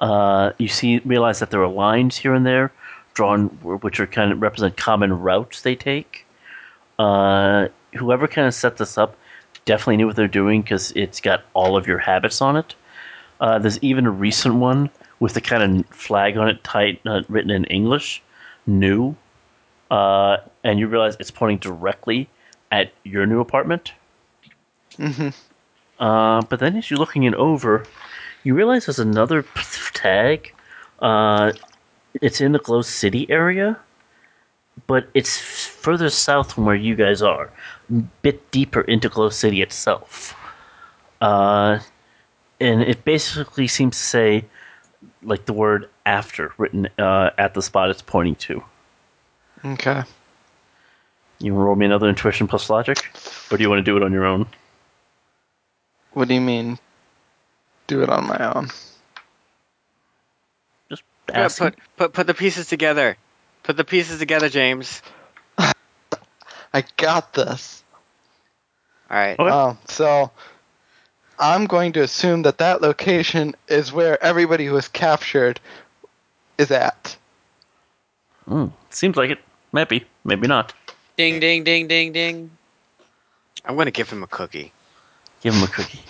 Speaker 1: Uh, you see, realize that there are lines here and there drawn, wh- which are kind of represent common routes they take. Uh, whoever kind of set this up definitely knew what they're doing because it's got all of your habits on it. Uh, there's even a recent one with the kind of flag on it, tight, uh, written in English, new, uh, and you realize it's pointing directly at your new apartment.
Speaker 6: Mm-hmm.
Speaker 1: Uh, but then, as you're looking it over, you realize there's another tag. Uh, it's in the Glow City area, but it's f- further south from where you guys are, a bit deeper into Glow City itself. Uh, and it basically seems to say, like the word "after" written uh, at the spot it's pointing to.
Speaker 6: Okay.
Speaker 1: You want to roll me another intuition plus logic, or do you want to do it on your own?
Speaker 6: What do you mean? Do it on my own.
Speaker 1: Just
Speaker 5: Yeah,
Speaker 1: ask.
Speaker 5: put put put the pieces together. Put the pieces together, James.
Speaker 6: I got this.
Speaker 5: All right.
Speaker 1: Oh. Okay.
Speaker 6: Um, so I'm going to assume that that location is where everybody who was captured is at.
Speaker 1: Mm, seems like it. Maybe, maybe not.
Speaker 4: ding, ding, ding, ding, ding.
Speaker 5: I'm gonna give him a cookie,
Speaker 1: Give him a cookie.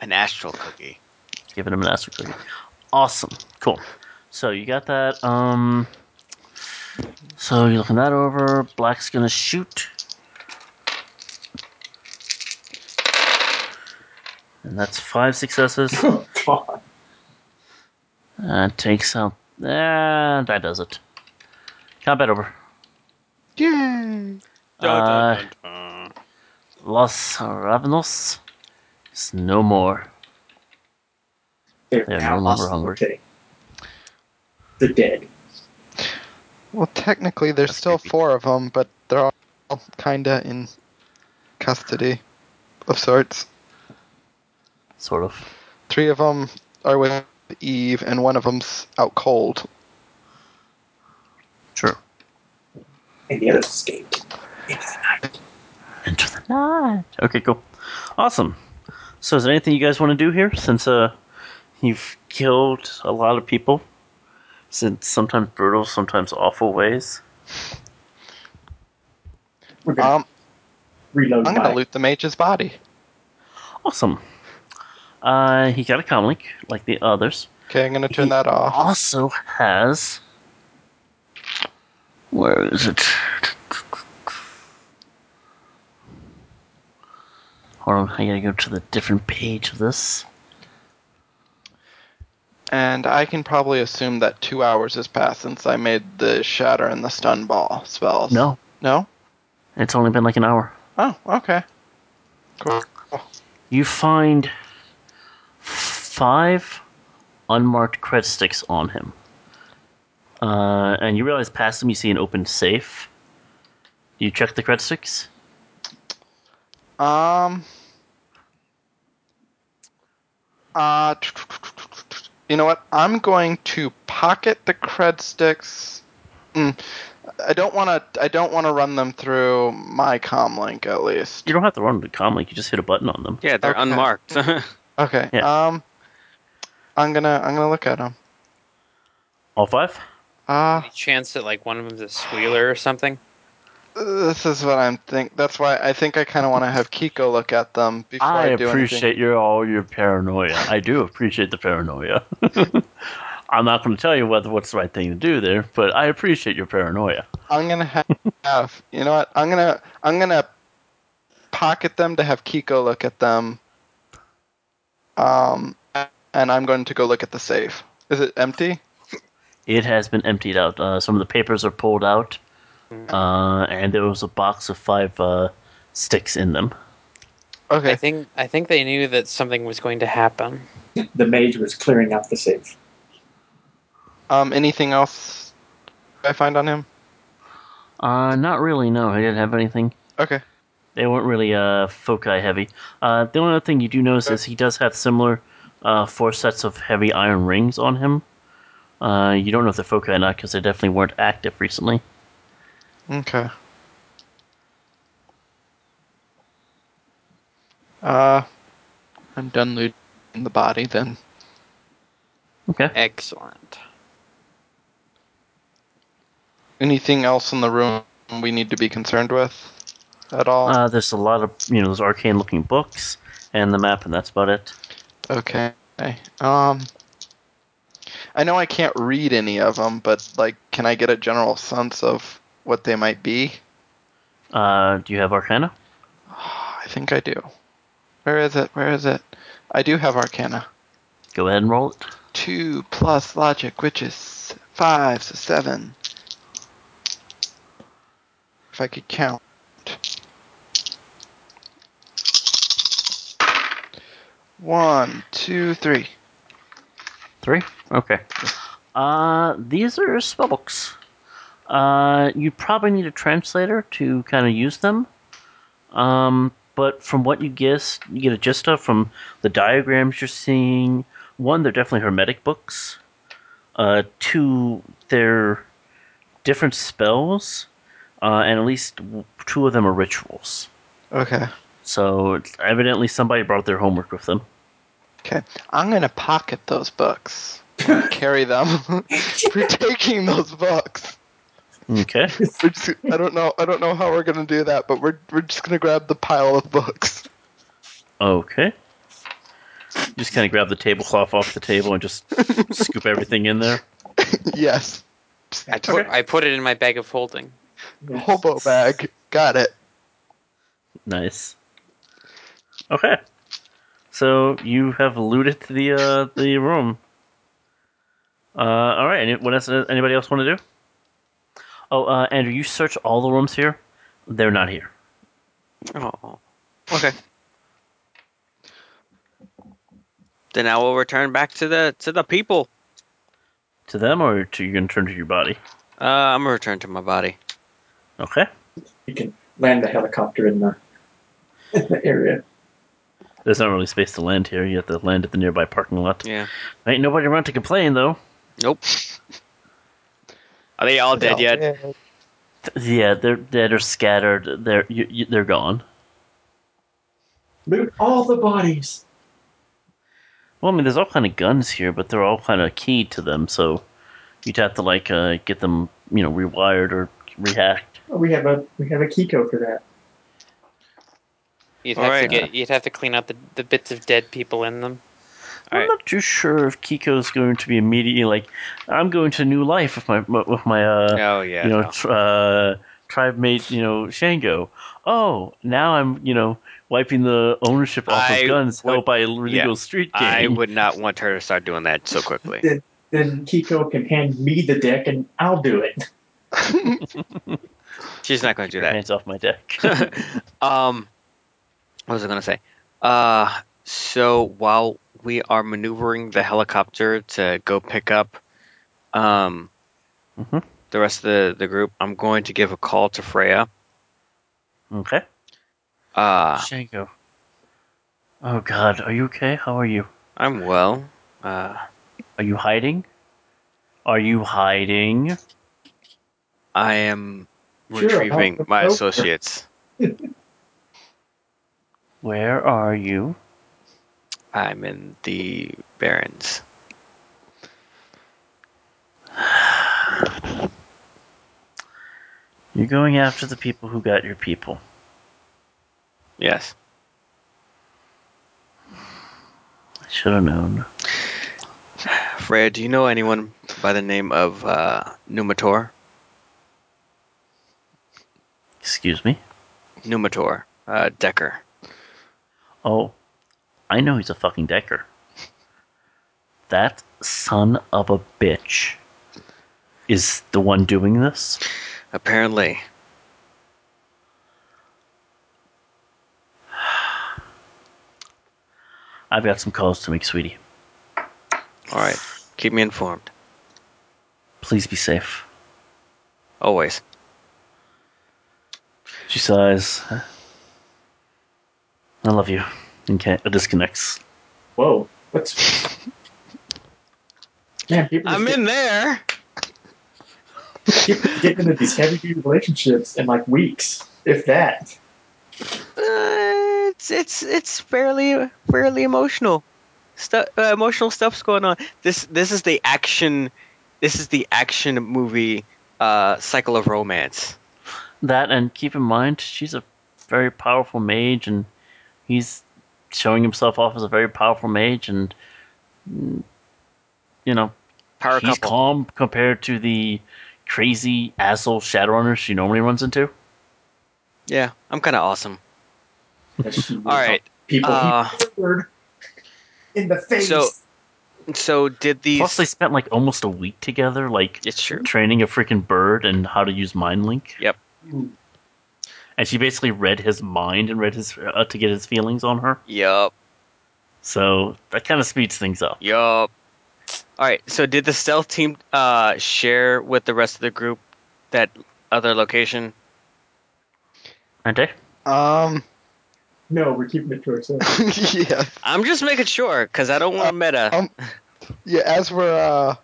Speaker 5: an astral cookie.
Speaker 1: Giving him an astral cookie. Awesome. Cool. So you got that. Um. So you're looking that over. Black's gonna shoot. And that's five successes.
Speaker 3: Oh, God.
Speaker 1: That takes out. Ah, that does it. Combat over.
Speaker 6: Yay!
Speaker 1: Uh, Los Ravenos is no more.
Speaker 3: They're
Speaker 1: They're
Speaker 3: now
Speaker 1: no longer hungry.
Speaker 3: hungry. They're dead.
Speaker 6: Well, technically, there's
Speaker 1: That's
Speaker 6: still
Speaker 1: creepy.
Speaker 6: four of them, but they're all kinda in custody of sorts.
Speaker 1: Sort of.
Speaker 6: Three of them are with Eve, and one of them's out cold.
Speaker 1: Sure.
Speaker 3: and the other escaped.
Speaker 1: Enter the night. Ah. Okay, cool. Awesome. So, is there anything you guys want to do here? Since uh, you've killed a lot of people, since sometimes brutal, sometimes awful ways.
Speaker 3: We're gonna
Speaker 6: Um,
Speaker 3: reload.
Speaker 6: I'm gonna
Speaker 3: my-
Speaker 6: loot the mage's body.
Speaker 1: Awesome. Uh, he got a comlink like the others.
Speaker 6: Okay, I'm gonna turn
Speaker 1: He-
Speaker 6: that off.
Speaker 1: Also has. Where is it? Hold on, I gotta go to the different page of this.
Speaker 6: And I can probably assume that two hours has passed since I made the shatter and the stun ball spells.
Speaker 1: No,
Speaker 6: No?
Speaker 1: it's only been like an hour.
Speaker 6: Oh, okay. Cool.
Speaker 1: You find five unmarked cred sticks on him. Uh, and you realize past him you see an open safe. You check the cred sticks?
Speaker 6: Um. Uh, you know what? I'm going to pocket the cred sticks. Mm, I don't want to. I don't want to run them through my comlink at least.
Speaker 1: You don't have to run the comlink, you just hit a button on them.
Speaker 5: Yeah, they're
Speaker 6: Okay.
Speaker 5: unmarked.
Speaker 6: Okay.
Speaker 1: Yeah.
Speaker 6: Um. I'm gonna. I'm gonna look at them.
Speaker 1: All five?
Speaker 6: Ah,
Speaker 4: Any chance that like one of them's a squealer or something?
Speaker 6: this is what I'm think. That's why I think I kind of want to have Kiko look at them before I,
Speaker 1: I
Speaker 6: do anything.
Speaker 1: appreciate your all your paranoia. I do appreciate the paranoia. I'm not going to tell you whether what's the right thing to do there, but I appreciate your paranoia.
Speaker 6: I'm gonna ha- have you know what? I'm gonna I'm gonna pocket them to have Kiko look at them. Um, and I'm going to go look at the safe. Is it empty?
Speaker 1: It has been emptied out. Uh, some of the papers are pulled out,
Speaker 6: Mm-hmm.
Speaker 1: uh, and there was a box of five uh, sticks in them.
Speaker 6: Okay.
Speaker 4: I think I think they knew that something was going to happen.
Speaker 3: The mage was clearing out the safe.
Speaker 6: Um, anything else I find on him?
Speaker 1: Uh, not really. No, I didn't have anything.
Speaker 6: Okay.
Speaker 1: They weren't really uh, foci heavy. Uh, the only other thing you do notice is he does have similar uh, four sets of heavy iron rings on him. Uh, you don't know if they're foci or not because they definitely weren't active recently.
Speaker 6: Okay. Uh, I'm done looting the body then.
Speaker 1: Okay.
Speaker 4: Excellent.
Speaker 6: Anything else in the room we need to be concerned with at all?
Speaker 1: Uh, there's a lot of you know those arcane looking books and the map, and that's about it.
Speaker 6: Okay. Um, I know I can't read any of them, but like, can I get a general sense of what they might be?
Speaker 1: Uh, do you have Arcana?
Speaker 6: I think I do. Where is it? Where is it? I do have Arcana.
Speaker 1: Go ahead and roll it.
Speaker 6: Two plus logic, which is five, so seven. If I could count. One, two, three.
Speaker 1: Three? Okay. Uh, these are spell books. Uh, you probably need a translator to kind of use them. Um, but from what you guess, you get a gist of from the diagrams you're seeing. One, they're definitely hermetic books. Uh, two, they're different spells, uh, and at least w- two of them are rituals.
Speaker 6: Okay.
Speaker 1: So it's evidently somebody brought their homework with them.
Speaker 6: Okay, I'm gonna pocket those books. Carry them. we're taking those books.
Speaker 1: Okay.
Speaker 6: We're just, I don't know. I don't know how we're gonna do that, but we're we're just gonna grab the pile of books.
Speaker 1: Okay. Just kind of grab the tablecloth off the table and just scoop everything in there.
Speaker 6: yes,
Speaker 4: I put
Speaker 6: Okay.
Speaker 4: I put it in my bag of holding.
Speaker 6: hobo bag. Got it.
Speaker 1: Nice. Okay. So you have looted the uh, the room. Uh, all right. Any, what else? Anybody else want to do? Oh, uh, Andrew, you search all the rooms here. They're not here.
Speaker 5: oh.
Speaker 6: Okay.
Speaker 5: Then I will return back to the to the people.
Speaker 1: To them, or to you can turn to your body.
Speaker 5: Uh, I'm gonna return to my body.
Speaker 1: Okay.
Speaker 3: You can land the helicopter in the, in the area.
Speaker 1: There's not really space to land here. You have to land at the nearby parking lot.
Speaker 5: Yeah.
Speaker 1: Ain't nobody around to complain, though.
Speaker 5: Nope. Are they all dead yet?
Speaker 1: Yeah, they're dead or scattered. They're you, you, they're gone.
Speaker 3: Loot all the bodies.
Speaker 1: Well, I mean, there's all kind of guns here, but they're all kind of keyed to them, so you'd have to like uh, get them, you know, rewired or rehacked.
Speaker 3: Oh, we have a we have a Kiko for that.
Speaker 4: You'd
Speaker 5: All
Speaker 4: have to
Speaker 5: right.
Speaker 4: get, you'd have to clean out the, the bits of dead people in them.
Speaker 1: I'm
Speaker 5: Alright.
Speaker 1: not too sure if Kiko's going to be immediately like, I'm going to new life with my with my uh,
Speaker 5: Oh yeah.
Speaker 1: you know
Speaker 5: no.
Speaker 1: tr- uh, tribe mate, you know Shango. Oh, now I'm you know wiping the ownership off
Speaker 5: I
Speaker 1: of guns
Speaker 5: would-
Speaker 1: held by a illegal street gang.
Speaker 5: I would not want her to start doing that so quickly.
Speaker 3: Then Kiko can hand me the deck and I'll do it.
Speaker 5: She's not going to do that.
Speaker 1: hands off my deck.
Speaker 5: um, what was I going to say? Uh, so while we are maneuvering the helicopter to go pick up um,
Speaker 3: Mm-hmm.
Speaker 1: Mhm.
Speaker 5: the rest of the, the group, I'm going to give a call to Freya.
Speaker 1: okay,
Speaker 5: Uh,
Speaker 1: Shango. Oh God, are you okay? How are you?
Speaker 5: I'm well. Uh,
Speaker 1: Are you hiding? Are you hiding?
Speaker 5: I am
Speaker 3: Sure, I'll
Speaker 5: retrieving
Speaker 3: look
Speaker 5: my
Speaker 3: over.
Speaker 5: associates.
Speaker 1: Where are you?
Speaker 5: I'm in the Barrens.
Speaker 1: You're going after the people who got your people.
Speaker 5: Yes.
Speaker 1: I should have known.
Speaker 5: Freya, do you know anyone by the name of uh, Numator?
Speaker 1: Excuse me.
Speaker 5: Numator. Uh, Decker.
Speaker 1: Oh, I know he's a fucking decker. That son of a bitch is the one doing this.
Speaker 5: Apparently.
Speaker 1: I've got some calls to make, sweetie.
Speaker 5: All right. Keep me informed.
Speaker 1: Please be safe.
Speaker 5: Always.
Speaker 1: She sighs. I love you. And can disconnects.
Speaker 3: Whoa. What's Man, people just get-
Speaker 5: in there.
Speaker 3: people get into these heavy duty relationships in like weeks, if that.
Speaker 5: Uh, it's it's it's fairly fairly emotional. Stu- uh, emotional stuff's going on. This this is the action. This is the action movie uh, cycle of romance.
Speaker 1: That, and keep in mind, she's a very powerful mage, and he's showing himself off as a very powerful mage, and, mm, you know,
Speaker 5: Power
Speaker 1: He's
Speaker 5: couple.
Speaker 1: calm compared to the crazy asshole Shadowrunner she normally runs into.
Speaker 5: yeah, I'm kind of awesome. All
Speaker 3: All
Speaker 5: right.
Speaker 3: People he
Speaker 5: Uh,
Speaker 3: murdered in the face.
Speaker 5: So- So did these?
Speaker 1: Plus, they spent like almost a week together, like
Speaker 5: it's true.
Speaker 1: training a freaking bird and how to use Mind Link.
Speaker 5: Yep.
Speaker 1: And she basically read his mind and read his uh, to get his feelings on her.
Speaker 5: Yup.
Speaker 1: So that kind of speeds things up.
Speaker 5: Yup. All right. So did the stealth team uh, share with the rest of the group that other location?
Speaker 1: Aren't
Speaker 5: eh?
Speaker 1: they?
Speaker 6: Um.
Speaker 3: no, we're keeping it to ourselves.
Speaker 6: yeah.
Speaker 5: I'm just making sure because I don't want to meta.
Speaker 6: Um, yeah. As we're, uh,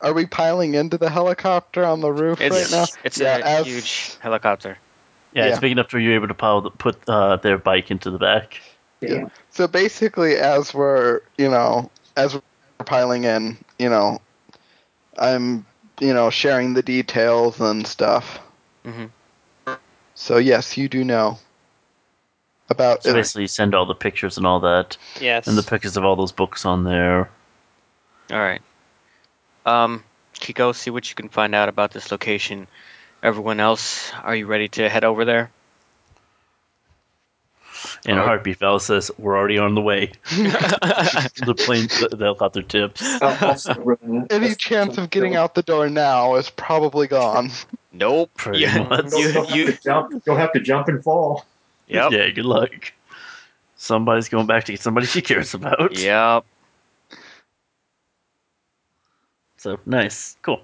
Speaker 6: are we piling into the helicopter on the roof right
Speaker 5: It's
Speaker 6: now?
Speaker 5: it's
Speaker 6: yeah,
Speaker 5: a
Speaker 6: as-
Speaker 5: huge helicopter.
Speaker 1: Yeah,
Speaker 6: Yeah.
Speaker 1: it's big enough to where you're able to pile the, put uh, their bike into the back.
Speaker 3: Yeah.
Speaker 6: So basically, as we're, you know, as we're piling in, you know, I'm, you know, sharing the details and stuff.
Speaker 5: Mhm.
Speaker 6: So yes, you do know about
Speaker 1: So
Speaker 6: it.
Speaker 1: basically, you send all the pictures and all that,
Speaker 4: Yes.
Speaker 1: and the pictures of all those books on there.
Speaker 5: All right. Um, Kiko, see what you can find out about this location. Everyone else, are you ready to head over there?
Speaker 1: And a
Speaker 5: Alright.
Speaker 1: heartbeat Val says, "We're already on the way." the plane, the, the helicopter tips.
Speaker 3: I'll also run-
Speaker 6: Any
Speaker 3: let's-
Speaker 6: chance of getting
Speaker 3: go-
Speaker 6: out the door now is probably gone.
Speaker 5: Nope.
Speaker 1: Pretty
Speaker 5: Yeah.
Speaker 1: much.
Speaker 5: You-
Speaker 3: You'll, you'll
Speaker 5: you-
Speaker 3: have to jump. You'll have to jump and fall.
Speaker 5: Yep.
Speaker 1: Yeah, good luck. Somebody's going back to get somebody she cares about.
Speaker 5: Yep.
Speaker 1: So nice, cool.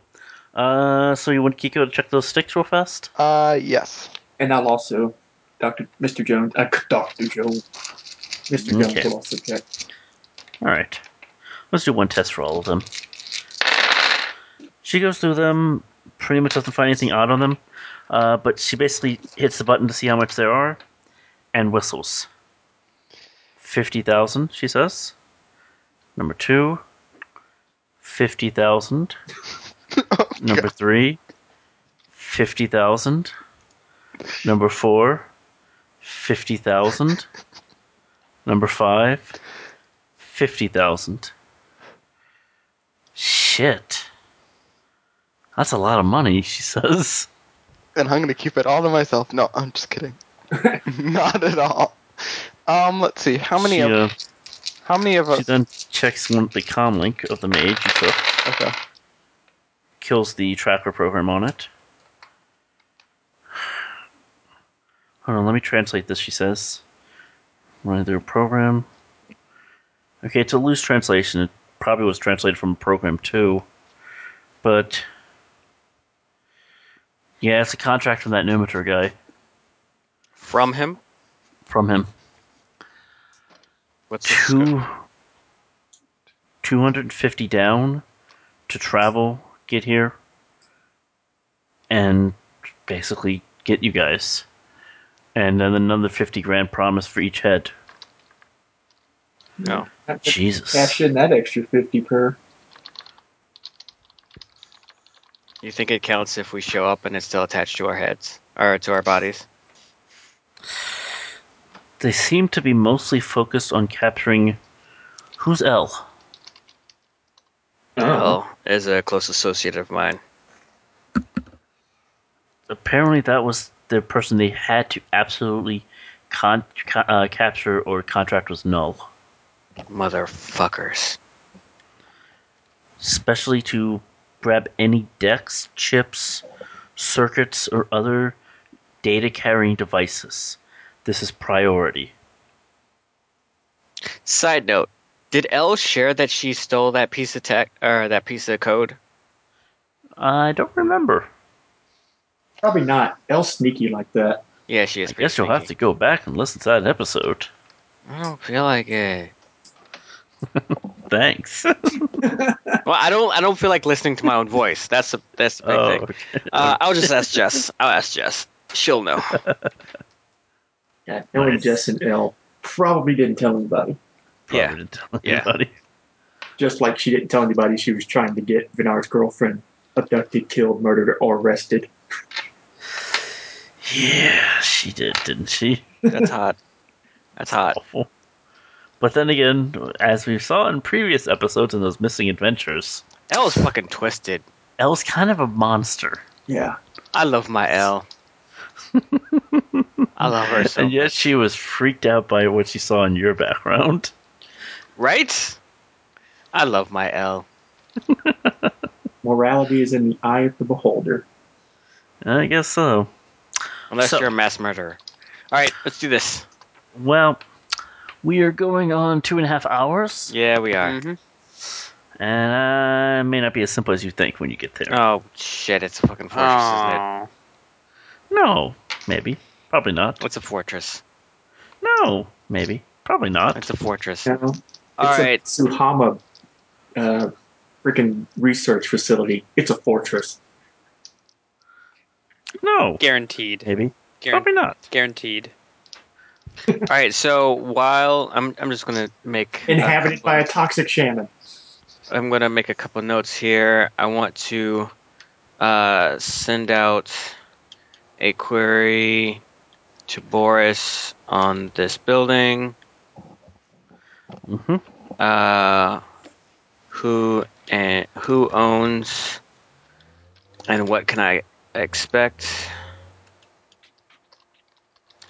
Speaker 1: Uh, so you want Kiko to check those sticks real fast?
Speaker 6: Uh, yes.
Speaker 3: And I'll also, Doctor, Mister Jones, uh, Doctor Jones, Mister Jones
Speaker 1: Okay.
Speaker 3: will also check.
Speaker 1: All right. Let's do one test for all of them. She goes through them, pretty much doesn't find anything odd on them, uh, but she basically hits the button to see how much there are and whistles. 50,000, she says. Number two, 50,000. Number three, 50,000. Number four, 50,000. Number five, 50,000. Shit. That's a lot of money, she says.
Speaker 6: And I'm gonna keep it all to myself. No, I'm just kidding. Not at all. Um, let's see. How many
Speaker 1: she,
Speaker 6: of
Speaker 1: uh,
Speaker 6: how many of
Speaker 1: she
Speaker 6: us?
Speaker 1: then checks one, the comm link of the mage you took,
Speaker 6: Okay.
Speaker 1: kills the tracker program on it. Hold on, let me translate this, she says. Running through a program. Okay, it's a loose translation. It probably was translated from program 2. But. Yeah, it's a contract from that Numitor guy.
Speaker 5: From him?
Speaker 1: From him.
Speaker 5: What's the scope?
Speaker 1: two, 250 down to travel, get here, and basically get you guys. And then another 50 grand promise for each head.
Speaker 5: No.
Speaker 3: Have to
Speaker 1: Jesus.
Speaker 3: Cash in that extra fifty per.
Speaker 5: You think it counts if we show up and it's still attached to our heads or to our bodies?
Speaker 1: They seem to be mostly focused on capturing. Who's L? Oh.
Speaker 5: Well, as a close associate of mine.
Speaker 1: Apparently, that was the person they had to absolutely con- ca- uh, capture, or contract was null.
Speaker 5: Motherfuckers.
Speaker 1: especially to grab any decks, chips, circuits, or other data carrying devices. This is priority.
Speaker 5: Side note, did Elle share that she stole that piece of tech or that piece of code?
Speaker 1: I don't remember.
Speaker 3: Probably not. L sneaky like that.
Speaker 5: Yeah, she is.
Speaker 1: I guess you'll have to go back and listen to that episode.
Speaker 5: I don't feel like it.
Speaker 1: Thanks.
Speaker 5: Well, I don't. I don't feel like listening to my own voice. That's the that's the big
Speaker 1: Oh,
Speaker 5: thing. Uh, I'll just ask Jess. I'll ask Jess. She'll know.
Speaker 3: Yeah, knowing
Speaker 1: Nice.
Speaker 3: Jess and L probably didn't tell anybody.
Speaker 1: Probably
Speaker 5: yeah.
Speaker 1: didn't tell
Speaker 5: Yeah.
Speaker 1: anybody.
Speaker 3: Just like she didn't tell anybody she was trying to get Vinar's girlfriend abducted, killed, murdered, or arrested.
Speaker 1: Yeah, she did, didn't she?
Speaker 5: That's hot. That's hot.
Speaker 1: Awful. But then again, as we saw in previous episodes in those missing adventures,
Speaker 5: Elle's fucking twisted.
Speaker 1: Elle's kind of a monster.
Speaker 3: Yeah.
Speaker 5: I love my Elle. I love her so.
Speaker 1: and yet she was freaked out by what she saw in your background.
Speaker 5: Right? I love my L.
Speaker 3: Morality is in the eye of the beholder.
Speaker 1: I guess so.
Speaker 5: Unless
Speaker 1: So-
Speaker 5: you're a mass murderer. All right, let's do this.
Speaker 1: Well, we are going on two and a half hours,
Speaker 5: Yeah, we are.
Speaker 4: Mhm.
Speaker 1: and uh, it may not be as simple as you think when you get there.
Speaker 5: Oh shit! It's a fucking fortress, isn't it?
Speaker 4: Oh,
Speaker 1: no, maybe, probably not.
Speaker 5: What's a fortress?
Speaker 1: No, maybe, probably not.
Speaker 5: It's a fortress.
Speaker 3: You know?
Speaker 5: All
Speaker 3: it's
Speaker 5: right.
Speaker 3: a Suhama uh, freaking research facility. It's a fortress.
Speaker 1: No,
Speaker 4: guaranteed.
Speaker 1: maybe,
Speaker 4: Guaran-
Speaker 1: probably not.
Speaker 4: guaranteed.
Speaker 5: All right. So while I'm, I'm just gonna make a
Speaker 1: Uh,
Speaker 3: Inhabited
Speaker 5: couple-
Speaker 3: by a toxic shaman.
Speaker 5: I'm gonna make a couple notes here. I want to uh, send out a query to Boris on this building.
Speaker 1: hmm
Speaker 5: Uh, who and who owns and what can I expect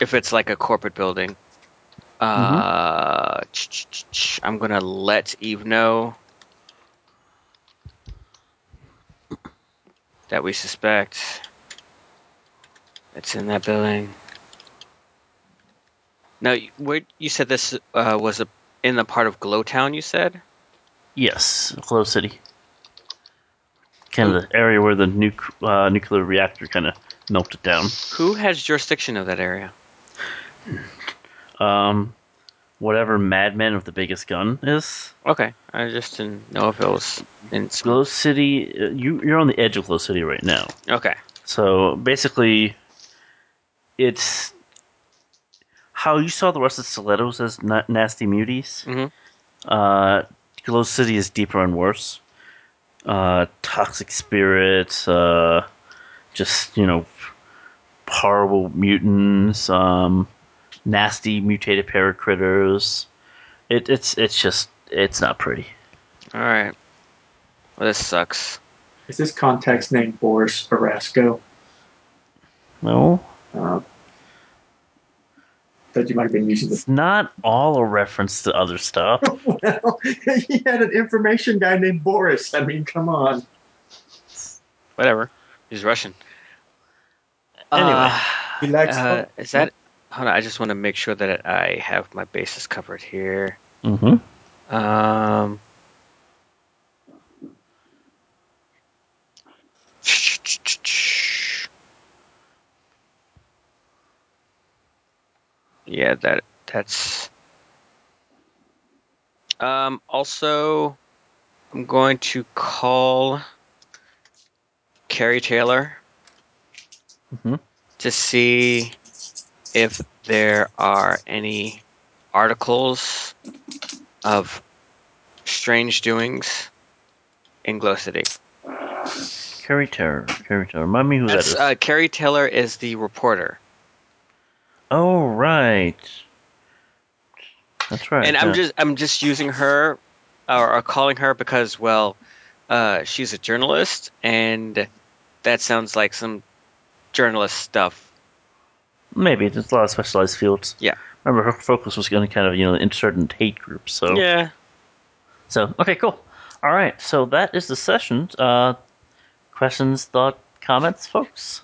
Speaker 5: if it's like a corporate building? Uh, ch-ch-ch-ch, I'm gonna let Eve know that we suspect it's in that building. Now, you- where you said this uh, was a, in the part of Glowtown? You said.
Speaker 1: Yes, Glow City. kind of the area where the nuc- uh, nuclear reactor kind of melted down.
Speaker 5: Who has jurisdiction of that area?
Speaker 1: Um, whatever madman with the biggest gun is.
Speaker 5: Okay, I just didn't know if it was in.
Speaker 1: Glow City, uh, you, you're on the edge of Glow City right now.
Speaker 5: Okay,
Speaker 1: So basically, it's how you saw the rest of Stilettos as na- nasty muties.
Speaker 5: Mhm.
Speaker 1: Uh, Glow City is deeper and worse. Uh, toxic spirits, uh, just you know, horrible mutants, um, nasty mutated paracritters. It, it's it's just it's not pretty.
Speaker 5: all right. Well, this sucks.
Speaker 3: Is this contact's name Boris Orasco?
Speaker 1: No,
Speaker 3: Uh, thought you might have been using the.
Speaker 1: it's not all a reference to other stuff.
Speaker 3: well, he had an information guy named Boris. I mean, come on.
Speaker 5: Whatever. He's Russian.
Speaker 1: Anyway.
Speaker 5: Uh,
Speaker 3: He likes.
Speaker 5: uh, is that? Hold on, I just want to make sure that I have my bases covered here.
Speaker 1: Mm-hmm.
Speaker 5: Um. Yeah, that that's. Um. Also, I'm going to call Carrie Taylor
Speaker 1: Mhm.
Speaker 5: to see if there are any articles of strange doings in Glow City.
Speaker 1: Carrie Terror. Carrie Terror. Remind me who that
Speaker 5: That's,
Speaker 1: is.
Speaker 5: uh, Carrie Taylor is the reporter,
Speaker 1: oh right. That's right.
Speaker 5: and I'm
Speaker 1: yeah.
Speaker 5: just I'm just using her or, or calling her because well, uh, she's a journalist, and that sounds like some journalist stuff.
Speaker 1: maybe there's a lot of specialized fields.
Speaker 5: Yeah.
Speaker 1: Remember her focus was going to kind of you know insurgent hate groups. So
Speaker 5: Yeah.
Speaker 1: So okay, cool. All right. So that is the session. Uh, questions, thought, comments, folks.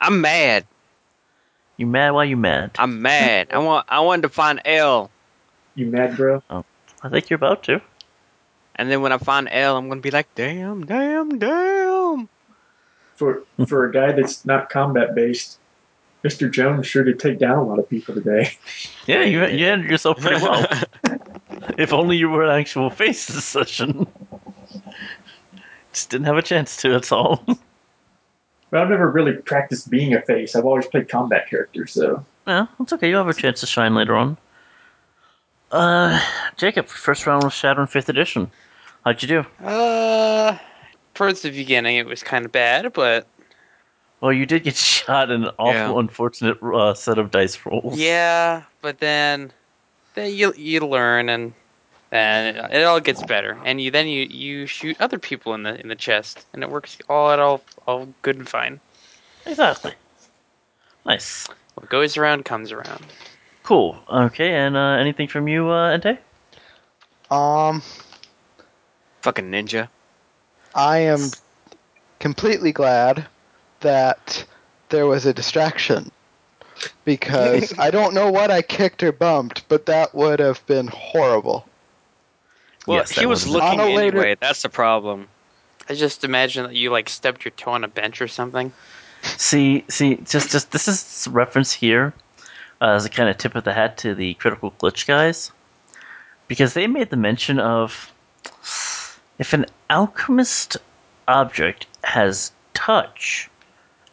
Speaker 5: I'm mad.
Speaker 1: You mad? Why you mad?
Speaker 5: I'm mad. I want I wanted to find L,
Speaker 3: You mad, bro?
Speaker 1: I think you're about to.
Speaker 5: and then when I find L, I'm gonna be like, damn, damn, damn.
Speaker 3: For for a guy that's not combat based, Mister Jones sure did take down a lot of people today.
Speaker 1: Yeah, you you handled yourself pretty well. if only you were an actual face this session. Just didn't have a chance to. That's all.
Speaker 3: But I've never really practiced being a face. I've always played combat characters, so
Speaker 1: No, it's okay. You'll have a chance to shine later on. Uh, Jacob, first round of Shadow and Fifth Edition. How'd you do?
Speaker 4: Uh, towards the beginning, it was kind of bad, but
Speaker 1: Well, you did get shot in an awful, unfortunate uh, set of dice rolls.
Speaker 4: yeah. But then, then you you learn, and and it, it all gets better. And you then you you shoot other people in the in the chest, and it works all it all all good and fine.
Speaker 1: exactly. Nice,
Speaker 4: What goes around comes around.
Speaker 1: cool. Okay, and uh, anything from you, uh, Ente?
Speaker 6: Um,
Speaker 5: Fucking ninja.
Speaker 6: I am completely glad that there was a distraction because I don't know what I kicked or bumped, but that would have been horrible.
Speaker 5: Well,
Speaker 1: Yes,
Speaker 5: he
Speaker 1: that
Speaker 5: was
Speaker 1: was-
Speaker 5: looking
Speaker 6: On a later-
Speaker 5: anyway. That's the problem.
Speaker 4: I just imagine that you like stepped your toe on a bench or something.
Speaker 1: See, see, just, just this is reference here uh, as a kind of tip of the hat to the critical glitch guys, because they made the mention of if an alchemist object has touch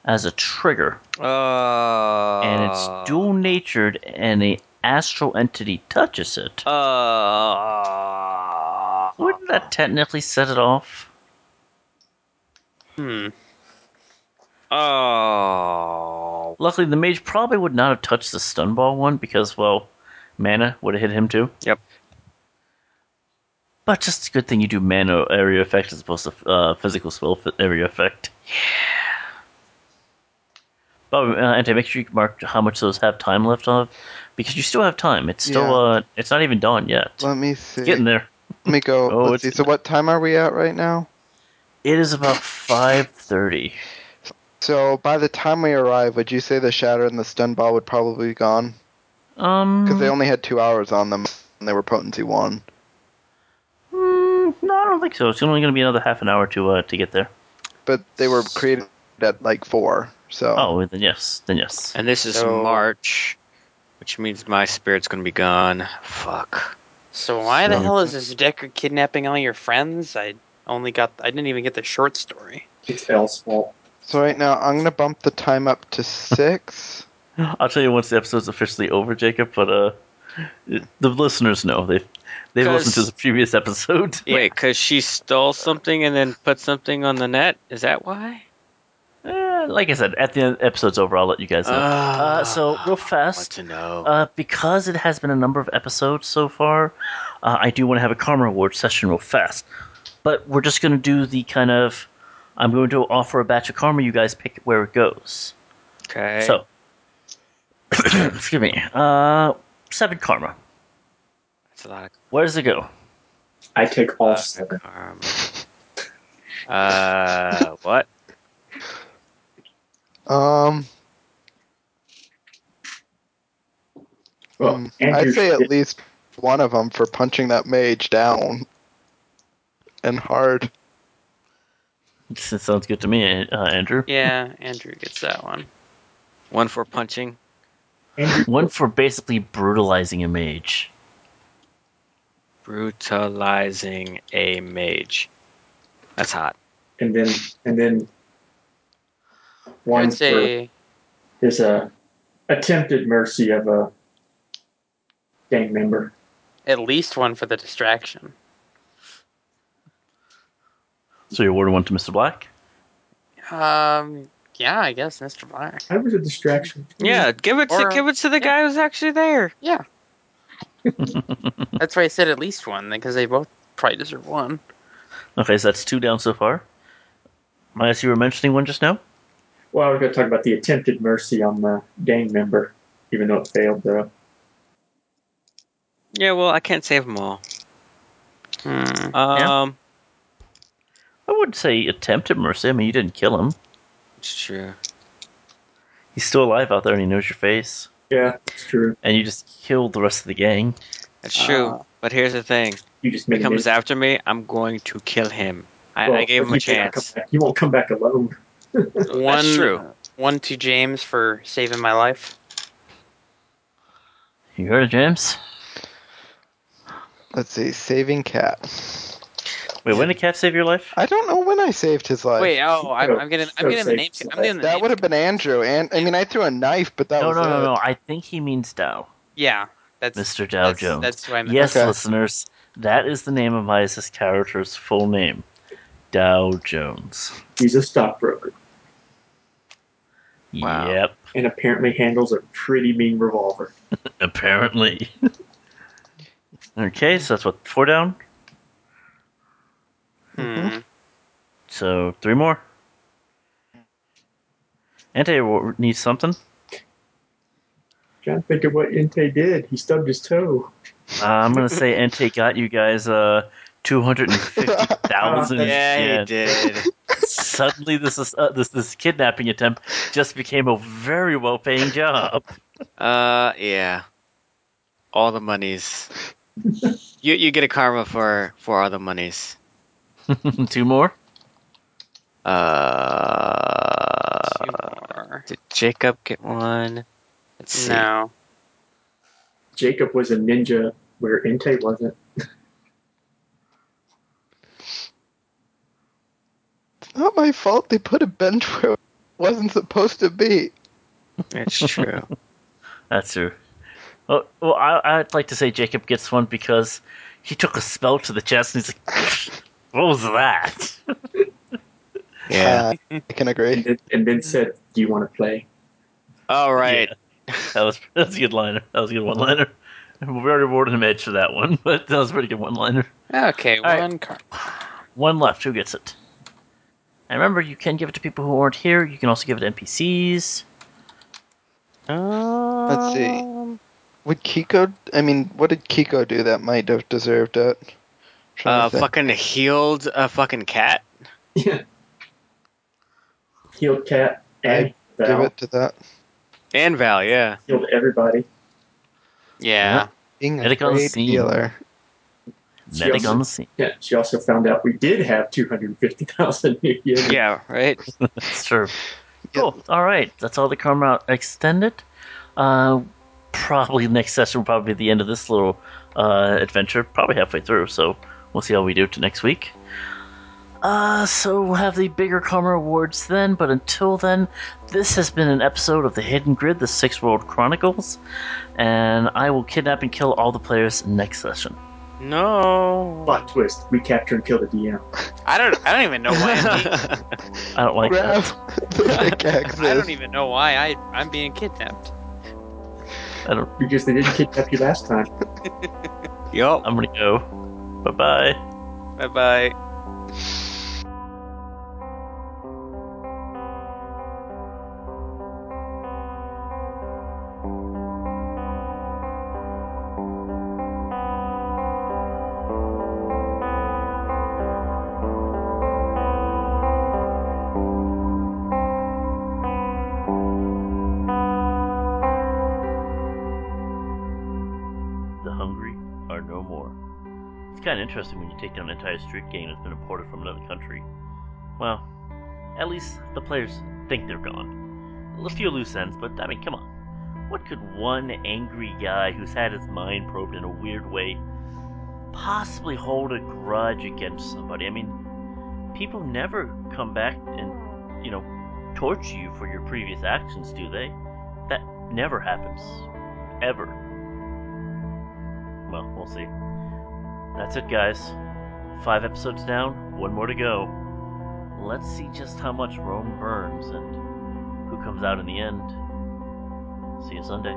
Speaker 1: as a trigger
Speaker 5: Uh,
Speaker 1: and it's dual natured and a astral entity touches it,
Speaker 5: Uh,
Speaker 1: wouldn't that technically set it off?
Speaker 4: Hmm.
Speaker 5: oh,
Speaker 1: Luckily, the mage probably would not have touched the stun ball one because, well, mana would have hit him too.
Speaker 5: Yep.
Speaker 1: But just a good thing you do mana area effect as opposed to uh, physical spell f- area effect. Yeah. But uh, Ante, make sure you mark how much those have time left of, because you still have time. It's still
Speaker 6: Yeah.
Speaker 1: uh, it's not even dawn yet.
Speaker 6: Let me see.
Speaker 1: Getting there.
Speaker 6: Let me go.
Speaker 1: Oh,
Speaker 6: Let's see.
Speaker 1: it's-
Speaker 6: So, what time are we at right now?
Speaker 1: It is about five thirty.
Speaker 6: So, by the time we arrive, would you say the shatter and the stun ball would probably be gone?
Speaker 1: Um,
Speaker 6: Because they only had two hours on them, and they were potency one.
Speaker 1: Mm, no, I don't don't think so. It's only going to be another half an hour to uh, to get there.
Speaker 6: But they were created at like four. So
Speaker 1: Oh, then yes, then yes.
Speaker 5: And this is
Speaker 6: So-
Speaker 5: March, which means my spirit's gonna be gone. Fuck.
Speaker 4: So why the
Speaker 1: So-
Speaker 4: hell is this Decker kidnapping all your friends? I only got I didn't even get the short story.
Speaker 3: It's L's fault.
Speaker 6: so right now I'm gonna bump the time up to six.
Speaker 1: I'll tell you once the episode's officially over, Jacob. But uh, the listeners know they've they've
Speaker 5: 'Cause-
Speaker 1: listened to the previous episode.
Speaker 5: Wait, 'cause Wait, because she stole something and then put something on the net? Is that why?
Speaker 1: Eh, like I said, at the end, episode's over, I'll let you guys know.
Speaker 5: Ah,
Speaker 1: uh, so, real
Speaker 5: I want
Speaker 1: fast,
Speaker 5: to know.
Speaker 1: Uh, because it has been a number of episodes so far, uh, I do want to have a Karma Award session real fast. But we're just going to do the kind of I'm going to offer a batch of Karma, you guys pick where it goes.
Speaker 5: okay.
Speaker 1: So, excuse me. Uh, seven Karma.
Speaker 5: that's a lot of
Speaker 1: Where does it go?
Speaker 3: I take all
Speaker 5: Uh,
Speaker 3: seven.
Speaker 5: karma. uh, what?
Speaker 6: Um,
Speaker 3: Well,
Speaker 6: mm, I'd
Speaker 3: Andrew
Speaker 6: say
Speaker 3: should
Speaker 6: at
Speaker 3: get-
Speaker 6: least one of them for punching that mage down and hard.
Speaker 1: It sounds good to me, uh, Andrew.
Speaker 4: Yeah, Andrew gets that one.
Speaker 5: One for punching.
Speaker 3: Andrew,
Speaker 1: One for basically brutalizing a mage.
Speaker 5: Brutalizing a mage. That's hot.
Speaker 3: and then and then
Speaker 4: I
Speaker 3: one
Speaker 4: would
Speaker 3: for
Speaker 4: say
Speaker 3: his uh, attempted mercy of a gang member.
Speaker 4: at least one for the distraction.
Speaker 1: So you awarded one to Mr. Black?
Speaker 4: Um yeah, I guess Mr. Black.
Speaker 3: I was a distraction.
Speaker 5: Yeah, give it to
Speaker 4: Or-
Speaker 5: give it to the guy who's actually there.
Speaker 4: That's why I said at least one, because they both probably deserve one.
Speaker 1: Okay, so that's two down so far. As you were mentioning one just now?
Speaker 3: Well, I was going to talk about the attempted mercy on the gang member, even though it failed. Though
Speaker 5: Yeah, well, I can't save them all.
Speaker 4: Hmm.
Speaker 5: Um,
Speaker 1: I wouldn't say attempted mercy. I mean, you didn't kill him.
Speaker 5: it's true.
Speaker 1: He's still alive out there and he knows your face.
Speaker 3: yeah, it's true.
Speaker 1: And you just killed the rest of the gang.
Speaker 5: It's true.
Speaker 4: Uh,
Speaker 5: but here's the thing:
Speaker 3: You just
Speaker 5: if
Speaker 3: made
Speaker 5: he
Speaker 3: a
Speaker 5: comes
Speaker 3: mis-
Speaker 5: after me, I'm going to kill him. I,
Speaker 3: well,
Speaker 5: I gave
Speaker 3: but
Speaker 5: him a
Speaker 3: you can't come
Speaker 5: chance.
Speaker 3: back- You won't come back alone.
Speaker 5: That's
Speaker 4: One-
Speaker 5: true.
Speaker 4: One to James for saving my life.
Speaker 1: You heard it, James?
Speaker 6: Let's see, saving cat.
Speaker 1: Wait, when did Cat save your life?
Speaker 6: I don't know when I saved his life.
Speaker 4: Wait, oh, I'm, I'm getting, I'm
Speaker 3: So
Speaker 4: getting the
Speaker 3: safe
Speaker 4: name.
Speaker 3: to
Speaker 4: I'm doing the
Speaker 6: that
Speaker 4: name.
Speaker 6: would have been Andrew. And I mean, I threw a knife, but that
Speaker 1: No,
Speaker 6: was
Speaker 1: no, no,
Speaker 6: it.
Speaker 1: no. I think he means Dow,
Speaker 4: Yeah, that's
Speaker 1: Mr. Dow
Speaker 4: that's,
Speaker 1: Jones.
Speaker 4: That's who I meant.
Speaker 1: yes,
Speaker 6: Okay.
Speaker 1: listeners, that is the name of my assist character's full name Dow Jones.
Speaker 3: He's a stockbroker
Speaker 5: Wow.
Speaker 1: Yep,
Speaker 3: and apparently handles a pretty mean revolver.
Speaker 1: apparently. okay, so that's what, four down?
Speaker 4: Hmm.
Speaker 1: So three more. Ante wa- needs something.
Speaker 3: Trying to think of what Inte did. He stubbed his toe.
Speaker 1: Uh, I'm gonna say Ente got you guys uh, two hundred and fifty thousand.
Speaker 5: Yeah, he did.
Speaker 1: Suddenly, this is uh, this this kidnapping attempt just became a very well paying job.
Speaker 5: Uh, yeah. All the monies. you you get a karma for for all the monies.
Speaker 1: Two more.
Speaker 5: Uh,
Speaker 4: Two more.
Speaker 5: did Jacob get one? Let's see.
Speaker 4: no,
Speaker 3: Jacob was a ninja where Inte wasn't.
Speaker 6: It's not my fault they put a bench where it wasn't supposed to be.
Speaker 5: It's true.
Speaker 1: That's true. Well, well I, I'd like to say Jacob gets one because he took a spell to the chest and he's like, "What was that?"
Speaker 5: Yeah.
Speaker 6: Uh, I can
Speaker 3: And
Speaker 6: agree.
Speaker 3: then, and then said, Do you want to play?
Speaker 5: all right.
Speaker 1: That was that's a good liner. That was a good one liner. We already awarded him edge for that one, but that was a pretty good one liner.
Speaker 4: okay,
Speaker 1: right.
Speaker 4: one card.
Speaker 1: One left. Who gets it? And remember, you can give it to people who aren't here. You can also give it to NPCs.
Speaker 6: Let's see. Would Kiko? I mean, what did Kiko do that might have deserved it? I'm trying
Speaker 5: Uh,
Speaker 6: to think.
Speaker 5: fucking healed a fucking cat.
Speaker 3: Yeah. Healed Cat and
Speaker 6: Give
Speaker 3: Val.
Speaker 6: it to that.
Speaker 5: And Val, yeah.
Speaker 3: Healed everybody.
Speaker 5: Yeah.
Speaker 6: Being a
Speaker 1: Medical
Speaker 6: great
Speaker 1: scene.
Speaker 6: healer.
Speaker 3: She
Speaker 1: Medic
Speaker 3: also-
Speaker 1: on the scene.
Speaker 3: Yeah, she also found out we did have 250,000 new units.
Speaker 5: Yeah, right?
Speaker 1: That's true. Cool. All right. That's all the Karma extended. Uh, probably next session will probably be the end of this little uh, adventure, probably halfway through. So we'll see how we do to next week. Uh, so we'll have the bigger Karma Awards then. But until then, this has been an episode of the Hidden Grid, the Six World Chronicles, and I will kidnap and kill all the players next session.
Speaker 5: No.
Speaker 3: Plot twist, we capture and kill the DM.
Speaker 4: I don't. I don't even know why. I'm being,
Speaker 1: I don't like
Speaker 6: Grab
Speaker 1: that.
Speaker 6: the pickaxes.
Speaker 4: I don't even know why I I'm being kidnapped.
Speaker 1: I don't.
Speaker 3: Because they didn't kidnap you last time.
Speaker 5: Yup.
Speaker 1: I'm gonna go. Bye bye.
Speaker 4: Bye bye.
Speaker 1: The hungry are no more. It's kind of interesting when you take down an entire street gang that's been imported from another country. Well, at least the players think they're gone. A few loose ends, but I mean, come on. What could one angry guy who's had his mind probed in a weird way possibly hold a grudge against somebody? I mean, people never come back and, you know, torture you for your previous actions, do they? That never happens. Ever. Well, we'll see. That's it, guys. Five episodes down, one more to go. Let's see just how much Rome burns and who comes out in the end. See you Sunday.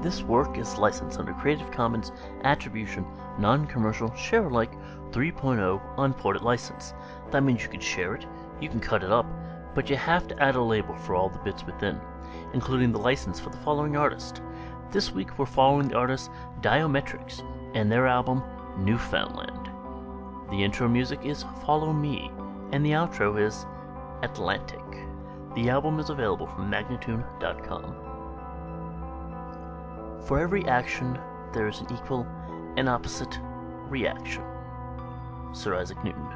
Speaker 1: This work is licensed under Creative Commons Attribution Non Commercial Share Alike 3.0 Unported License. That means you can share it, you can cut it up, but you have to add a label for all the bits within, including the license for the following artist. This week we're following the artist Diometrics and their album Newfoundland. The intro music is Follow Me, and the outro is Atlantic. The album is available from magnitude.com. For every action, there is an equal and opposite reaction. Sir Isaac Newton.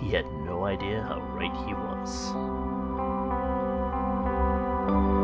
Speaker 1: He had no idea how right he was.